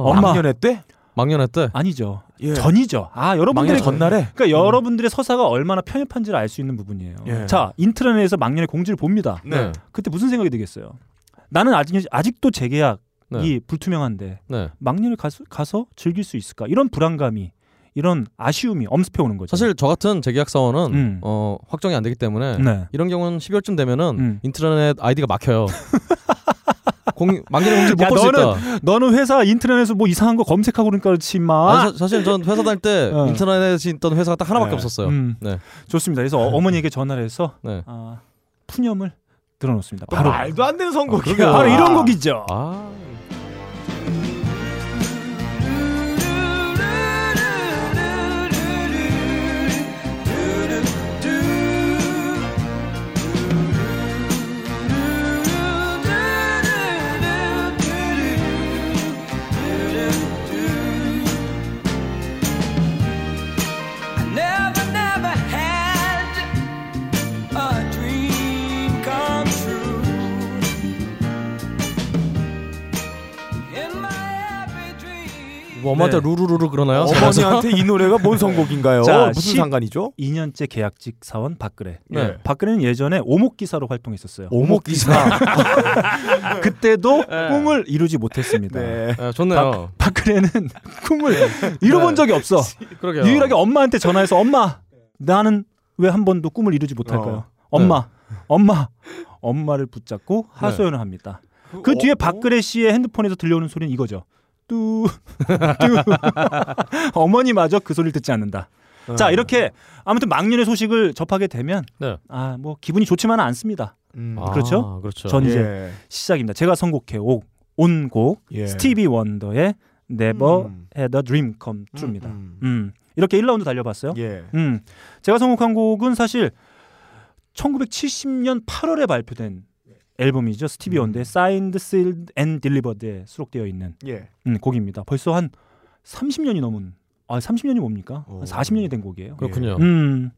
엄마
막년회
때?
막년회 때?
아니죠.
예.
전이죠. 아 여러분들의
막년 전날에? 음.
그러니까 여러분들의 서사가 얼마나 편협한지를 알 수 있는 부분이에요.
예.
자 인트라넷에서 막년의 공지를 봅니다.
네.
그때 무슨 생각이 들겠어요? 나는 아직 아직도 재계약이
네.
불투명한데
네.
막년을 가서, 가서 즐길 수 있을까? 이런 불안감이 이런 아쉬움이 엄습해 오는 거죠.
사실 저 같은 재계약 사원은 어, 확정이 안 되기 때문에
네. 음.
이런 경우는 12월쯤 되면은 인트라넷 아이디가 막혀요. 공 만개는 공지를 못
야,
볼 수 있다.
너는 너는 회사 인터넷에서 뭐 이상한 거 검색하고 그러니까 그렇지 마.
아니, 사, 실전 회사 다닐 때
어.
인터넷에 있던 회사가 딱 하나밖에
네.
없었어요.
음.
네.
좋습니다. 그래서 어, 머니에게 전화를 해서
네.
아, 푸념을 들어놓습니다. 바로 아,
말도 아. 안 되는 선곡이야.
그러게요. 아, 바로 이런 곡이죠.
Never, never had a dream come true. In my
뭐 엄마한테
네.
루루루루 그러나요?
예. 어머니한테 이 노래가 뭔 선곡인가요? 무슨 상관이죠?
2년째 계약직 사원 박근혜.
네.
박근혜는 예전에 오목 기사로 활동했었어요.
오목 기사.
그때도 꿈을 이루지 못했습니다.
예.
네, 좋네요.
박, 박근혜는 꿈을 잃어본 적이 없어.
그러게요.
유일하게 엄마한테 전화해서 엄마 나는 왜 한 번도 꿈을 이루지 못할까요?
어.
엄마, 엄마, 엄마를 붙잡고 하소연을 합니다. 네. 그 뒤에 박근혜 씨의 핸드폰에서 들려오는 소리는 이거죠. 뚜, 뚜. 어머니마저 그 소리를 듣지 않는다. 자 이렇게 아무튼 망년의 소식을 접하게 되면
네.
아 뭐 기분이 좋지만은 않습니다.
아,
그렇죠?
그렇죠.
전 이제
예.
시작입니다. 제가 선곡해 온곡
예.
스티비 원더의 Never Had a Dream Come True입니다. 음, 이렇게 1라운드 달려봤어요. 음, 제가 선곡한 곡은 사실 1970년 8월에 발표된 앨범이죠. 스티비 원더의 Signed, Sealed and Delivered에 수록되어 있는
예.
음, 곡입니다. 벌써 한 30년이 넘은 아 30년이 뭡니까? 한 40년이 된 곡이에요.
그렇군요.
음.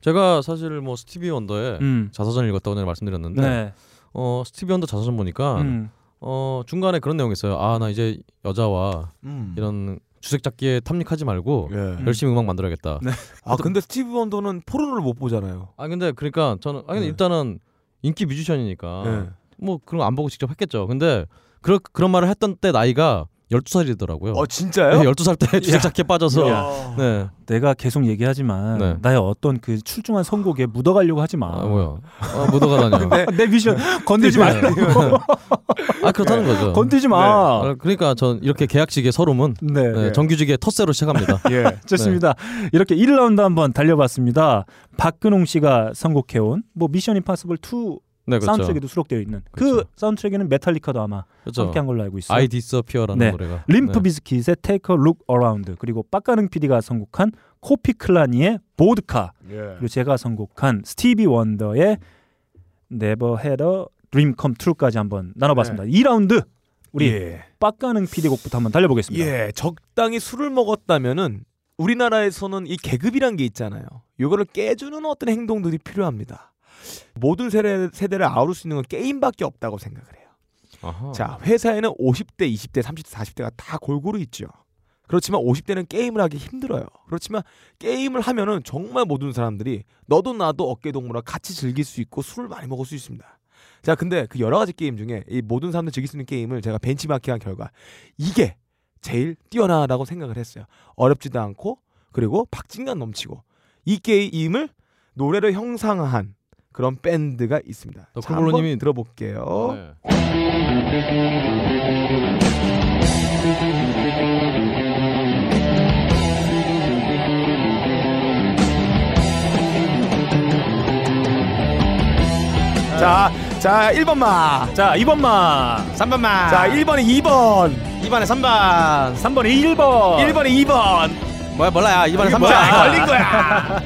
제가 사실 뭐 스티비 원더의
음.
자서전 읽었다고 전에 말씀드렸는데
네.
어 스티비 원더 자서전 보니까
음.
어 중간에 그런 내용이 있어요. 아 나 이제 여자와
음.
이런 주색 잡기에 탐닉하지 말고
예.
열심히 음악 만들어야겠다.
아 근데 스티브 원더는 포르노를 못 보잖아요.
아 근데 그러니까 저는 아 근데
네.
일단은 인기 뮤지션이니까
네.
뭐 그런 거 안 보고 직접 했겠죠. 근데 그런 그런 말을 했던 때 나이가 12살이더라고요. 네,
어, 진짜요?
네,
12살 때 주색 잡기에 빠져서 네.
내가 계속 얘기하지만
네.
나의 어떤 그 출중한 선곡에 묻어가려고 하지 마.
아,
아,
뭐야? 네. 묻어가다니요.
내 미션 건들지 말라고.
아 그렇다는 거죠.
건들지 마.
아, 그러니까 전 이렇게 계약직의 서름은
네.
네, 정규직의 텃세로 시작합니다.
예.
좋습니다. 이렇게 1라운드 한번 달려봤습니다. 박근홍 씨가 선곡해온 뭐 미션 임파서블 2
네, 그렇죠.
사운드트랙에도 수록되어 있는 그 사운드트랙에는 메탈리카도 아마
그렇죠.
함께한 걸로 알고 있어요.
I Disappear라는 노래가.
림프
네.
비스킷의 Take a Look Around 그리고 빡가능 PD가 선곡한 코피 클라니의 보드카
예.
그리고 제가 선곡한 스티비 원더의 Never Had a Dream Come True까지 한번 나눠봤습니다. 2라운드 우리
네. 예.
빡가능 PD 곡부터 한번 달려보겠습니다.
예, 적당히 술을 먹었다면은 우리나라에서는 이 계급이란 게 있잖아요. 요거를 깨주는 어떤 행동들이 필요합니다. 모든 세대, 세대를 아우를 수 있는 건 게임밖에 없다고 생각을 해요.
네. 어.
자, 회사에는 50대, 20대, 30대, 40대가 다 골고루 있죠. 그렇지만 50대는 게임을 하기 힘들어요. 그렇지만 게임을 하면은 정말 모든 사람들이 너도 나도 어깨동무랑 같이 즐길 수 있고 술을 많이 먹을 수 있습니다. 자, 근데 그 여러 가지 게임 중에 이 모든 사람들 즐길 수 있는 게임을 제가 벤치마킹한 결과 이게 제일 뛰어나다고 생각을 했어요. 어렵지도 않고 그리고 박진감 넘치고 이 게임을 노래로 형상화한 그런 밴드가 있습니다. 자, 한번
쿨블루님이- 네.
들어볼게요. 자, 자, 1번마.
자, 2번마.
3번마. 자, 1번에 2번. 2번에 3번.
3번에 1번.
1번에 2번.
뭐야, 몰라요. 2번에 3번. 아,
걸린 거야.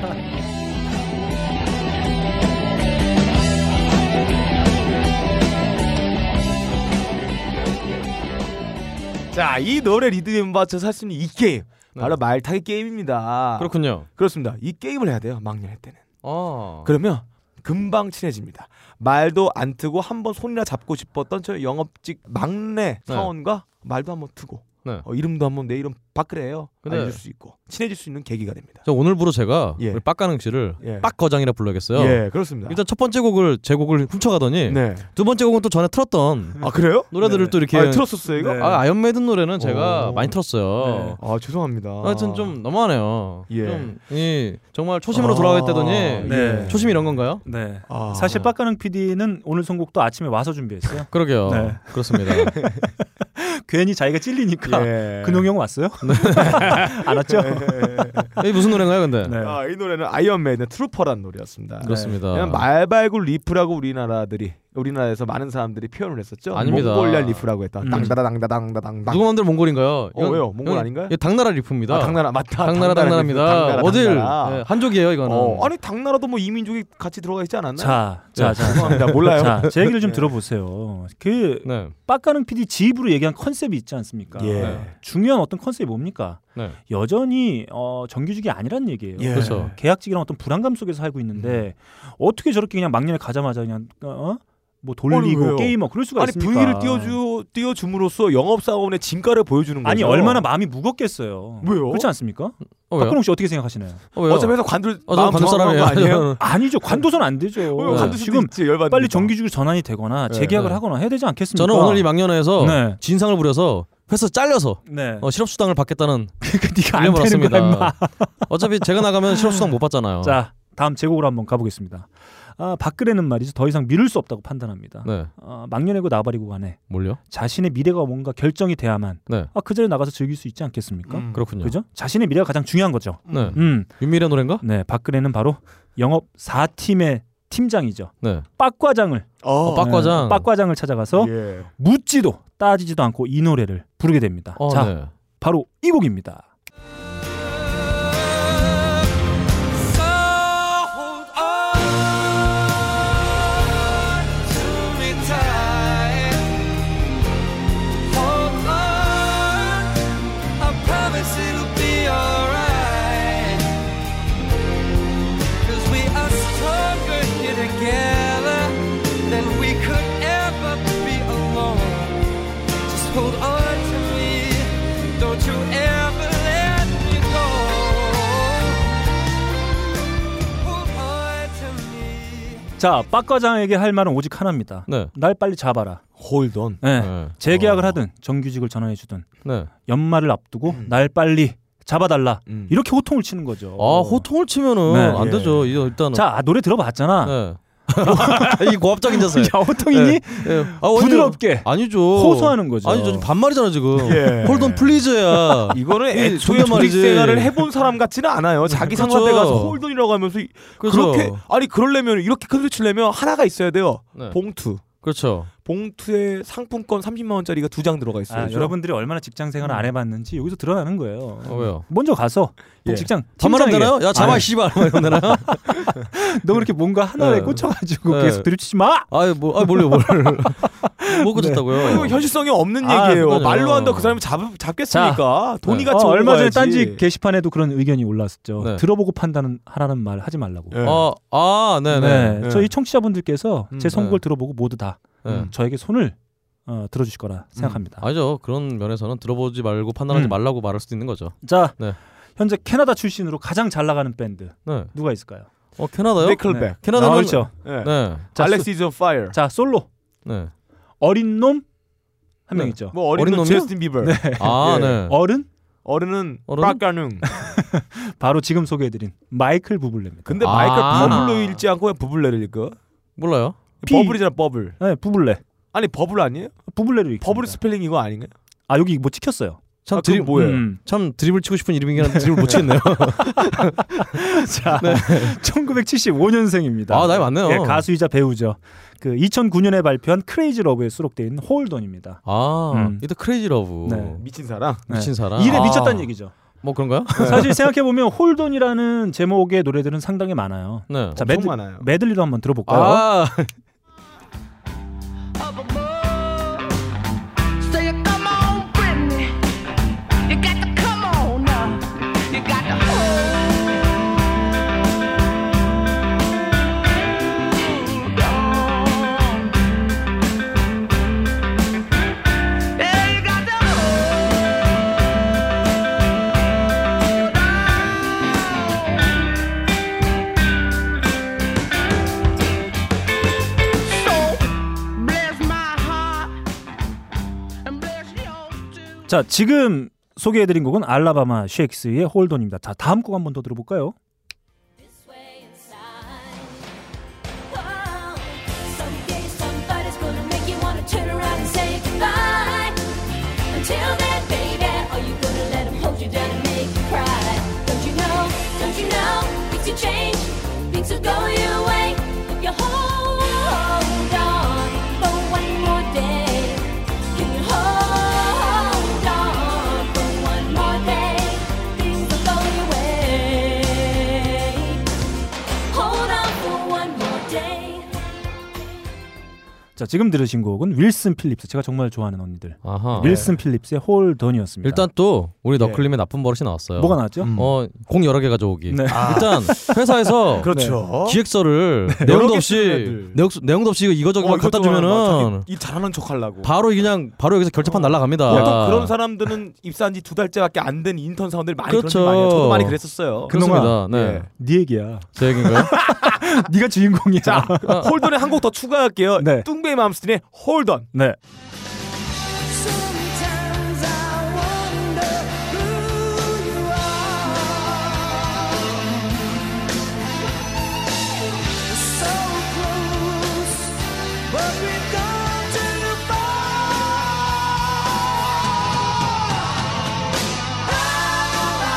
자, 이 노래 리듬에 맞춰서 할 수 있는 이 게임. 바로 말타기
아,
게임입니다.
그렇군요.
그렇습니다. 이 게임을 해야 돼요. 막년할 때는.
어.
그러면 금방 친해집니다. 말도 안
네.
트고 한번 손이나 잡고 싶었던 저 영업직 막내 사원과 말도 한번 트고 어, 이름도 한번 내 이름 바꾸래요.
근데-
알려줄 수 있고 친해질 수 있는 계기가 됩니다.
자, 오늘부로 제가
예.
우리 빡가능 씨를
예.
빡거장이라 불러야겠어요.
예, 그렇습니다.
일단 첫 번째 곡을 제 곡을 훔쳐가더니
네.
두 번째 곡은 또 전에 틀었던
아 그래요?
노래들을
네네.
또 이렇게
아, 틀었었어요, 이거?
아, 아이언 메이든 노래는 제가
오.
많이 틀었어요.
아 죄송합니다.
하여튼 좀 너무하네요.
예.
좀 이, 정말 초심으로
아, 예.
돌아가겠다더니
네.
초심이 이런 건가요?
네.
아.
사실 빡가능 PD는 오늘 선곡도 아침에 와서 준비했어요.
그러게요.
네.
그렇습니다.
괜히 자기가 찔리니까
예.
근홍 형 왔어요?
네.
안 왔죠? 네.
이게 무슨 노래인가요, 근데?
예. 아, 이 노래는 아이언 메이든 트루퍼라는 노래였습니다.
그렇습니다.
그냥 말발굴 리프라고 우리나라들이 우리나라에서 많은 사람들이 표현을 했었죠.
아닙니다.
몽골리아 리프라고 했다.
음.
당다다 당다다 당다다 당다.
누구 마음대로 몽골인가요?
어, 왜요? 몽골 아닌가요?
이 당나라 리프입니다.
아, 당나라, 맞다.
당나라
당나라 리프,
당나라입니다.
당나라,
어딜
당나라.
예, 한족이에요, 이거는.
어, 아니 당나라도 뭐 이민족이 같이 들어가 있지 않았나요?
자,
예,
자, 자.
죄송합니다. 몰라요.
자, 제 얘기를 좀
예.
들어보세요. 그
네.
빡가는 PD 집으로 얘기한 컨셉이 있지 않습니까?
예.
네. 중요한 어떤 컨셉이 뭡니까?
네.
여전히 어, 정규직이 아니란 얘기예요.
예. 그렇죠.
계약직이랑 어떤 불안감 속에서 살고 있는데
음.
어떻게 저렇게 그냥 막년에 가자마자 그냥 어? 뭐
아니,
돌리고
왜요?
게이머 그럴 수가
아니,
있습니까?
분위기를 띄워주 띄워줌으로써 영업 사원의 진가를 보여주는 거죠.
아니 얼마나 마음이 무겁겠어요.
왜요?
그렇지 않습니까?
어, 왜요?
박근홍 씨 어떻게 생각하시나요?
어, 왜요? 어차피 회사 관둘 어, 저는 마음 관둘 정한 거 사람이에요. 아니에요?
아니죠. 관둬선 안 되죠.
어, 관둘 수도
네. 지금
있지, 열받으니까.
빨리 정규직으로 전환이 되거나
네.
재계약을
네.
하거나 해야 되지 않겠습니까?
저는 오늘 이 막년회에서
네.
진상을 부려서 회사 잘려서
네.
어, 실업수당을 받겠다는
네가 안 되는
일념을
거야,
얻습니다.
임마.
어차피 제가 나가면 실업수당 못
어.
받잖아요.
자, 다음 제곡으로 한번 가보겠습니다. 아, 박근혜는 말이죠. 더 이상 미룰 수 없다고 판단합니다.
네.
아, 막년이고 나발이고 간에
뭘요?
자신의 미래가 뭔가 결정이 돼야만
네.
아, 그 자리에 나가서 즐길 수 있지 않겠습니까?
음. 그렇군요.
그죠? 자신의 미래가 가장 중요한 거죠.
네.
음.
윤미래 노래인가?
네, 박근혜는 바로 영업 4팀의 팀장이죠.
네.
빡과장을
어, 빡과장. 예.
네, 빡과장을 찾아가서 묻지도 따지지도 않고 이 노래를 부르게 됩니다.
어,
자,
네.
바로 이 곡입니다.
So hold on to me tight. Hold on, I promise it'll be alright. 'Cause we are stronger here together than we could ever be alone. Just hold on to me, don't you ever let me go.
자, 빡과장에게 할 말은 오직 하나입니다.
네.
날 빨리 잡아라.
홀던.
네. 재계약을
어.
하든 정규직을 전환해 주든
네.
연말을 앞두고
음.
날 빨리 잡아달라. 이렇게 호통을 치는 거죠.
아 호통을 치면은
어. 네.
안
예.
되죠. 이거 일단은.
자, 아, 노래 들어봤잖아.
네. 이 고압적인 자세. 예. 아,
야, 호통이니?
네.
부드럽게.
아니죠.
호소하는 거죠.
아니죠. 반말이잖아 지금.
예.
홀던 플리즈야.
이거는
이
애초에
소위 말이지.
예, 조직 생활을 해본 사람 같지는 않아요. 자기
그렇죠.
상사한테 가서 홀돈이라고 하면서 그
그렇죠.
렇게 아니 그러려면 이렇게 큰 소리 치려면 하나가 있어야 돼요.
네.
봉투.
그렇죠.
봉투에 상품권 30만 원짜리가 두 장 들어가 있어요.
아, 여러분들이 얼마나 직장 생활을 안 해봤는지 여기서 드러나는 거예요.
어, 왜요?
먼저 가서
예.
직장
반말하면
팀장에게.
되나요? 야, 잡아,
아니.
씨발. 뭐
네.
이러면 되나요?
너 그렇게 뭔가 하나에
네.
꽂혀가지고
네.
계속 들이치지 마.
아이 뭐, 아 뭘요, 뭘? 뭐
아,
그렇다고요?
이거 현실성이 없는
아,
얘기예요.
그러네요.
말로 한다 그 사람이 잡 잡겠습니까? 돈이
네.
같이
어,
오고
얼마 전에
가야지.
딴지 게시판에도 그런 의견이 올라왔었죠.
네.
들어보고 판단은 하라는 말 하지 말라고.
예. 네. 어,
아, 아, 네, 네.
예. 네, 저희 청취자분들께서
음,
제 선곡을
네.
들어보고 모두 다
네.
음, 저에게 손을 어, 들어주실 거라 생각합니다.
아니죠. 그런 면에서는 들어보지 말고
음.
판단하지 말라고 말할 수도 있는 거죠.
자,
네.
현재 캐나다 출신으로 가장 잘 나가는 밴드
네.
누가 있을까요?
어, 캐나다요?
니클백.
캐나다는
아, 그렇죠.
네.
네.
Alex is on fire.
자, 솔로.
네.
어린 놈 한 명
네.
있죠.
뭐 어린 어린 놈 놈이요? 제스틴 비버.
네.
아, 네.
어른?
어른은 빡가능.
바로 지금 소개해드린 마이클 부블레입니다. 아.
근데 마이클
아.
버블로 읽지 않고 왜 부블레를 읽어?
몰라요.
버블이잖아 버블.
네, 부블레.
아니 버블 아니에요?
부블레를 읽.
버블 스펠링 이거 아닌가요?
아 여기 뭐 찍혔어요.
참
아,
드리
그건 뭐예요?
음, 참 드리블 치고 싶은 이름이긴 한데 드리블 못 치겠네요.
자,
네.
1975년생입니다.
아, 나이 많네요.
예, 가수이자 배우죠. 그 2009년에 발표한 크레이지 러브에 수록되어 있는 홀던입니다.
아,
음.
이때 크레이지 러브.
네.
미친 사람.
미친 사람.
일에
아.
미쳤다는 얘기죠.
뭐 그런가요?
사실 생각해 보면 홀던이라는 제목의 노래들은 상당히 많아요.
네.
자,
엄청
매드,
많아요.
매들리도 한번 들어볼까요?
아,
So you come on, Britney. You got to come on up. You got to hold on. Yeah, you got to hold
자, 지금 소개해드린 곡은 알라바마 쉐익스의 홀돈입니다. 자, 다음 곡 한번 더 들어볼까요?
Someday Oh, somebody's gonna make you wanna turn around and say goodbye. Until then, baby, are you gonna let him hold you down and make you cry? Don't you know? Don't you know? Things will change, things will go your way if you hold on for one more day. Can you hold on for one more day? Things will go your way. Hold on for one more day.
자, 지금 들으신 곡은 윌슨 필립스. 제가 정말 좋아하는 언니들.
아하. 네.
윌슨 필립스의 홀돈이었습니다.
일단 또 우리 너클림의 나쁜 버릇이 나왔어요.
뭐가 나왔죠? 음.
어, 공 여러 개 가져오기.
네.
아.
일단 회사에서
그렇죠.
네. 기획서를
네. 여러
내용도
개 쓰는
없이
애들. 어,
내용, 내용도 없이 이거 저거 막 갖다 주면은
이 잘하는 척 하려고.
바로 그냥 바로 여기서 결제판 날라갑니다.
보통 그런 사람들은 입사한 지 두 달째밖에 안 된 인턴 사원들 많이 그런
그렇죠.
일 많이 해요. 저도 많이 그랬었어요. 예.
그렇습니다. 네.
네 얘기야.
제 얘기인가요?
네가 주인공이야.
자, 어. 네. 홀던에 한 곡 더 추가할게요. 뚱베이 맘스틴의 홀던.
네.
Sometimes I wonder who you are. So close, but we've gone too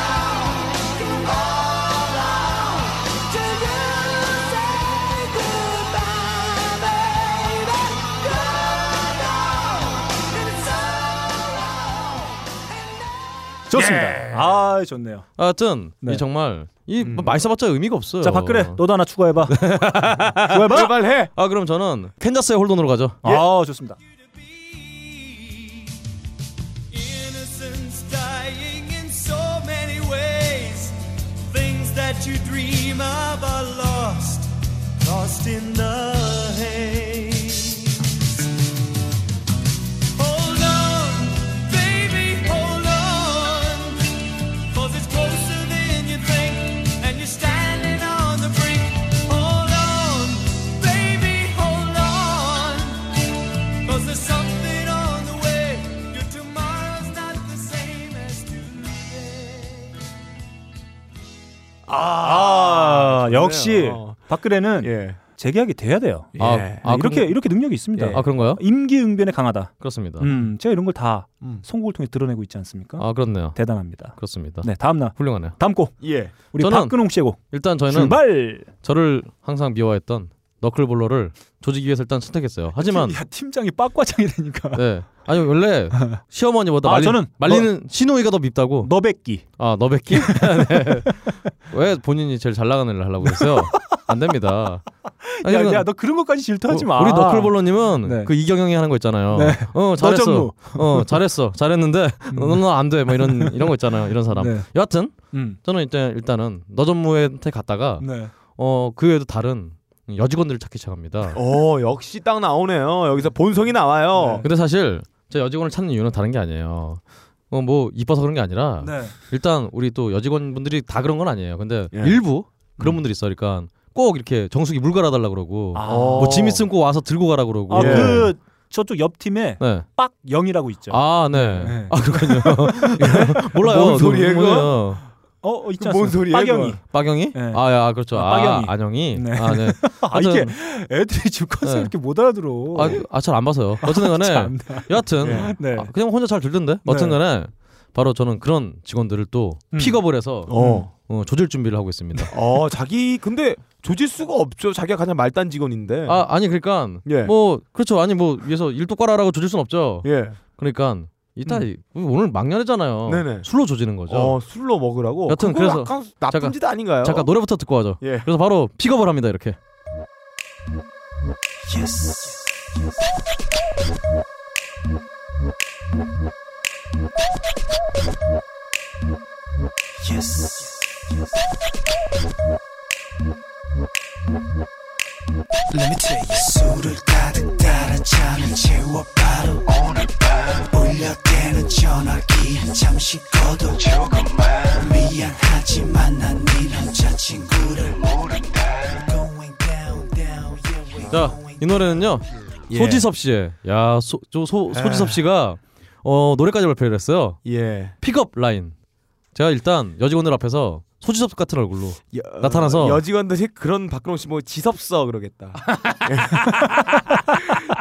far. Hold on, till you say goodbye, baby. Goodbye.
좋습니다.
예.
아, 좋네요.
하여튼 이 정말 이 말싸봤자 의미가 없어요. 예.
자, 박근혜, 너도 하나 추가해봐. 추가해봐.
제발 해. 아 그럼 저는 캔자스의 홀돈으로 가죠.
아, 좋습니다.
Innocence dying in so many ways. Things that you dream of are lost, lost in the haze. Hold on, baby, hold on. 'Cause it's closer than you think, and you're standing on the brink. Hold on, baby, hold on. 'Cause there's something on the way. Your tomorrow's not the same as today.
아, 역시
어.
박근혜는 재계약이 돼야 돼요.
예. 아, 아,
이렇게
그런-
이렇게 능력이 있습니다.
예. 아, 그런가요?
임기응변에 강하다.
그렇습니다.
음, 제가 이런 걸 다 송곡을 통해 드러내고 있지 않습니까?
아 그렇네요.
대단합니다.
그렇습니다.
네, 다음 날
훌륭하네요.
다음 곡.
예.
우리
저는
박근홍 씨의 곡.
일단 저희는
출발.
저를 항상 미워했던 너클볼러를 조지기 위해서 일단 선택했어요. 하지만
야, 팀장이 빡과장이 되니까.
네. 아니 원래 시어머니보다
아,
말리,
저는
말리는 시노이가 더 밉다고.
너백기.
아 너백기. 네. 왜 본인이 제일 잘 나가는 일을 하려고 했어요? 안 됩니다. 아니,
야,
이건-
야, 너 그런 것까지 질투하지 마.
우리 너클볼러님은 그 이경영이 하는 거 있잖아요.
네. 너정무.
어
음.
잘했어. 어 잘했어. 잘했는데 너는 안돼. 뭐 이런 이런 거 있잖아요. 이런 사람.
네.
여하튼
음.
저는 일단 일단은 너전무한테 갔다가
네.
어그 외에도 다른 여직원들을 찾기 시작합니다.
어, 역시 딱 나오네요. 여기서 본성이 나와요.
근데 사실 제 여직원을 찾는 이유는 다른 게 아니에요. 어 뭐 이뻐서 그런 게 아니라
네.
일단 우리 또 여직원분들이 다 그런 건 아니에요. 근데
예.
일부
음.
그런 분들이 있어. 그러니까 꼭 이렇게 정수기 물 갈아 달라 그러고
아.
뭐 짐이 쓴고 와서 들고 가라 그러고
아, 그 저쪽 옆 팀에
네.
빡영이라고 있죠.
아, 네.
네.
아, 그렇군요. 몰라요.
뭔 소리예요,
누구예요?
그거? 어, 어, 있지
그뭔
않습니까?
소리예요,
빡영이.
그거? 빡영이? 아, 야, 그렇죠. 아, 안영이?
네.
아, 네.
아, 이게
하여튼-
애들이 지금 컨셉
네.
이렇게 못 알아들어.
아, 아, 잘 안 봐서요. 어쨌든 간에
참나.
여하튼
네.
아, 그냥 혼자 잘 들던데. 어쨌든
네.
간에 바로 저는 그런 직원들을 또
음.
픽업을 해서
어.
어, 조질 준비를 하고 있습니다.
어, 자기 근데 조질 수가 없죠. 자기가 가장 말단 직원인데.
아, 아니 그러니까
예.
뭐 그렇죠. 아니 뭐 위에서 일 똑바로 하라고 조질 순 없죠.
예.
그러니까 이따
음.
오늘 막년이잖아요.
네네.
술로 조지는 거죠.
어, 술로 먹으라고. 그건
여튼 그래서
약간 나쁜
잠깐,
짓 아닌가요?
잠깐 노래부터 듣고 하죠.
예.
그래서 바로 픽업을 합니다. 이렇게.
Let me tell you 술을 가득 따라 잠을 채워 바로 오늘 밤 울려대는 전화기 잠시 꺼둬 조금만 미안하지만 난네 남자 친구를 모른다 Going down down yeah we
자, 이 노래는요.
예.
아.
소지섭 씨의 야, 소, 저 소, 소지섭 씨가 어, 노래까지 발표를 했어요.
예.
픽업 라인. 제가 일단 여직원들 앞에서 소지섭 같은 얼굴로 나타나서
어, 여직원들이 그런 박근홍 씨 뭐 지섭서 그러겠다.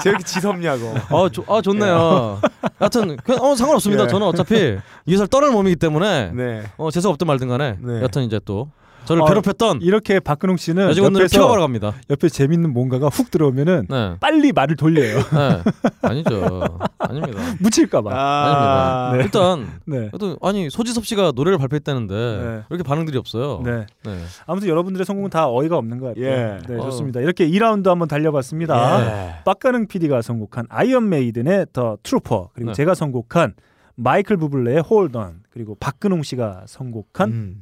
쟤 이렇게 지섭냐고.
어, 조- 아 좋네요. 여하튼 그냥 어 상관없습니다.
예.
저는 어차피 이 회사를 떠날 몸이기 때문에
네.
어 재수 없든 말든 간에 여하튼 이제 또 저를
어,
괴롭혔던
네. 이렇게 박근홍 씨는
여직원들을
옆에서-
피워가러 갑니다.
옆에 재밌는 뭔가가 훅 들어오면은
네.
빨리 말을 돌려요.
아니죠. 아닙니다.
묻힐까봐.
아~ 닙니다
네.
일단
네.
하여튼 아니 소지섭 씨가 노래를 발표했다는데
네.
이렇게 반응들이 없어요.
네.
네.
아무튼 여러분들의 성공은 다 어이가 없는 것 같아요.
예.
네,
어. 예.
좋습니다. 이렇게 2라운드 한번 달려봤습니다. 빡가능 PD가 선곡한 아이언 메이든의 더 트루퍼 그리고
네.
제가 선곡한 마이클 부블레의 홀던 그리고 박근홍 씨가 선곡한
음.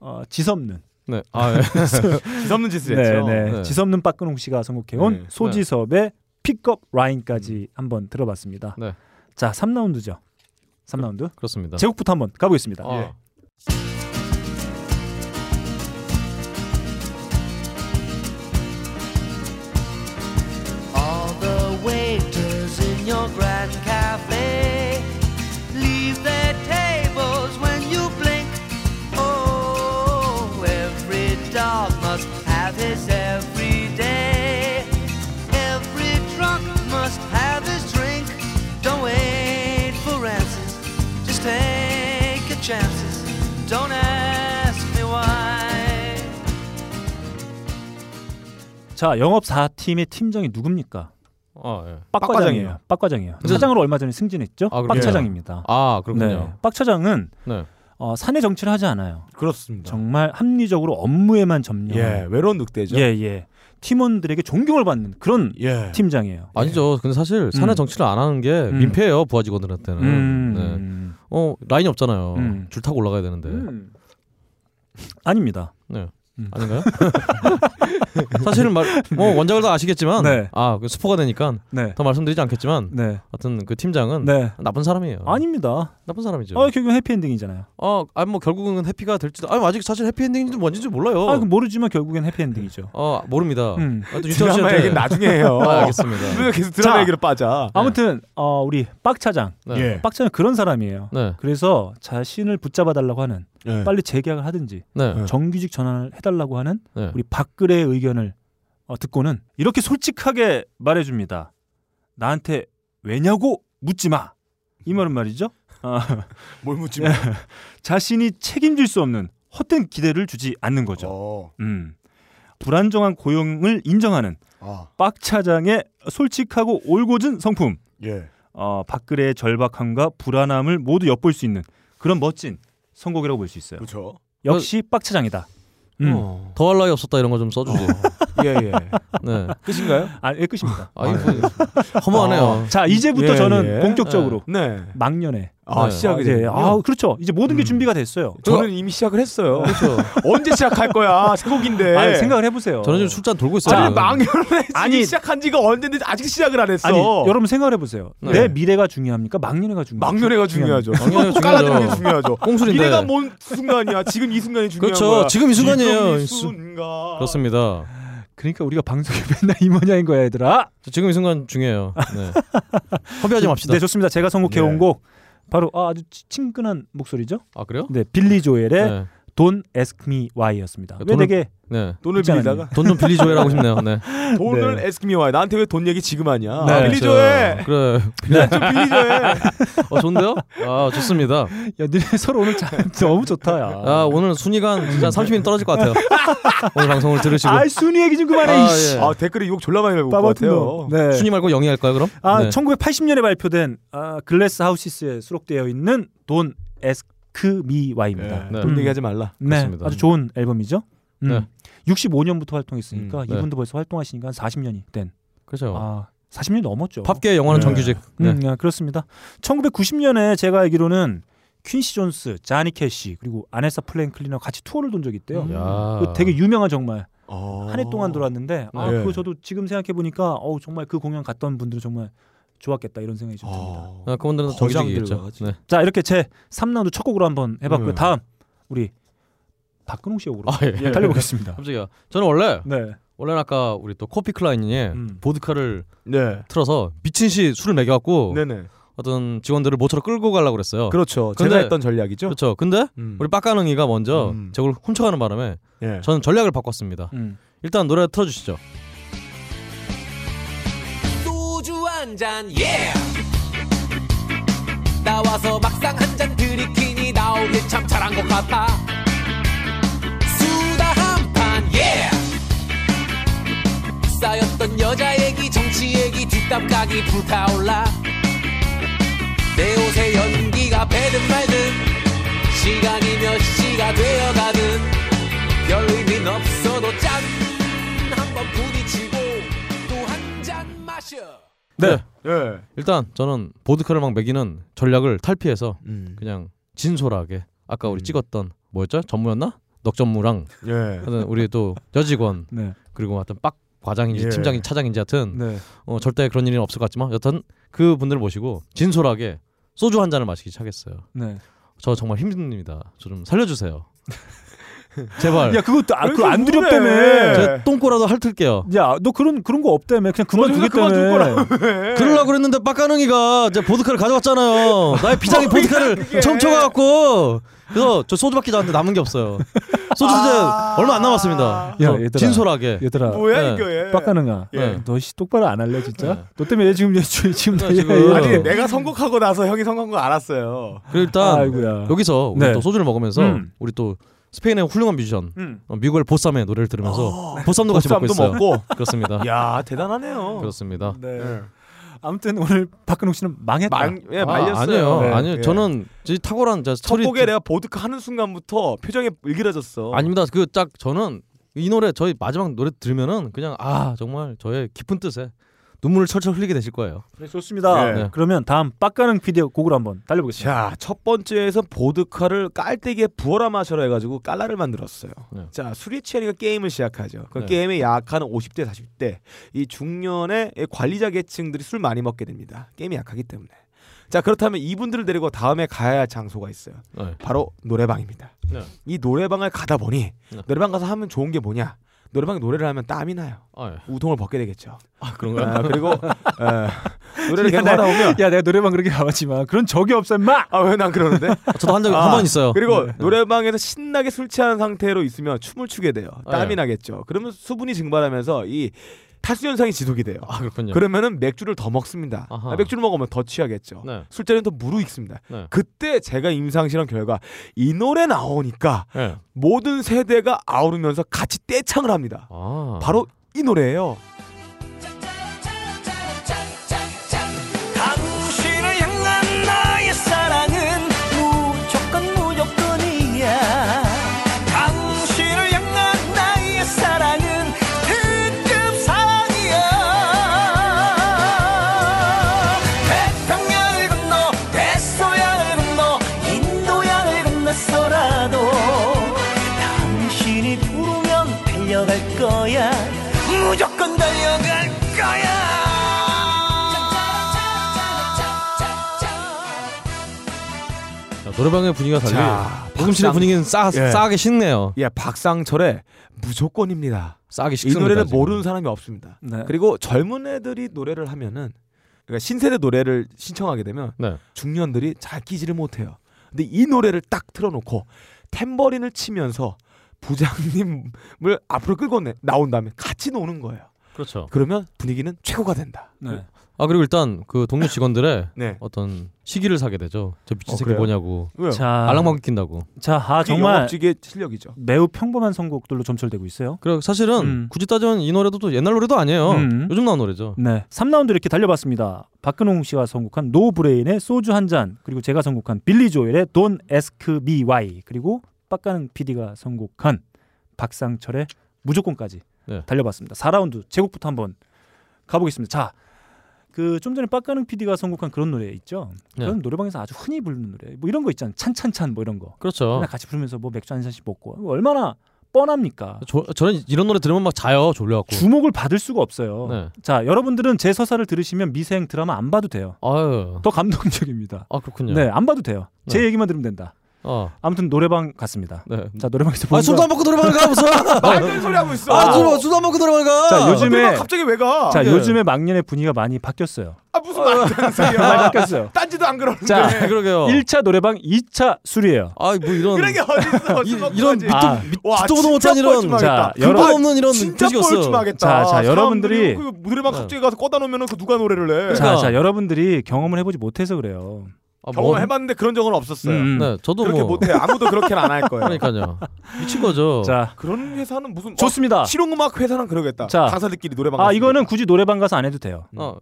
어, 지섭는
네. 아, 예. 지섭는 짓을 했죠.
네, 네.
네.
지섭는 박근홍 씨가 선곡해온
네.
소지섭의 픽업 라인까지 한번 들어봤습니다. 자, 3라운드죠. 3라운드.
네. 그렇습니다.
제국부터 한번 가보겠습니다.
네. 아.
All the waiters in your grand cafe leave their tables when you blink. Oh, every dog must have his every day. Every drunk must have his drink. Don't wait for answers, just take your chances. Don't ask me why.
자, 영업 4팀의 팀장이 누굽니까?
아, 예.
빡과장이에요. 빡과장이에요. 차장으로 얼마 전에 승진했죠?
아, 그렇군요.
빡차장입니다.
아, 그렇군요.
빡차장은
네.
어, 사내 정치를 하지 않아요.
그렇습니다.
정말 합리적으로 업무에만 전념.
예, 외로운 늑대죠. 예.
예, 예. 팀원들에게 존경을 받는 그런 팀장이에요.
아니죠. 근데 사실 사내
음.
정치를 안 하는 게 민폐예요 부하 직원들한테는. 네. 어 라인이 없잖아요.
음.
줄 타고 올라가야 되는데.
음. 아닙니다.
네. 아닌가요? 사실은 말, 뭐 원작을 다 아시겠지만,
네.
아그 스포가 되니까
네.
더 말씀드리지 않겠지만,
네.
하여튼 그 팀장은
네.
나쁜 사람이에요.
아닙니다.
나쁜 사람이죠.
아, 결국 해피엔딩이잖아요.
어, 아니 뭐 결국은 해피가 될지도, 아니 아직 사실 해피엔딩인지 뭔지 몰라요.
아, 그 모르지만 결국엔 해피엔딩이죠.
어 모릅니다.
음.
하여튼 유태원 씨한테-
드라마 얘기는 나중에 해요.
아, 알겠습니다.
우리가 계속 드라마
자,
얘기로 빠져.
아무튼 어, 우리 빡 차장,
네. 예.
빡 차장 그런 사람이에요.
네.
그래서 자신을 붙잡아 달라고 하는,
예.
빨리 재계약을 하든지
네.
정규직 전환을 해달라고 하는
네.
우리 박근혜의 의견을 어, 듣고는 이렇게 솔직하게 말해줍니다. 나한테 왜냐고 묻지 마. 이 말은 말이죠.
음.
어.
뭘 묻지 마?
자신이 책임질 수 없는 헛된 기대를 주지 않는 거죠. 음. 불안정한 고용을 인정하는
아.
빡 차장의 솔직하고 올곧은 성품.
예.
어, 박근혜의 절박함과 불안함을 모두 엿볼 수 있는 그런 멋진 선곡이라고 볼 수 있어요.
뭐
그렇죠.
역시 빡 차장이다. 음.
어, 더할 나위 없었다 이런 거 좀 써주세요.
예예.
네.
끝인가요?
아, 예, 끝입니다.
아, 이거 허무하네요.
자, 이제부터
예,
저는
예.
본격적으로
네.
막년에
아,
네.
시작이
아, 예.
되는군요.
아, 그렇죠. 이제 모든 게 준비가 됐어요.
저는 이미 시작을 했어요.
그렇죠.
언제 시작할 거야? 세곡인데.
아니, 생각을 해보세요.
저는 지금 술잔 돌고 있어요.
아니
지금.
망연해.
아니.
아니 시작한 지가 언제인데 아직 시작을 안 했어.
아니, 여러분 생각을 해보세요.
네.
내 미래가 중요합니까? 막년에가 중요합니까?
막년회가 중요하죠.
막년회가
깔아드는 게
중요하죠.
중요하죠.
꽁술인데.
미래가 뭐- 뭔 순간이야. 지금 이 순간이 중요한
그렇죠.
거야.
지금 이 순간이에요.
지금 이
수-
순간.
그렇습니다.
그러니까 우리가 방송에 맨날 이 모양인 거야, 얘들아.
지금 이 순간 중요해요. 네. 허비하지 맙시다.
네, 좋습니다. 제가 선곡해
네.
온 곡 바로 아, 아주 치- 친근한 목소리죠.
아 그래요?
네, 빌리 조엘의
네.
Don't Ask Me Why였습니다. 왜
돈을-
되게
네.
돈을
있지 않았니?
빌리다가
돈좀 빌리줘야 하고 싶네요. 네.
돈을 에스키미와 나한테 왜 돈 얘기 지금 하냐?
아,
빌리조에
그래.
좀 빌리줘해.
어 좋은데요? 아 좋습니다.
야, 니네 서로 오늘 참 너무 좋다, 야.
아 오늘 순위가 진짜 30인 떨어질 것 같아요. 오늘 방송을 들으시고
아, 순위 얘기 좀 그만해.
아,
이씨.
예.
아 댓글에 욕 졸라 많이 올것
바보같은 놈.
같아요.
네.
순위 말고 영위 할까요 그럼?
아,
네.
1980년에 발표된 아, 글래스 하우시스에 수록되어 있는 Don't Ask Me Why입니다.
네.
돈
음.
예. 얘기하지 말라.
네,
그렇습니다.
아주 좋은 앨범이죠. 음.
네.
65년부터 활동했으니까
음, 네.
이분도 벌써 활동하시니까 한 40년이 된.
그렇죠.
아, 40년 넘었죠.
팝계 영화는 정규직. 네.
음, 아, 그렇습니다. 1990년에 제가 알기로는 퀸시 존스, 자니 캐시 그리고 아네사 플랭클린하고 같이 투어를 돈 적이
음.
있대요.
야.
그 되게 유명한 정말
어.
한 해 동안 돌았는데 아
네.
그거 저도 지금 생각해 보니까 어우 정말 그 공연 갔던 분들은 정말 좋았겠다 이런 생각이 좀 듭니다.
아, 그분들은 정규직이겠죠. 네.
자 이렇게 제 3라운드 첫 곡으로 한번 해봤고요.
네.
다음 우리 박근홍 씨 곡으로
아, 예.
달려보겠습니다.
깜짝이야. 저는 원래
네.
원래 는 아까
음.
우리 또 코피 클라인이 보드카를
네.
틀어서 미친 씨 술을 먹여갖고
네네.
어떤 직원들을 모처럼 끌고 가려고 그랬어요.
그렇죠. 제가 했던 전략이죠.
그렇죠. 근데
음.
우리 빡가능이가 먼저 저걸 훔쳐가는 바람에
예.
저는 전략을 바꿨습니다.
음.
일단 노래 틀어주시죠.
소주 한 잔, yeah! 나와서 막상 한 잔 들이키니 나오길 참 잘한 것 같다. 수다 한 판, yeah! 쌓였던 여자 얘기, 정치 얘기, 뒷담 가기 불타올라. 내 옷의 연기가 배든 말든, 시간이 몇 시가 되어가든, 별 의미는 없어도 짠! 한번 부딪히고, 또 한 잔 마셔!
네.
예.
일단 저는 보드카를 막 먹이는 전략을 탈피해서
음.
그냥 진솔하게 아까 우리 찍었던 뭐였죠? 전무였나? 넉전무랑
예.
하여튼 우리 또 여직원
네.
그리고 하여튼 빡 과장인지
예.
팀장인지 차장인지 하여튼
네.
어, 절대 그런 일은 없을 것 같지만 여튼 그 분들을 모시고 진솔하게 소주 한 잔을 마시기 시작했어요.
네.
저 정말 힘듭니다. 저 좀 살려주세요. 제발.
야 그거 아,
네. 왜
그거 안
그래?
두렵다며.
예.
제 똥꼬라도 핥을게요.
야, 너 그런 그런 거 없다며. 그냥 그만
어, 그냥
두겠다며.
예.
그러려고 그랬는데 빡가능이가 제 보드카를 가져갔잖아요. 나의 비장의
뭐
보드카를 훔쳐가갖고 그래서 저 소주밖에 저한테 남은 게 없어요. 소주 이제 얼마 안 남았습니다.
야,
그래서
얘들아.
진솔하게.
얘들아.
네.
빡가능아.
예.
너씨 똑바로 안 할래 진짜? 너 때문에 얘 지금 얘 지- 지금 나
예. 아니, 네.
내가 선곡하고 나서 형이 선곡한 거 알았어요.
그리고 일단
아이고야.
여기서 우리
네.
또 소주를 먹으면서
음.
우리 또 스페인의 훌륭한 뮤지션
음.
어, 미국의 보쌈의 노래를 들으면서 보쌈도 같이 먹고
아, 네. 보쌈도
있어요.
먹고.
그렇습니다.
야 대단하네요.
그렇습니다.
네. 아무튼 오늘 박근홍 씨는 망했다.
망- 예,
아,
말렸어요.
아니에요.
네.
아니요.
예.
저는 이 탁월한 저
첫
스토리
곡에 내가 보드카 하는 순간부터 표정이 일그러졌어.
아닙니다. 그 딱 저는 이 노래 저희 마지막 노래 들으면은 그냥 아 정말 저의 깊은 뜻에 눈물을 철철 흘리게 되실 거예요.
네, 좋습니다.
네.
그러면 다음 빡가능 피디의 곡을 한번 달려보겠습니다.
자, 첫 번째에서 보드카를 깔때기에 부어라 마셔라 해가지고 깔라를 만들었어요.
네.
자, 술에 취하니까 게임을 시작하죠. 그
네.
게임에 약한 50대, 40대 이 중년의 관리자 계층들이 술 많이 먹게 됩니다. 게임이 약하기 때문에. 자, 그렇다면 이분들을 데리고 다음에 가야 할 장소가 있어요.
네.
바로 노래방입니다.
네.
이 노래방을 가다 보니
네.
노래방 가서 하면 좋은 게 뭐냐? 노래방 노래를 하면 땀이 나요.
아, 예.
우통을 벗게 되겠죠.
아, 그런가요?
그리고 어, 노래를
야,
계속
나-
하다 보면
야, 내가 노래방 그렇게 가봤지만 그런 적이 없어 임마.
아, 왜 난 그러는데?
저도 한 적이 한번 있어요.
아, 그리고
네.
노래방에서 신나게 술 취한 상태로 있으면 춤을 추게 돼요. 땀이
네.
나겠죠. 그러면 수분이 증발하면서 이 탈수 현상이 지속이 돼요.
아 그렇군요.
그러면은 맥주를 더 먹습니다.
아하.
아, 맥주를 먹으면 더 취하겠죠.
네.
술자리는 더 무르익습니다.
네.
그때 제가 임상 실험 결과 이 노래 나오니까
네.
모든 세대가 아우르면서 같이 떼창을 합니다.
아.
바로 이 노래예요.
당신을 향한 나의 사랑은 무조건 무조건이야 당신을 향한 나의 사랑은 특급 사랑이야 태평양을 건너 대서양을 건너 인도양을 건너서라도 당신이 부르면 달려갈 거야 무조건 달려갈 거야
자, 노래방의 분위기가 달리
자,
녹음실의
박상-
분위기는 싸,
예.
싸게 식네요.
예, 박상철의 무조건입니다.
싸게
이
식습니다.
노래를 뭐
지금.
모르는 사람이 없습니다.
네.
그리고 젊은 애들이 노래를 하면은 그러니까 신세대 노래를 신청하게 되면
네.
중년들이 잘 끼지를 못해요. 근데 이 노래를 딱 틀어놓고 탬버린을 치면서 부장님을 앞으로 끌고 내- 나온 다음에 같이 노는 거예요.
그렇죠.
그러면 분위기는 최고가 된다.
네.
아 그리고 일단 그 동료 직원들의
네.
어떤 시기를 사게 되죠. 저 미친
어,
새끼
그래요? 아.
뭐냐고.
왜요?
자.
알랑방귀 낀다고.
자, 아
그게
정말
영업직의 실력이죠.
매우 평범한 선곡들로 점철되고 있어요.
그리고 사실은
음.
굳이 따지면 이 노래도 또 옛날 노래도 아니에요.
음.
요즘 나온 노래죠.
네. 3라운드 이렇게 달려봤습니다. 박근홍 씨가 선곡한 노브레인의 소주 한 잔, 그리고 제가 선곡한 빌리 조엘의 Don't Ask Me Why, 그리고 빡가는 PD가 선곡한 박상철의 무조건까지
네.
달려봤습니다. 4라운드 제곡부터 한번 가보겠습니다. 자, 그 좀 전에 빡가는 PD가 선곡한 그런 노래 있죠.
네.
그런 노래방에서 아주 흔히 부르는 노래. 뭐 이런 거 있잖아요. 찬찬찬 뭐 이런 거.
그렇죠.
음.
맨날 같이 부르면서 뭐 맥주 한 잔씩 먹고 얼마나 뻔합니까?
저, 저는 이런 노래 들으면 막 자요 졸려갖고.
주목을 받을 수가 없어요.
네.
자, 여러분들은 제 서사를 들으시면 미생 드라마 안 봐도 돼요.
아유.
더 감동적입니다.
아 그렇군요.
네.
네, 안 봐도 돼요. 제 얘기만 들으면 된다.
어.
아무튼 노래방 갔습니다.
네.
자 노래방에서
아, 술도 안 먹고 노래방을 가, 무슨.
말
소리 하고 있어.
아, 술, 술도 안 먹고 노래방 가.
자 요즘에
갑자기 왜 가?
자
예.
요즘에 막년의 분위기가 많이 바뀌었어요.
아 무슨 말이야?
많이 바뀌었어요.
딴지도 안 그러는데. 어.
자
아, 네, 그러게요.
1차 노래방 2차 술이에요.
아 뭐 이런
그러게 어딨어?
이런 밑도
아.
와,
밑도 보도 못한
진짜
이런
자,
뻘쭘하겠다. 근본
여러-
없는 이런 진짜
표식이 없어.
뻘쭘하겠다.
자, 자, 여러분들이-
사람들이
어.
그 노래방 갑자기 가서 꺼다 놓으면 그 누가 노래를 해?
자, 자 여러분들이 경험을 해보지 못해서 그래요.
경험해봤는데 그런 적은 없었어요.
음.
아, 네, 저도
그렇게
뭐-
못해. 아무도 그렇게는 안 할 거예요.
그러니까요. 미친 거죠.
자,
그런 회사는 무슨 어,
좋습니다.
실용음악 회사는 그러겠다.
자,
강사들끼리 노래방.
아
갔을
이거는 굳이 노래방 가서 안 해도 돼요.
어.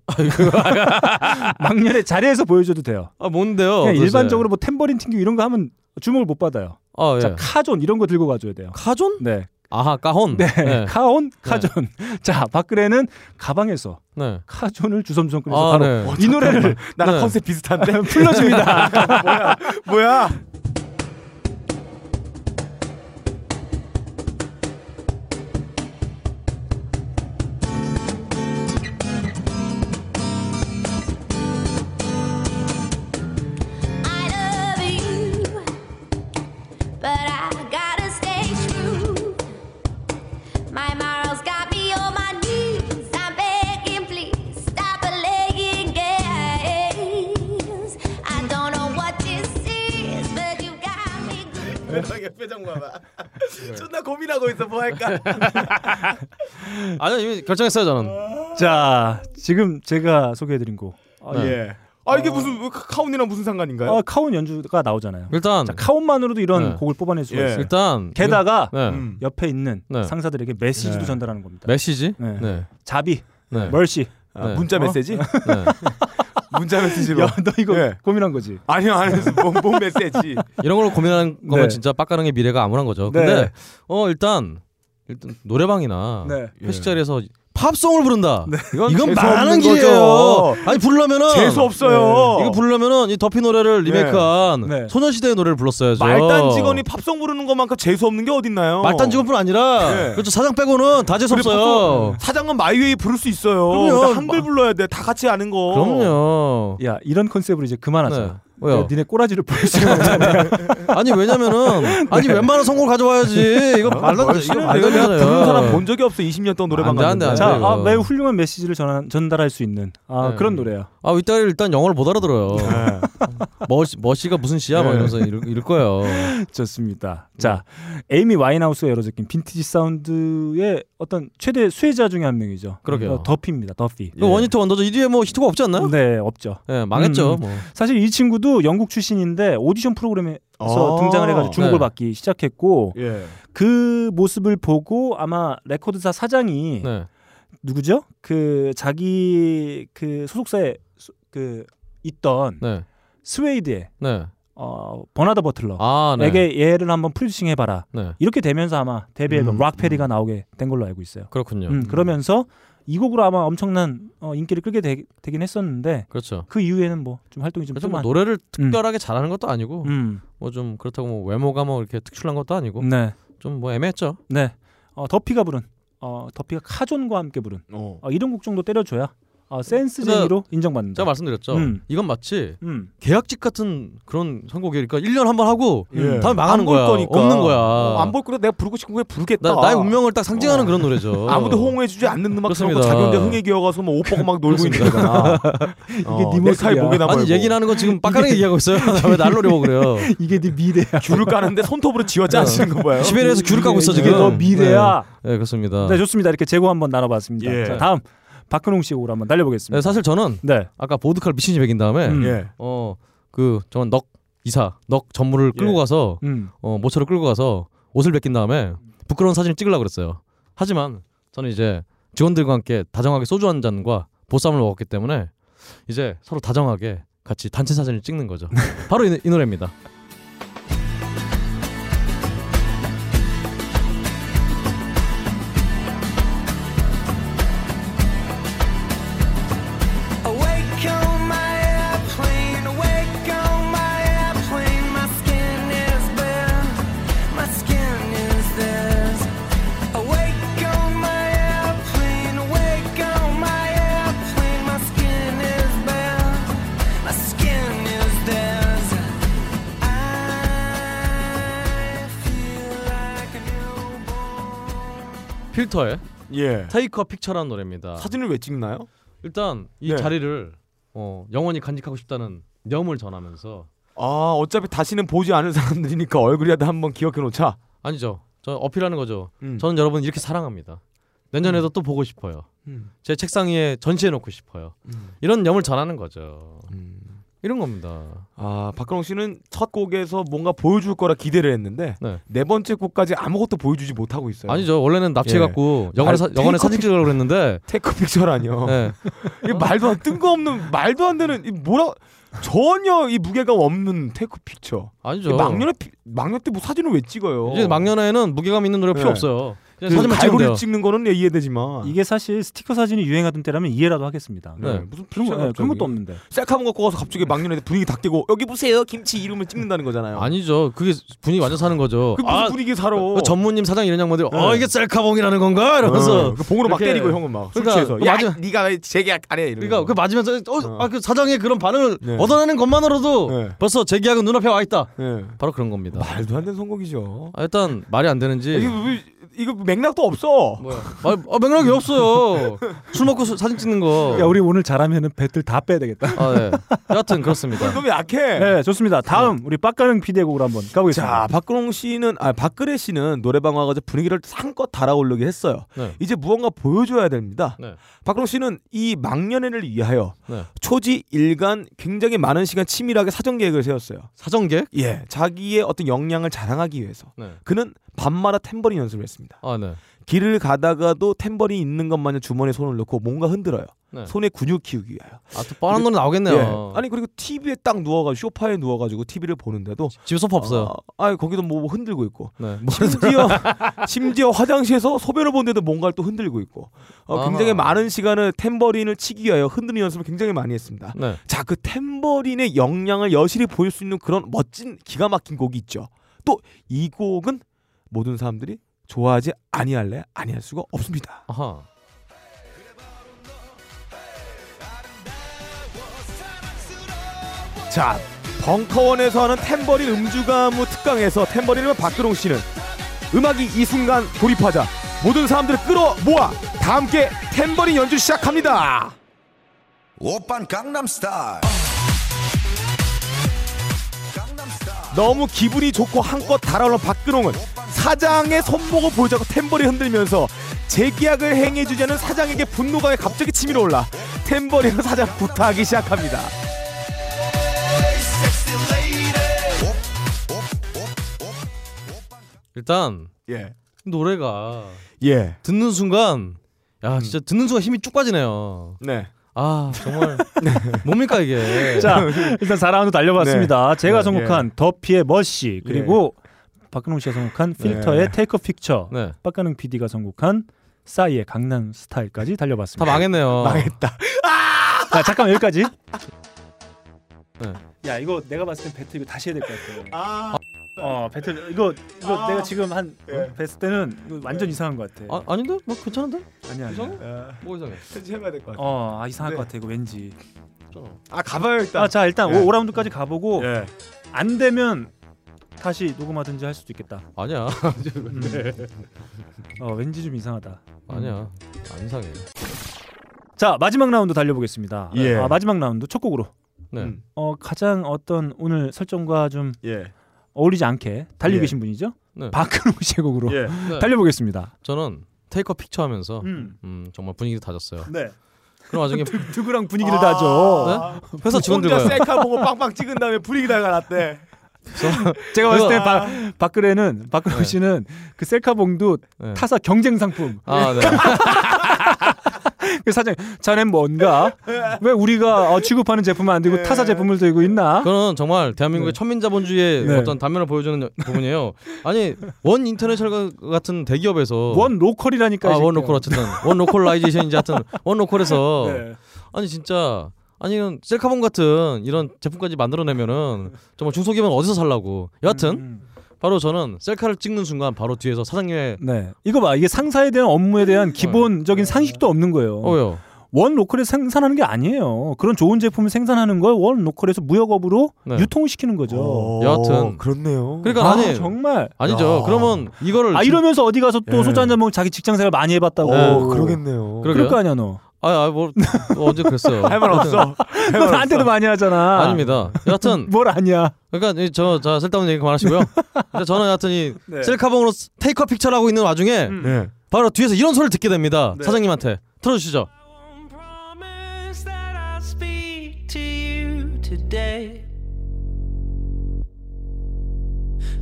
막년에 자리에서 보여줘도 돼요.
아 뭔데요?
어,
그냥
도대체?
일반적으로 뭐 탬버린 튕기 이런 거 하면 주목을 못 받아요.
아, 예.
자 카존 이런 거 들고 가줘야 돼요.
카존?
네.
아하 까혼.
네. 카온 카존. 자 박근혜는 가방에서
네.
카존을 주섬주섬 꺼내서
아,
바로
네.
이 노래를
잠깐만. 나랑 컨셉 비슷한데?
풀러줍니다.
때. 뭐야?
I love you, but I gotta stay true. My morals got me on my knees. I'm begging, please stop playing games. I don't know what this is, but you got me.
회장의 표정 봐봐. 존나 고민하고 있어 뭐 할까?
아니요 이미 결정했어요 저는.
자 지금 제가 소개해드린 곡. 아,
예. 아 이게 무슨 왜 카- 카운이랑 무슨 상관인가요?
아, 카온 연주가 나오잖아요.
일단
자, 카온만으로도 이런
네.
곡을 뽑아낼 수가
예.
있어요.
일단
게다가
네.
음, 옆에 있는
네.
상사들에게 메시지도
네.
전달하는 겁니다.
메시지?
네.
네.
자비,
네.
멀시,
아, 문자
어?
메시지? 문자 메시지로.
야, 너 이거
예.
고민한 거지?
아니요 안 했어. 뭔, 뭔 메시지?
이런 걸로 고민하는 거면
네.
진짜 빡가능의 미래가 암울한 거죠.
네.
근데 어 일단 일단 노래방이나
네.
회식
예.
자리에서 팝송을 부른다. 이건,
재수
많은
없는
길이에요.
거죠.
아니 부르려면은 네.
재수 없어요.
이거 부르려면은 이 더피 노래를 리메이크한
네.
소녀시대의 노래를 불렀어야죠.
말단 직원이 팝송 부르는 것만큼 재수 없는 게 어딨나요?
말단 직원뿐 아니라
네.
그렇죠 사장 빼고는 다 재수
그리고
없어요.
팝송- 사장은 마이웨이 부를 수 있어요.
그럼요.
근데 한글 불러야 돼. 다 같이 아는 거.
그럼요.
야 이런 컨셉으로 이제
어.
네.
그만하자.
왜요?
야, 니네 꼬라지를 보일 수가 없잖아요.
아니 왜냐면은 아니 웬만한 성공을 가져와야지 이거 말도 안 돼. 이거 말도
아, 내가 내가
안 되잖아요.
부른 사람 본 적이 없어. 20년 동안 노래방
안 돼, 안
갔는데.
돼, 안 돼.
자
네, 이거.
아, 매우 훌륭한 메시지를 전, 전달할 수 있는 아,
네.
그런 노래야.
아, 윗다리 일단 영어를 못 알아들어요. 머시 머시가 무슨 시야 막 이러면서 이럴, 이럴 거예요.
좋습니다. 자 에이미 와인하우스가 열어적인 빈티지 사운드의 어떤 최대 수혜자 중에 한 명이죠.
그러게요.
어, 더피입니다. 더피.
그 원히트 원더죠. 이 뒤에 뭐 히트가 없지 않나요?
네 없죠.
예, 망했죠.
음.
뭐.
사실 이 친구도 영국 출신인데 오디션 프로그램에서
아,
등장을 해가지고 주목을
네.
받기 시작했고
예.
그 모습을 보고 아마 레코드사 사장이
네.
누구죠? 그 자기 그 소속사에 소- 그 있던
네.
스웨이드의
네.
어, 버나드 버틀러
아, 네.
에게 얘를 한번 프로듀싱 해봐라.
네.
이렇게 되면서 아마 데뷔 앨범
음,
락페리가 나오게 된 걸로 알고 있어요.
그렇군요.
음, 그러면서 이 곡으로 아마 엄청난 어, 인기를 끌게 되, 긴 했었는데
그렇죠.
그 이후에는 뭐 좀 활동이 좀
그래서 뭐
뜸한.
노래를 특별하게 잘하는 것도 아니고
음,
뭐 좀 그렇다고 뭐 외모가 뭐 이렇게 특출난 것도 아니고
네,
좀 뭐 애매했죠.
네. 어, 더피가 부른 어, 더피가 카존과 함께 부른
어.
어, 이런 곡 정도 때려줘야 어, 센스쟁이로
그래서
인정받는다.
제가 말씀드렸죠.
음.
이건 마치
음.
계약직 같은 그런 선곡이니까 1년 한 번 하고
예.
다음에 망하는
안볼
거야.
거니까.
없는 거야.
어, 안볼 거니까 내가 부르고 싶은 거 부르겠다.
나, 나의 운명을 딱 상징하는 그런 노래죠.
아무도 호응해주지 않는 음악 그런 거
그렇습니다.
자기 혼자 흥에 기어가서 뭐 옷 벗고 막 놀고 있는 거잖아. 이게
네
넥타이
모습이야.
목에다
아니
걸고
얘기는 하는 건 지금 빡가는
네.
얘기하고 있어요. 왜 날 노려보고 그래요?
이게 네 미래야.
귤을 까는데 손톱으로 지어 짜시는 거 봐요.
시베리아에서 귤을 까고 있어
뭐, 이게
지금.
너 미래야.
네, 네, 그렇습니다.
네, 좋습니다. 이렇게 재고 한번 나눠봤습니다.
예.
자, 다음 박근홍 씨 곡으로 한번
네,
달려보겠습니다.
사실 저는
네.
아까 보드칼 미친이 베긴 다음에
음.
예.
어그 정말 넉 이사 넉 전무를 끌고
예.
가서
음.
어 모처럼 끌고 가서 옷을 벗긴 다음에 부끄러운 사진을 찍으려고 그랬어요. 하지만 저는 이제 직원들과 함께 다정하게 소주 한 잔과 보쌈을 먹었기 때문에 이제 서로 다정하게 같이 단체 사진을 찍는 거죠. 바로 이, 이 노래입니다.
Awake on my airplane, awake on my airplane. My skin is bare, my skin is theirs. Awake on my airplane, awake on my airplane. My skin is bare, my skin is theirs.
필터에
예.
테이크 어 픽처라는 노래입니다.
사진을 왜 찍나요?
일단 이
네.
자리를 어, 영원히 간직하고 싶다는 염을 전하면서
아 어차피 다시는 보지 않을 사람들이니까 얼굴이라도 한번 기억해 놓자.
아니죠. 저 어필하는 거죠. 저는 여러분 이렇게 사랑합니다. 내년에도 또 보고 싶어요.
음.
제 책상 위에 전시해 놓고 싶어요. 이런 염을 전하는 거죠.
음.
이런 겁니다.
아 박근홍 씨는 첫 곡에서 뭔가 보여줄 거라 기대를 했는데
네.
네, 번째 곡까지 아무것도 보여주지 못하고 있어요.
아니죠. 원래는 납치
예.
갖고 영화를 사-
발-
영화를
테이크
사진
픽-
찍으려고 그랬는데
테이크 픽처라뇨.
네.
이 말도 안 뜬금없는 말도 안 되는 이 뭐라 전혀 이 무게가 없는 테이크 픽처.
아니죠.
이 막년에 피- 막년 때 뭐 사진을 왜 찍어요?
그렇죠. 이제 막년에는 무게감 있는 노래 필요
네.
없어요. 그냥
그
사진만 찍으면 돼요.
갈고리 찍는 거는 이해되지만
이게 사실 스티커 사진이 유행하던 때라면 이해라도 하겠습니다.
네. 무슨
그런, 거, 어. 네,
필요가
그런
없죠,
것도
이게.
없는데.
셀카봉 갖고 와서 갑자기 막년에 분위기 다 깨고 여기 보세요 김치 이름을 찍는다는 거잖아요.
아니죠. 그게 분위기 완전 사는 거죠.
그 무슨 분위기 사러?
그 전무님 사장 이런 양반들
네.
어 이게 셀카봉이라는 건가 이러면서
어, 그 봉으로 막 때리고 형은 막술 취해서,
그
야,
맞으면,
네가 왜 제게 안 해? 이러면서.
그러니까 그 맞으면서 어, 아, 그 사장의 그런 반응을
네.
얻어내는 것만으로도 벌써 제 계약은 눈앞에 와 있다. 바로 그런 겁니다.
네. 말도 안 되는 성공이죠.
아, 일단 말이 안 되는지
이거 왜- 이거 맥락도 없어.
아, 아, 맥락이 없어요. 술 먹고 수- 사진 찍는 거.
야 우리 오늘 잘하면은 배틀 다 빼야 되겠다.
아, 네. 여하튼 그렇습니다.
너무 약해.
네, 좋습니다. 다음 우리 빡가는 피디의 곡으로 한번 가보겠습니다.
자, 박근홍 씨는 아 박근혜 씨는 노래방 와가지고 분위기를 상껏 달아오르게 했어요.
네.
이제 무언가 보여줘야 됩니다.
네.
박근홍 씨는 이 막년회를 위하여
네.
초지 일간 굉장히 많은 시간 치밀하게 사전 계획을 세웠어요.
사전 계획?
예, 자기의 어떤 역량을 자랑하기 위해서
네.
그는 밤마다 탬버린 연습을 했습니다.
아, 네.
길을 가다가도 탬버린 있는 것만냥 주머니에 손을 넣고 뭔가 흔들어요.
네.
손에 근육 키우기 위하여.
아, 또 뻔한 노래 나오겠네요.
어.
예. 아니 그리고 TV에 딱 누워가지고 쇼파에 누워가지고 TV를 보는데도
집에 소파 없어요.
아, 아 거기도 뭐 흔들고 있고.
네.
심지어 심지어 화장실에서 소변을 보는데도 뭔가를 또 흔들고 있고. 어, 굉장히
아하.
많은 시간을 탬버린을 치기 위하여 흔드는 연습을 굉장히 많이 했습니다.
네.
자 그 탬버린의 역량을 여실히 보일 수 있는 그런 멋진 기가 막힌 곡이 있죠. 또 이 곡은 모든 사람들이 좋아하지 아니할래 아니할 수가 없습니다.
아하.
자 벙커원에서 하는 탬버린 음주가무 특강에서 탬버린을 박근홍 씨는 음악이 이 순간 돌입하자 모든 사람들을 끌어모아 다 함께 탬버린 연주 시작합니다.
오빤 강남스타일
너무 기분이 좋고 한껏 달아오른 박근홍은 사장의 손목을 보자고 탬버리 흔들면서 재계약을 행해주지 않은 사장에게 분노가 갑자기 치밀어 올라 탬버리를 사장 구타하기 시작합니다.
일단
예.
노래가
예.
듣는
음.
순간 야 진짜 듣는 순간 힘이 쭉 빠지네요.
네.
아 정말 뭡니까 이게?
자, 일단 4라운드 달려봤습니다.
네.
제가
네.
선곡한 더피의 머시 그리고 박근홍 씨가 선곡한 필터의
네.
테이크 픽처,
네.
박가능 PD가 선곡한 싸이의 강남 스타일까지 달려봤습니다.
다 망했네요.
망했다. 자, 잠깐 여기까지.
네.
야, 이거 내가 봤을 땐 배틀 이거 다시 해야 될 것 같아. 아, 어 배틀 이거 이거 내가 지금 한 뵀을 때는 이거 완전 이상한 것 예. 같아. 그
아 아닌데 뭐 괜찮은데?
아니야.
이상해?
아니야.
뭐 이상해?
편집해봐야 될 것
어, 아, 이상할 것 같아 이거 왠지.
아 가봐요 일단.
아, 자 일단
예.
오 5라운드까지 가보고
예.
안 되면 다시 녹음하든지 할 수도 있겠다.
아니야.
음. 어, 왠지 좀 이상하다.
아니야. 안 이상해.
자 마지막 라운드 달려보겠습니다.
예.
아, 마지막 라운드 첫 곡으로
네.
어, 가장 어떤 오늘 설정과 좀
예.
어울리지 않게 달리고
예.
계신 분이죠.
네.
박근홍 씨의 곡으로
예. 네.
달려보겠습니다.
저는 테이커 픽처 하면서
음.
음. 정말 분위기 다졌어요.
네. 아.
그럼 나중에
누- 누구랑
아.
분위기를 다져?
네? 회사 직원들과
혼자 셀카 보고 빵빵 찍은 다음에 분위기 달가났대.
제가 봤을 때
이거- 아.
박, 박근혜는 박근홍
네.
씨는 그 셀카봉도 타사 경쟁 상품.
아, 네.
그 사장, 자넨 뭔가 왜 우리가 어, 취급하는 제품은 안 되고 타사 제품을 들고 있나?
네. 그건 정말 대한민국의 천민자본주의의
네.
어떤 단면을 보여주는 여- 부분이에요. 아니 원 인터내셔널 같은 대기업에서
원 로컬이라니까.
아, 원 로컬 어쨌든 원 로컬라이제이션인지 하여튼 원 로컬에서
네.
아니 진짜 아니 이런 셀카봉 같은 이런 제품까지 만들어내면은 정말 중소기업은 어디서 살라고 여하튼
음,
바로 저는 셀카를 찍는 순간 바로 뒤에서 사장님의
네. 이거 봐. 이게 상사에 대한 업무에 대한 기본적인 상식도 없는 거예요.
네. 어, 왜요?
원 로컬에서 생산하는 게 아니에요. 그런 좋은 제품을 생산하는 걸 원 로컬에서 무역업으로
네.
유통시키는 거죠.
여하튼
어, 그렇네요.
그러니까
아,
아니
정말
아니죠. 그러면 이거를
아
진-
이러면서 어디 가서 또
예. 어,
소주 한잔 먹으면 자기 직장 생활 많이 해봤다고.
오,
어, 그러겠네요.
그럴 거 아니야 너.
아, 아, 뭐, 뭐 언제 그랬어요?
할말 없어.
하여튼-
너 나한테도 많이 하잖아.
아닙니다. 여하튼
뭘 아니야?
그러니까 이 저, 자 쓸데없는 얘기 그만하시고요. 근데 저는 여하튼 이 셀카봉으로 테이크업 픽처를 하고 있는 와중에
네.
바로 뒤에서 이런 소리를 듣게 됩니다. 사장님한테 틀어주시죠.
I'll speak to you today.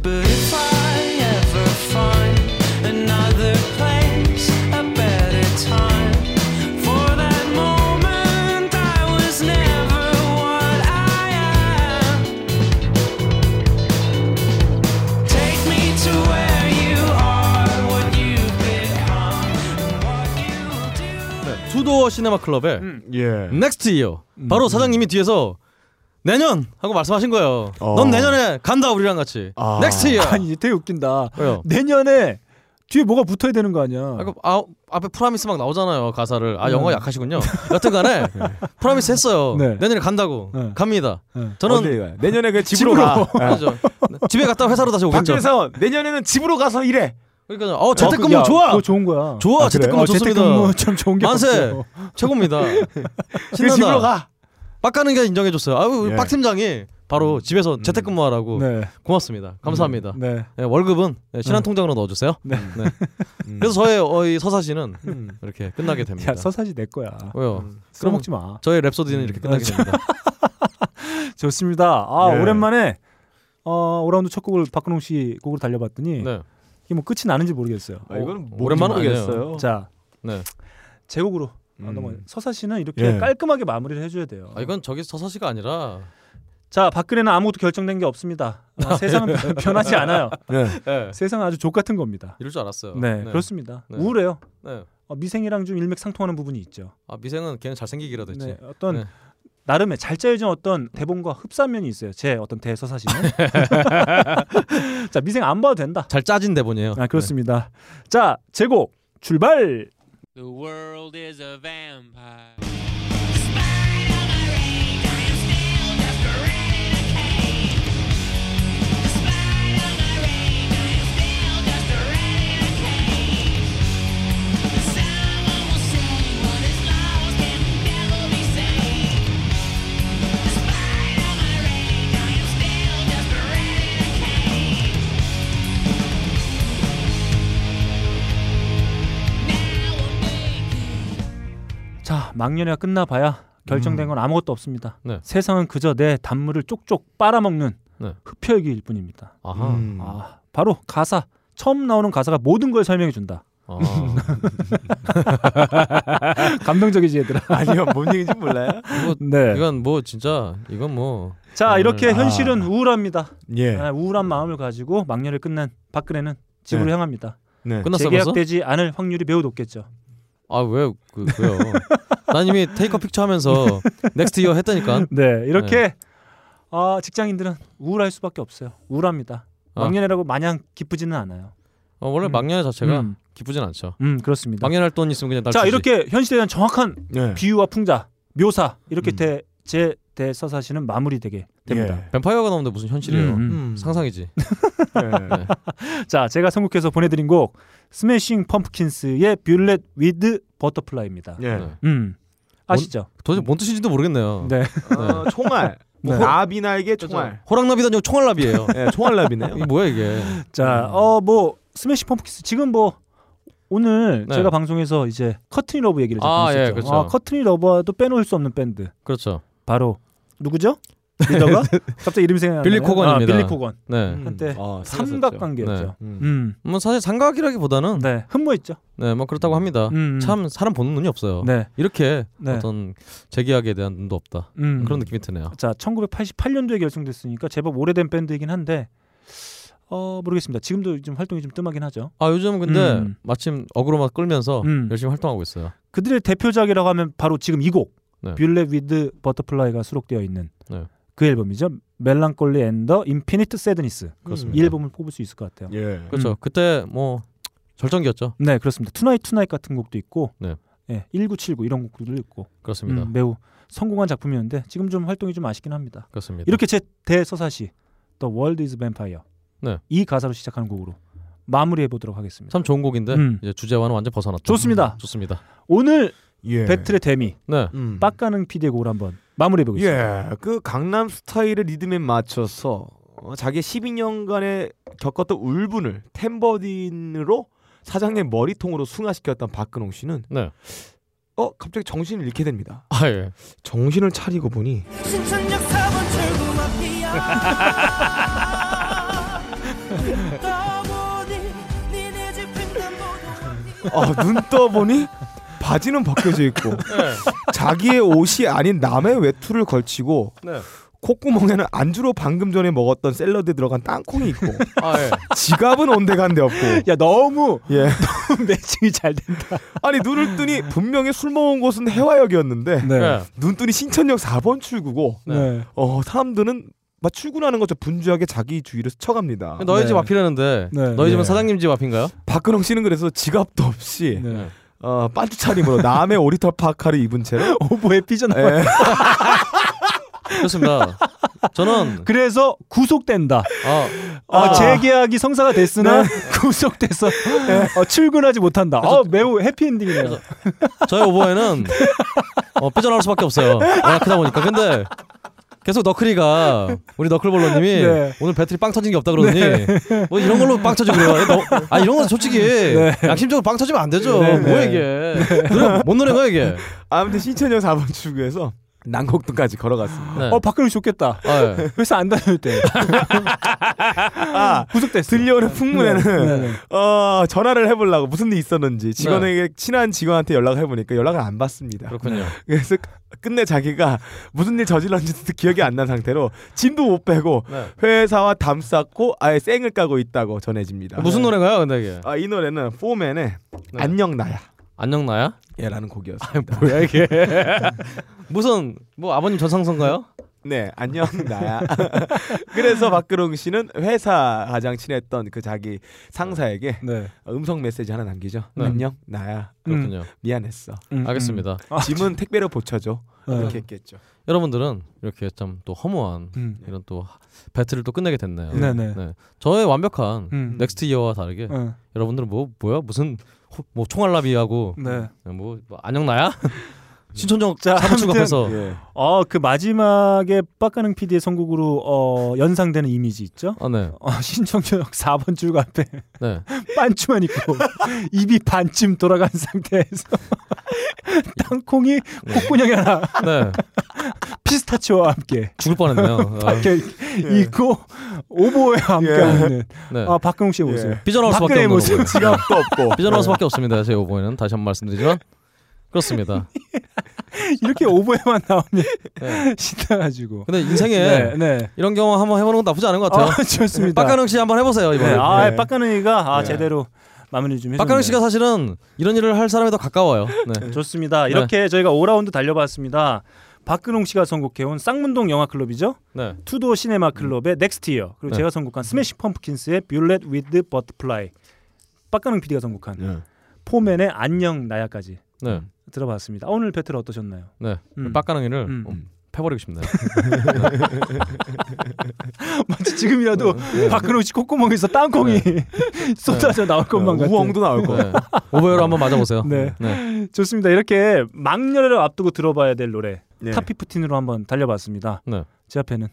But if I ever find another place, a better time for that moment, I was never what I am. Take me to where you are, what you've become, and what
네, 투도어 시네마 클럽의
예.
넥스트 이어
음.
바로 사장님이 뒤에서 내년 하고 말씀하신 거예요.
어.
넌 내년에 간다 우리랑 같이. 넥스트 이어.
아니 되게 웃긴다.
왜요?
내년에 뒤에 뭐가 붙어야 되는 거 아니야.
아까 아, 앞에 프라미스 막 나오잖아요 가사를 아 영어
음.
약하시군요 여튼간에 프라미스 했어요
네.
내년에 간다고 갑니다 저는
어디 가요? 내년에 그 집으로, 아. 가.
그죠. 집에 갔다 회사로 다시 오겠죠
박근혜사원 내년에는 집으로 가서 일해.
그러니까 어 재택근무
야,
좋아
그거
좋은 거야
좋아
아, 그래요?
재택근무
어,
좋습니다
재택근무 참 좋은 게
만세
없어요.
최고입니다 신난다
그래, 집으로 가.
빡가는 게 인정해줬어요 아우
예.
박 팀장이 바로 집에서 재택근무하라고
네.
고맙습니다 감사합니다
음, 네.
예, 월급은 예, 신한 통장으로 넣어주세요 네. 그래서 저의 어, 이 서사시는 이렇게 끝나게 됩니다
야 서사지 음. 내 거야.
왜요?
그럼 먹지 마.
저의 랩소디는 이렇게 끝나게 됩니다.
좋습니다. 아
예.
오랜만에 어, 오라운드 첫 곡을 박근홍 씨 곡으로 달려봤더니
네.
이게 뭐 끝이 나는지 모르겠어요.
아, 이거는 뭔지
오랜만은
모르겠어요.
아니에요.
자,
네.
제곡으로 아, 넘어. 서사 씨는 이렇게
예.
깔끔하게 마무리를 해줘야 돼요.
아 이건 저기 서사시가 아니라
자, 박근혜는 아무것도 결정된 게 없습니다. 아, 세상은 변하지 않아요.
네. 네.
세상은 아주 족 같은 겁니다.
이럴 줄 알았어요.
네,
네.
그렇습니다.
네.
우울해요.
네.
어, 미생이랑 좀 일맥상통하는 부분이 있죠.
아 미생은 걔는 잘생기기라도 했지.
네, 어떤
네.
나름의 잘 짜여진 어떤 대본과 흡사한 면이 있어요. 제 어떤 대서사시는. 자 미생 안 봐도 된다.
잘 짜진 대본이에요.
아 그렇습니다. 자 제곡 출발.
The world is a vampire.
자 망년회가 끝나봐야 결정된 건 아무것도 없습니다.
음. 네.
세상은 그저 내 단물을 쪽쪽 빨아먹는
네.
흡혈귀일 뿐입니다.
아하. 음.
아, 바로 가사 처음 나오는 가사가 모든 걸 설명해 준다.
아.
감동적이지 얘들아.
아니요, 뭔 얘기인지 몰라요? 이거,
네. 음,
이건 뭐 진짜 이건 뭐.
자
오늘-
이렇게
아.
현실은 우울합니다.
예.
아, 우울한 마음을 가지고 망년을 끝낸 박근혜는 집으로
네.
향합니다.
네. 끝났어요,
재계약되지 않을 확률이 매우 높겠죠.
아왜 그, 왜요? 난 이미 테이크 픽처 하면서 넥스트 이어 했다니까.
네 이렇게 아, 직장인들은 우울할 수밖에 없어요. 우울합니다.
아.
망년회라고 마냥 기쁘지는 않아요.
어, 원래 막년의 자체가
음.
기쁘진 않죠.
음, 그렇습니다.
막년할 돈 있으면 그냥 날
자
주지.
이렇게 현실에 대한 정확한
예.
비유와 풍자, 묘사 이렇게 대, 제 대서사시는 마무리되게 됩니다.
예. 뱀파이어가 나오는데 무슨 현실이에요?
음, 음.
상상이지.
자, 제가 선곡해서 보내드린 곡 스매싱 펌프킨스의 뷰렛 위드 버터플라이입니다.
예.
음, 아시죠?
뭔- 도대체 뭔 뜻인지도 모르겠네요.
네.
어, 총알. 뭐
네.
나비나에게 총알.
호랑나비다니고 총알나비예요.
예, 총알나비네요.
이게 뭐야 이게?
자,
음.
어 뭐 스매싱 펌프킨스 지금 뭐 오늘
네.
제가 방송에서 이제 커튼이 러브 얘기를
아,
잠깐
예,
했었죠.
그렇죠.
아, 커튼이 러브와도 빼놓을 수 없는 밴드.
그렇죠.
바로 누구죠? 리더가 갑자기 이름이 생각나요.
빌리 코건입니다.
아, 빌리 코건.
네.
한때
아,
삼각관계였죠.
네.
음.
뭐 사실 삼각이라기보다는
네. 흠모했죠.
네, 뭐 그렇다고 합니다.
음, 음.
참 사람 보는 눈이 없어요.
네.
이렇게
네.
어떤 재계약에 대한 눈도 없다.
음.
그런 느낌이 드네요.
자, 1988년도에 결성됐으니까 제법 오래된 밴드이긴 한데 어 모르겠습니다. 지금도 좀 활동이 좀 뜸하긴 하죠.
아 요즘 근데
음.
마침 어그로만 끌면서
음.
열심히 활동하고 있어요.
그들의 대표작이라고 하면 바로 지금 이 곡,
네.
뷰렛 위드 버터플라이가 수록되어 있는
네.
그 앨범이죠. 멜랑콜리 앤더 인피니트 세드니스.
그렇습니다. 예.
이 앨범을 뽑을 수 있을 것 같아요. 음.
그렇죠. 그때 뭐 절정기였죠.
네, 그렇습니다. 투나잇 투나잇 같은 곡도 있고
네.
예, 1979 이런 곡들도 있고
그렇습니다.
음, 매우 성공한 작품이었는데 지금 좀 활동이 좀 아쉽긴 합니다.
그렇습니다.
이렇게 제 대서사시 The World Is Vampire
네.
이 가사로 시작하는 곡으로 마무리해 보도록 하겠습니다.
참 좋은 곡인데
음.
이제 주제와는 완전 벗어났죠.
좋습니다.
좋습니다.
오늘
예.
배틀의 데미
네.
빡가는 피디의 곡을 한번 마무리해 보겠습니다.
음. 예, 그 강남 스타일의 리듬에 맞춰서 어, 자기 12년간의 겪었던 울분을 탬버린으로 사장님 머리통으로 승화시켰던 박근홍 씨는
네.
어 갑자기 정신을 잃게 됩니다.
아 예.
정신을 차리고 보니
신천역 4번 출구 앞이야 떠보니 니네 집 횡단보도
어, 눈 떠보니 바지는 벗겨져 있고
네.
자기의 옷이 아닌 남의 외투를 걸치고
네.
콧구멍에는 안주로 방금 전에 먹었던 샐러드에 들어간 땅콩이 있고
아 예.
지갑은 온데간데 없고
야 너무
예.
너무 매칭이 잘 된다
아니 눈을 뜨니 분명히 술 먹은 곳은 해화역이었는데
예.
네.
눈 뜨니 신천역 4번 출구고
네.
어 사람들은 막 출근하는 것처럼 분주하게 자기 주위를 스쳐갑니다
아, 너희 집 앞이라는데
네.
너희
네.
집은 사장님 집 앞인가요?
박근홍 씨는 그래서 지갑도 없이
네.
어, 반츠 차림으로 남의 오리털 파카를 입은 채로
오보에 삐져나와
예.
그렇습니다. 저는
그래서 구속된다. 어,
아.
재계약이 성사가 됐으나 구속돼서 어, 출근하지 못한다. 어, 매우 해피엔딩이네요.
저의 오버에는 어, 삐져나올 수밖에 없어요. 워낙 크다 보니까. 근데 계속 너클이가 우리 너클볼러님이
네.
오늘 배터리 빵 터진 게 없다 그러더니
네.
뭐 이런 걸로 빵 터지고 그래요. 너, 아 이런 건 솔직히 네. 양심적으로 빵 터지면 안 되죠.
네,
뭐야
네.
이게. 노래 못 노래가 이게.
아무튼 신천역 4번 출구에서 난곡동까지 걸어갔습니다.
네.
어, 박근혜 좋겠다.
아, 예.
회사 안 다닐 때.
아,
구속됐어.
들려오는 풍문에는
네, 네,
어, 전화를 해보려고 무슨 일이 있었는지 직원에게 친한 직원한테 연락을 해보니까 연락을 안 받습니다.
그렇군요.
그래서 끝내 자기가 무슨 일 저질렀는지도 기억이 안 난 상태로 짐도 못 빼고
네.
회사와 담 쌓고 아예 쌩을 까고 있다고 전해집니다.
무슨 노래인가요 근데 이게?
아, 이 노래는 포맨의 안녕 나야.
안녕 나야?
예라는 곡이었습니다.
뭐야 이게? 무슨 뭐 아버님 전상선가요?
네, 안녕 나야. 그래서 박근홍 씨는 회사 가장 친했던 그 자기 상사에게
네.
음성 메시지 하나 남기죠.
네.
안녕 나야.
그렇군요.
음, 미안했어.
음, 알겠습니다. 음.
짐은 택배로 보쳐줘.
어.
네.
이렇게 했겠죠.
여러분들은 이렇게 참 또 허무한
음.
이런 또 배틀을 또 끝내게 됐네요.
네네.
저의 완벽한
음.
넥스트 이어와 다르게
네.
여러분들은 뭐 뭐야 무슨 호- 뭐 총알라비하고
네.
뭐, 뭐 안녕 나야 신촌역 사무출 앞에서
어, 그 마지막에 빡가능 PD의 선곡으로 어, 연상되는 이미지 있죠?
아, 네.
어, 신청역 4번 출구 앞에
네.
반쯤만 있고 입이 반쯤 돌아간 상태에서 땅콩이 콧구멍에 하나
네.
피스타치오와 함께
죽을 뻔했네요.
박혀 있고 오보에 함께하는
네.
아 박근홍 씨의 모습
삐져나올 수밖에
박근혜의
없는
모습
거고요.
네.
삐져나올 수밖에 없습니다. 제 오보에는 다시 한번 말씀드리지만 그렇습니다.
이렇게 오보에만 나오면
네.
신나가지고
근데 인생에
네, 네.
이런 경험 한번 해보는 것도 나쁘지 않은 것 같아요.
아, 좋습니다.
박가능 씨 한번 해보세요 이번에.
네, 아 빡가능이가 아, 제대로 마무리 좀 해주세요.
네. 박가능 씨가 사실은 이런 일을 할 사람이 더 가까워요. 네.
좋습니다. 이렇게 저희가 5라운드 달려봤습니다. 박근홍 씨가 선곡해온 쌍문동 영화 클럽이죠.
네.
투도 시네마 클럽의 넥스트 이어 그리고
네.
제가 선곡한 스매싱 펌프킨스의 뷰렛 위드 버터플라이 박가능 PD가 선곡한
네.
포맨의 안녕 나야까지
네.
들어봤습니다. 오늘 배틀 어떠셨나요?
네.
음.
빡가능이를
음.
어, 패버리고 싶네요.
마치
어,
지금이라도
네.
박근홍 씨 콧구멍에서 땅콩이 쏟아져 나올 것만 같은
네. 우엉도 나올 거.
네. 오버웨어로 한번 맞아보세요.
네.
네.
좋습니다. 이렇게 막렬을 앞두고 들어봐야 될 노래
네.
탑피프틴으로 한번 달려봤습니다.
네.
제 앞에는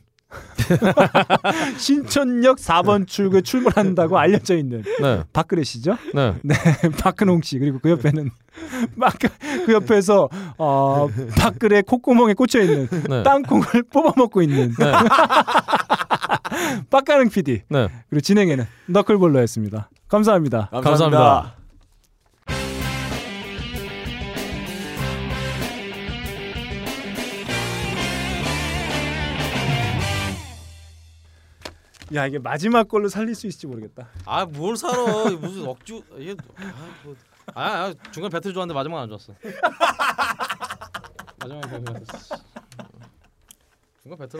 신천역 4번 출구에 출몰한다고 알려져 있는
네.
박근혜 씨죠?
네.
박근홍 씨 그리고 그 옆에는 막그 옆에서 어, 박근혜 콧구멍에 꽂혀 있는
네.
땅콩을 뽑아 먹고 있는
네.
박가능 PD 그리고 진행에는 너클볼러였습니다. 감사합니다.
감사합니다. 감사합니다.
야 이게 마지막 걸로 살릴 수 있을지 모르겠다.
아 뭘 살아 무슨 억지 이게 아, 뭐. 아, 아 중간 배틀 좋았는데 마지막 안 좋았어. 마지막에 배틀 좋았어.